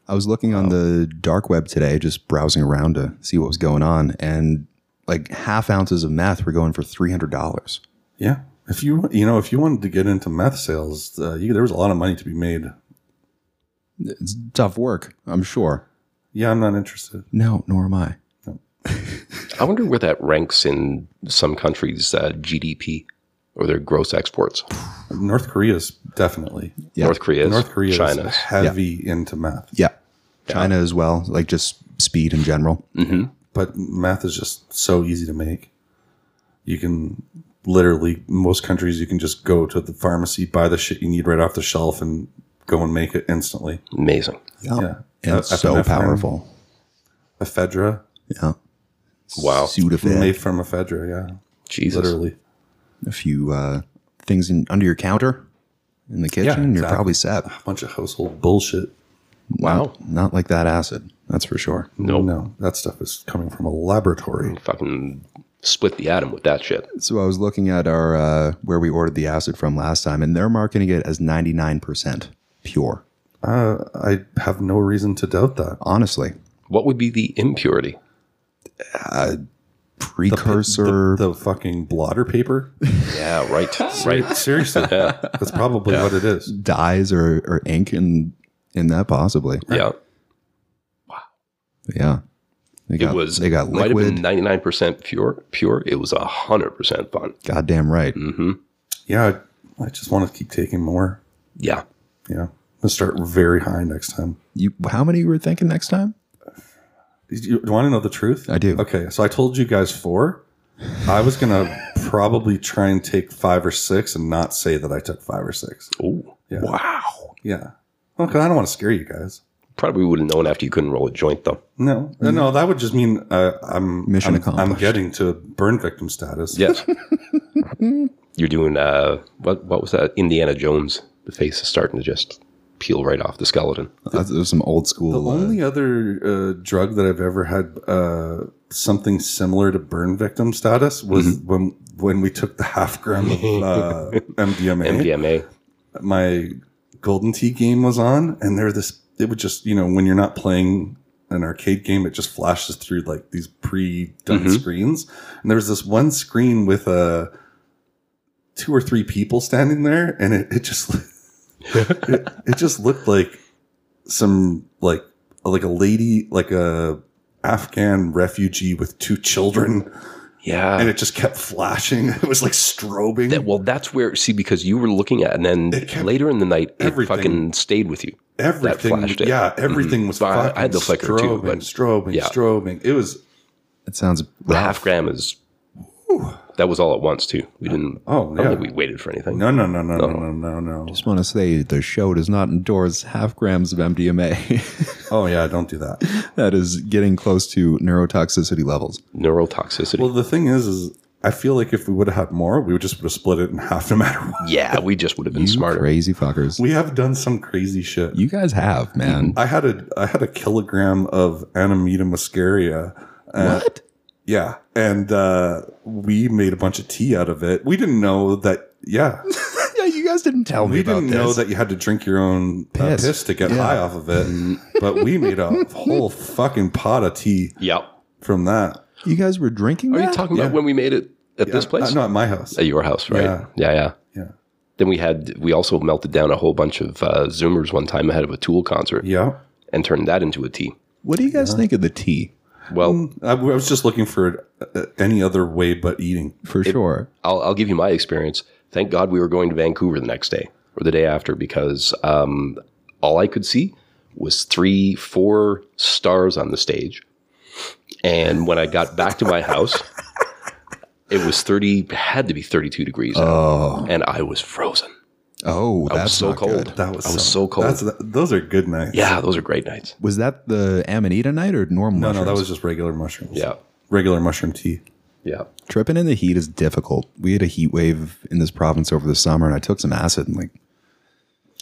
Speaker 2: I was looking on the dark web today, just browsing around to see what was going on, and like half ounces of meth were going for three hundred dollars.
Speaker 1: Yeah. If you you know if you wanted to get into meth sales, uh, you, there was a lot of money to be made.
Speaker 2: It's tough work, I'm sure.
Speaker 1: Yeah, I'm not interested.
Speaker 2: No, nor am I.
Speaker 3: I wonder where that ranks in some countries' uh, GDP or their gross exports.
Speaker 1: North Korea's definitely.
Speaker 2: Yeah.
Speaker 3: North Korea's,
Speaker 1: North Korea
Speaker 3: China's.
Speaker 1: is heavy into meth,
Speaker 2: Yeah, China as well. Like just speed in general.
Speaker 1: but meth is just so easy to make. You can literally most countries you can just go to the pharmacy, buy the shit you need right off the shelf, and go and make it instantly.
Speaker 3: Amazing.
Speaker 1: Yeah,
Speaker 2: and it's so
Speaker 1: Epinephrine,
Speaker 2: powerful.
Speaker 1: Ephedra,
Speaker 2: Yeah.
Speaker 3: Wow.
Speaker 1: made
Speaker 2: Sudafed,
Speaker 1: from ephedra. Yeah,
Speaker 3: Jesus.
Speaker 1: literally.
Speaker 2: a few uh, things in, under your counter in the kitchen, you're
Speaker 1: exactly.
Speaker 2: probably set.
Speaker 1: A bunch of household bullshit.
Speaker 2: Wow, not like that acid. That's for sure.
Speaker 3: Nope.
Speaker 1: No, that stuff is coming from a laboratory.
Speaker 3: Fucking split the atom with that shit.
Speaker 2: So I was looking at our uh, where we ordered the acid from last time, and they're marketing it as 99% pure.
Speaker 1: Uh, I have no reason to doubt that.
Speaker 2: Honestly,
Speaker 3: What would be the impurity?
Speaker 2: precursor.
Speaker 1: The fucking blotter paper.
Speaker 3: Yeah, right. right.
Speaker 1: Seriously, that's probably what it is.
Speaker 2: dyes or, or ink in in that possibly
Speaker 3: Yeah.
Speaker 2: yeah they got,
Speaker 3: It was
Speaker 2: they got
Speaker 3: might have been
Speaker 2: liquid
Speaker 3: ninety nine percent pure pure. It was hundred percent fun.
Speaker 2: goddamn right
Speaker 3: Mm-hmm.
Speaker 1: Yeah, I, I just want to keep taking more.
Speaker 3: Yeah.
Speaker 1: Yeah, let's start very high next time.
Speaker 2: you how many you were thinking next time
Speaker 1: Do you want to know the truth?
Speaker 2: I do.
Speaker 1: Okay, so I told you guys four. I was gonna probably try and take five or six and not say that I took five or six.
Speaker 3: Oh.
Speaker 1: Yeah.
Speaker 3: Wow.
Speaker 1: Yeah. Well, 'cause I don't want to scare you guys.
Speaker 3: Probably would have known after you couldn't roll a joint though.
Speaker 1: No, no,
Speaker 2: Mm-hmm.
Speaker 1: no, that would just mean uh, I'm
Speaker 2: Mission
Speaker 1: I'm, I'm
Speaker 2: accomplished.
Speaker 1: getting to burn victim status.
Speaker 3: Yes. You're doing uh what what was that? Indiana Jones. The face is starting to just peel right off the skeleton.
Speaker 2: That's, there's some old
Speaker 1: The
Speaker 2: school.
Speaker 1: only other uh, drug that I've ever had uh, something similar to burn victim status was when when we took the half gram of uh, MDMA.
Speaker 3: MDMA.
Speaker 1: My Golden Tee game was on, and there this it would just you know when you're not playing an arcade game, it just flashes through like these pre-done
Speaker 3: Mhm.
Speaker 1: screens, and there was this one screen with uh, two or three people standing there, and it, it just it, it just looked like some like like a lady like a Afghan refugee with two children.
Speaker 3: Yeah,
Speaker 1: and it just kept flashing. It was like strobing.
Speaker 3: That, well, that's where see because you were looking at, it, and then later in the night, it
Speaker 1: everything-
Speaker 3: fucking stayed with you. That
Speaker 1: Everything,
Speaker 3: flashed it.
Speaker 1: yeah, everything
Speaker 3: Mhm.
Speaker 1: was.
Speaker 3: But I- I had
Speaker 1: fucking
Speaker 3: the flicker too,
Speaker 1: strobing,
Speaker 3: but
Speaker 1: strobing,
Speaker 3: yeah.
Speaker 1: strobing. It was
Speaker 2: It sounds
Speaker 3: the half gram is. That was all at once too. We didn't.
Speaker 1: Oh,
Speaker 3: I
Speaker 1: yeah.
Speaker 3: don't think we waited for anything.
Speaker 1: no, no, no, no, no, no, no, no.
Speaker 2: Just want to say the show does not endorse half grams of MDMA.
Speaker 1: oh yeah, don't do that.
Speaker 2: That is getting close to neurotoxicity levels.
Speaker 3: Neurotoxicity.
Speaker 1: Well, the thing is, is I feel like if we would have had more, we would just would have split it in half, no matter what.
Speaker 3: Yeah, we just would have been smarter.
Speaker 2: Crazy fuckers.
Speaker 1: We have done some crazy shit.
Speaker 2: You guys have, man.
Speaker 1: I had a I had a kilogram of Anemita muscaria. Uh,
Speaker 2: What?
Speaker 1: Yeah, and uh, we made a bunch of tea out of it. We didn't know that. Yeah,
Speaker 2: yeah, you guys didn't tell me
Speaker 1: we
Speaker 2: about
Speaker 1: didn't know
Speaker 2: this.
Speaker 1: that you had to drink your own piss, uh,
Speaker 2: Piss.
Speaker 1: piss to get
Speaker 2: Yeah.
Speaker 1: high off of it. but we made a whole fucking pot of tea.
Speaker 3: Yep.
Speaker 1: From that,
Speaker 2: you guys were drinking.
Speaker 3: Are you
Speaker 2: that?
Speaker 3: talking about when we made it at this
Speaker 1: Yeah.
Speaker 3: place?
Speaker 1: Uh, not my house.
Speaker 3: At your house, right?
Speaker 1: Yeah.
Speaker 3: Yeah, yeah, yeah.
Speaker 1: Yeah.
Speaker 3: Then we had we also melted down a whole bunch of uh, Zoomers one time ahead of a Tool concert.
Speaker 1: Yeah.
Speaker 3: And turned that into a tea.
Speaker 2: What do you guys think of the tea?
Speaker 3: Well,
Speaker 1: I, I was just looking for uh, any other way but eating.
Speaker 2: For sure.
Speaker 3: I'll, I'll give you my experience. Thank God we were going to Vancouver the next day or the day after because um, all I could see was three, four stars on the stage. And when I got back to my house, it was 30, had to be 32 degrees. Oh. And I was frozen.
Speaker 2: Oh,
Speaker 3: I was
Speaker 2: that's
Speaker 3: so
Speaker 2: not
Speaker 3: cold.
Speaker 2: good.
Speaker 1: That was
Speaker 3: I was so cold.
Speaker 1: That's, those are good nights.
Speaker 3: Yeah, those are great nights.
Speaker 2: Was that the amanita night or normal?
Speaker 1: No, no, that
Speaker 2: mushrooms?
Speaker 1: was just regular mushrooms.
Speaker 3: Yeah.
Speaker 1: Regular mushroom tea.
Speaker 3: Yeah.
Speaker 2: Tripping in the heat is difficult. We had a heat wave in this province over the summer, and I took some acid and like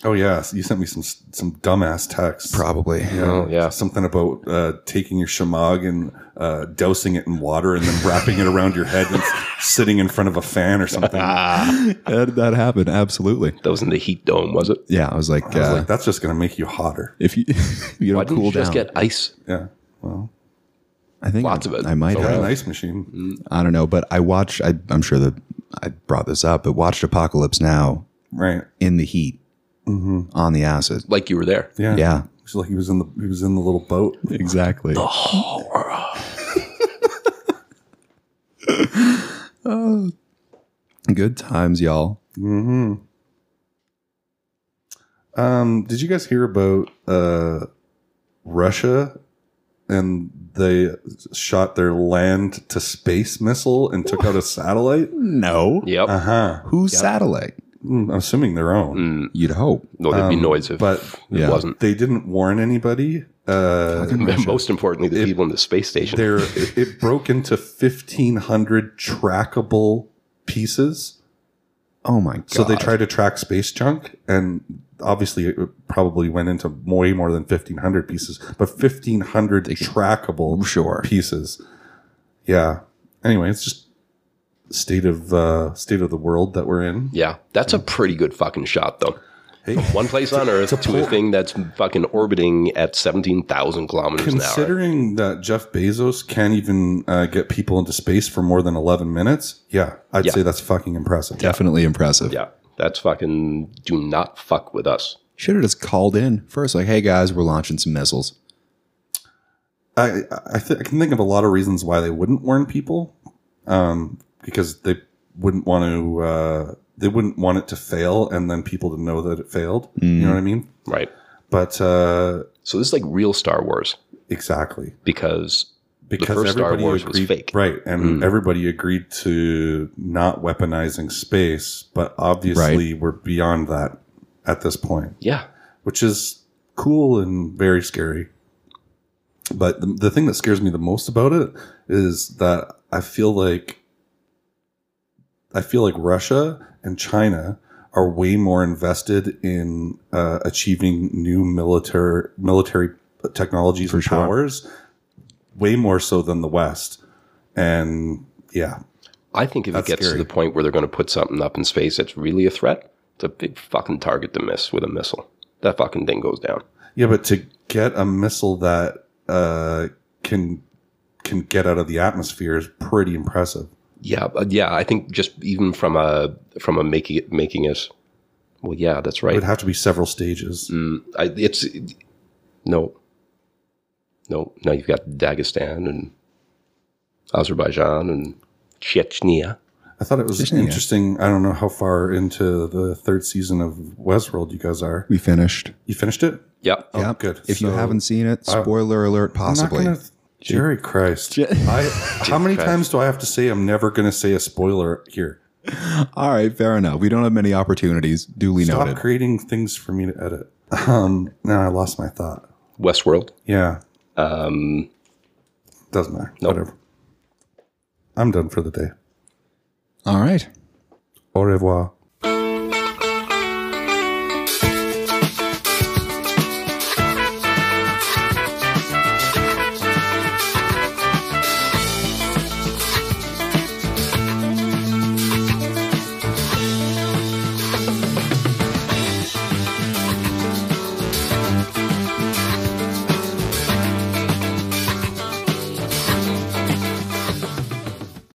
Speaker 1: Oh yeah, so you sent me some some dumbass texts.
Speaker 2: Probably.
Speaker 1: Yeah.
Speaker 3: Oh, yeah.
Speaker 1: Something about uh, taking your shamag and uh, dousing it in water and then wrapping it around your head and sitting in front of a fan or something.
Speaker 2: that, that happened absolutely.
Speaker 3: That was in the heat dome, was it?
Speaker 2: Yeah, I was like,
Speaker 1: I was
Speaker 2: uh,
Speaker 1: like, that's just gonna make you hotter.
Speaker 2: if you if you don't
Speaker 3: Why didn't
Speaker 2: cool
Speaker 3: you just
Speaker 2: down,
Speaker 3: get ice?
Speaker 1: Yeah. Well,
Speaker 2: I think
Speaker 3: Lots of it.
Speaker 2: I might
Speaker 3: It's
Speaker 1: got
Speaker 2: have.
Speaker 1: an ice machine.
Speaker 2: I don't know, but I watched. I, I'm sure that I brought this up, but watched Apocalypse Now
Speaker 1: Right.
Speaker 2: in the heat
Speaker 1: Mm-hmm.
Speaker 2: on the acid.
Speaker 3: Like you were there.
Speaker 1: Yeah.
Speaker 2: Yeah,
Speaker 1: It's like he was in the he was in the little boat.
Speaker 2: exactly.
Speaker 3: The horror.
Speaker 2: Oh, good times, y'all.
Speaker 1: hmm Um, did you guys hear about uh, Russia and they shot their land to space missile and took out a satellite?
Speaker 2: No,
Speaker 3: Yep.
Speaker 1: Uh huh.
Speaker 2: whose satellite?
Speaker 1: Hmm, I'm assuming their own.
Speaker 3: Mm,
Speaker 2: You'd hope.
Speaker 3: no, there'd be
Speaker 1: Um,
Speaker 3: noise if
Speaker 1: but-
Speaker 3: it
Speaker 2: Hmm. Yeah.
Speaker 3: wasn't.
Speaker 1: They didn't warn anybody. Uh,
Speaker 3: Most importantly, the people in the space station.
Speaker 1: there, it, it broke into 1,500 trackable pieces.
Speaker 2: Oh my god!
Speaker 1: So they tried to track space junk, and obviously it probably went into way more than fifteen hundred pieces, but fifteen hundred trackable
Speaker 2: Sure.
Speaker 1: pieces. Yeah. Anyway, it's just state of uh, state of the world that we're in.
Speaker 3: yeah, that's a pretty good fucking shot, though.
Speaker 1: Hey.
Speaker 3: One place on
Speaker 1: It's
Speaker 3: Earth
Speaker 1: a
Speaker 3: to a
Speaker 1: port.
Speaker 3: thing that's fucking orbiting at seventeen thousand kilometers an hour.
Speaker 1: Considering that Jeff Bezos can't even uh, get people into space for more than eleven minutes, yeah, I'd
Speaker 3: Yeah.
Speaker 1: say that's fucking impressive.
Speaker 2: Definitely impressive.
Speaker 3: Yeah, that's fucking. Do not fuck with us.
Speaker 2: Should have just called in first, like, hey guys, we're launching some missiles.
Speaker 1: I I, th- I can think of a lot of reasons why they wouldn't warn people, um, because they wouldn't want to. Uh, they wouldn't want it to fail, and then people to know that it failed. You know
Speaker 3: Mm.
Speaker 1: what I mean?
Speaker 3: Right.
Speaker 1: But uh,
Speaker 3: So this is like real Star Wars
Speaker 1: exactly
Speaker 3: because
Speaker 1: because
Speaker 3: first Star
Speaker 1: everybody
Speaker 3: Wars was
Speaker 1: agreed,
Speaker 3: fake. Mm.
Speaker 1: right? And everybody agreed to not weaponizing space, but obviously we're beyond that at this point,
Speaker 3: yeah,
Speaker 1: which is cool and very scary. But the, the thing that scares me the most about it is that I feel like I feel like Russia and China are way more invested in uh, achieving new military military technologies and powers, way more so than the West. And yeah,
Speaker 3: I think if
Speaker 1: That's
Speaker 3: it gets
Speaker 1: scary.
Speaker 3: to the point where they're going to put something up in space that's really a threat, it's a big fucking target to miss with a missile. That fucking thing goes down.
Speaker 1: yeah, but to get a missile that uh, can can get out of the atmosphere is pretty impressive.
Speaker 3: Yeah, but yeah. I think just even from a from a making it making it. Well, yeah, that's right.
Speaker 1: It would have to be several stages.
Speaker 3: Mm, I, it's no, no. Now you've got Dagestan and Azerbaijan and Chechnya.
Speaker 1: I thought it was
Speaker 3: Interesting, yeah.
Speaker 1: interesting. I don't know how far into the third season of Westworld you guys are.
Speaker 2: We finished.
Speaker 1: You finished it?
Speaker 3: Yep.
Speaker 1: Oh, good.
Speaker 2: If you
Speaker 1: So-
Speaker 2: haven't seen it,
Speaker 1: I-
Speaker 2: spoiler alert,
Speaker 1: I'm not
Speaker 2: possibly.
Speaker 1: gonna- Jerry Christ. I, how many
Speaker 2: Christ.
Speaker 1: times do I have to say I'm never going to say a spoiler here?
Speaker 2: All right, fair enough. We don't have many opportunities. Duly
Speaker 1: Stop
Speaker 2: noted.
Speaker 1: creating things for me to edit. Um, now I lost my thought.
Speaker 3: Westworld.
Speaker 1: Yeah.
Speaker 3: Um,
Speaker 1: Doesn't matter. Whatever. I'm done for the day.
Speaker 2: All right.
Speaker 1: Au revoir.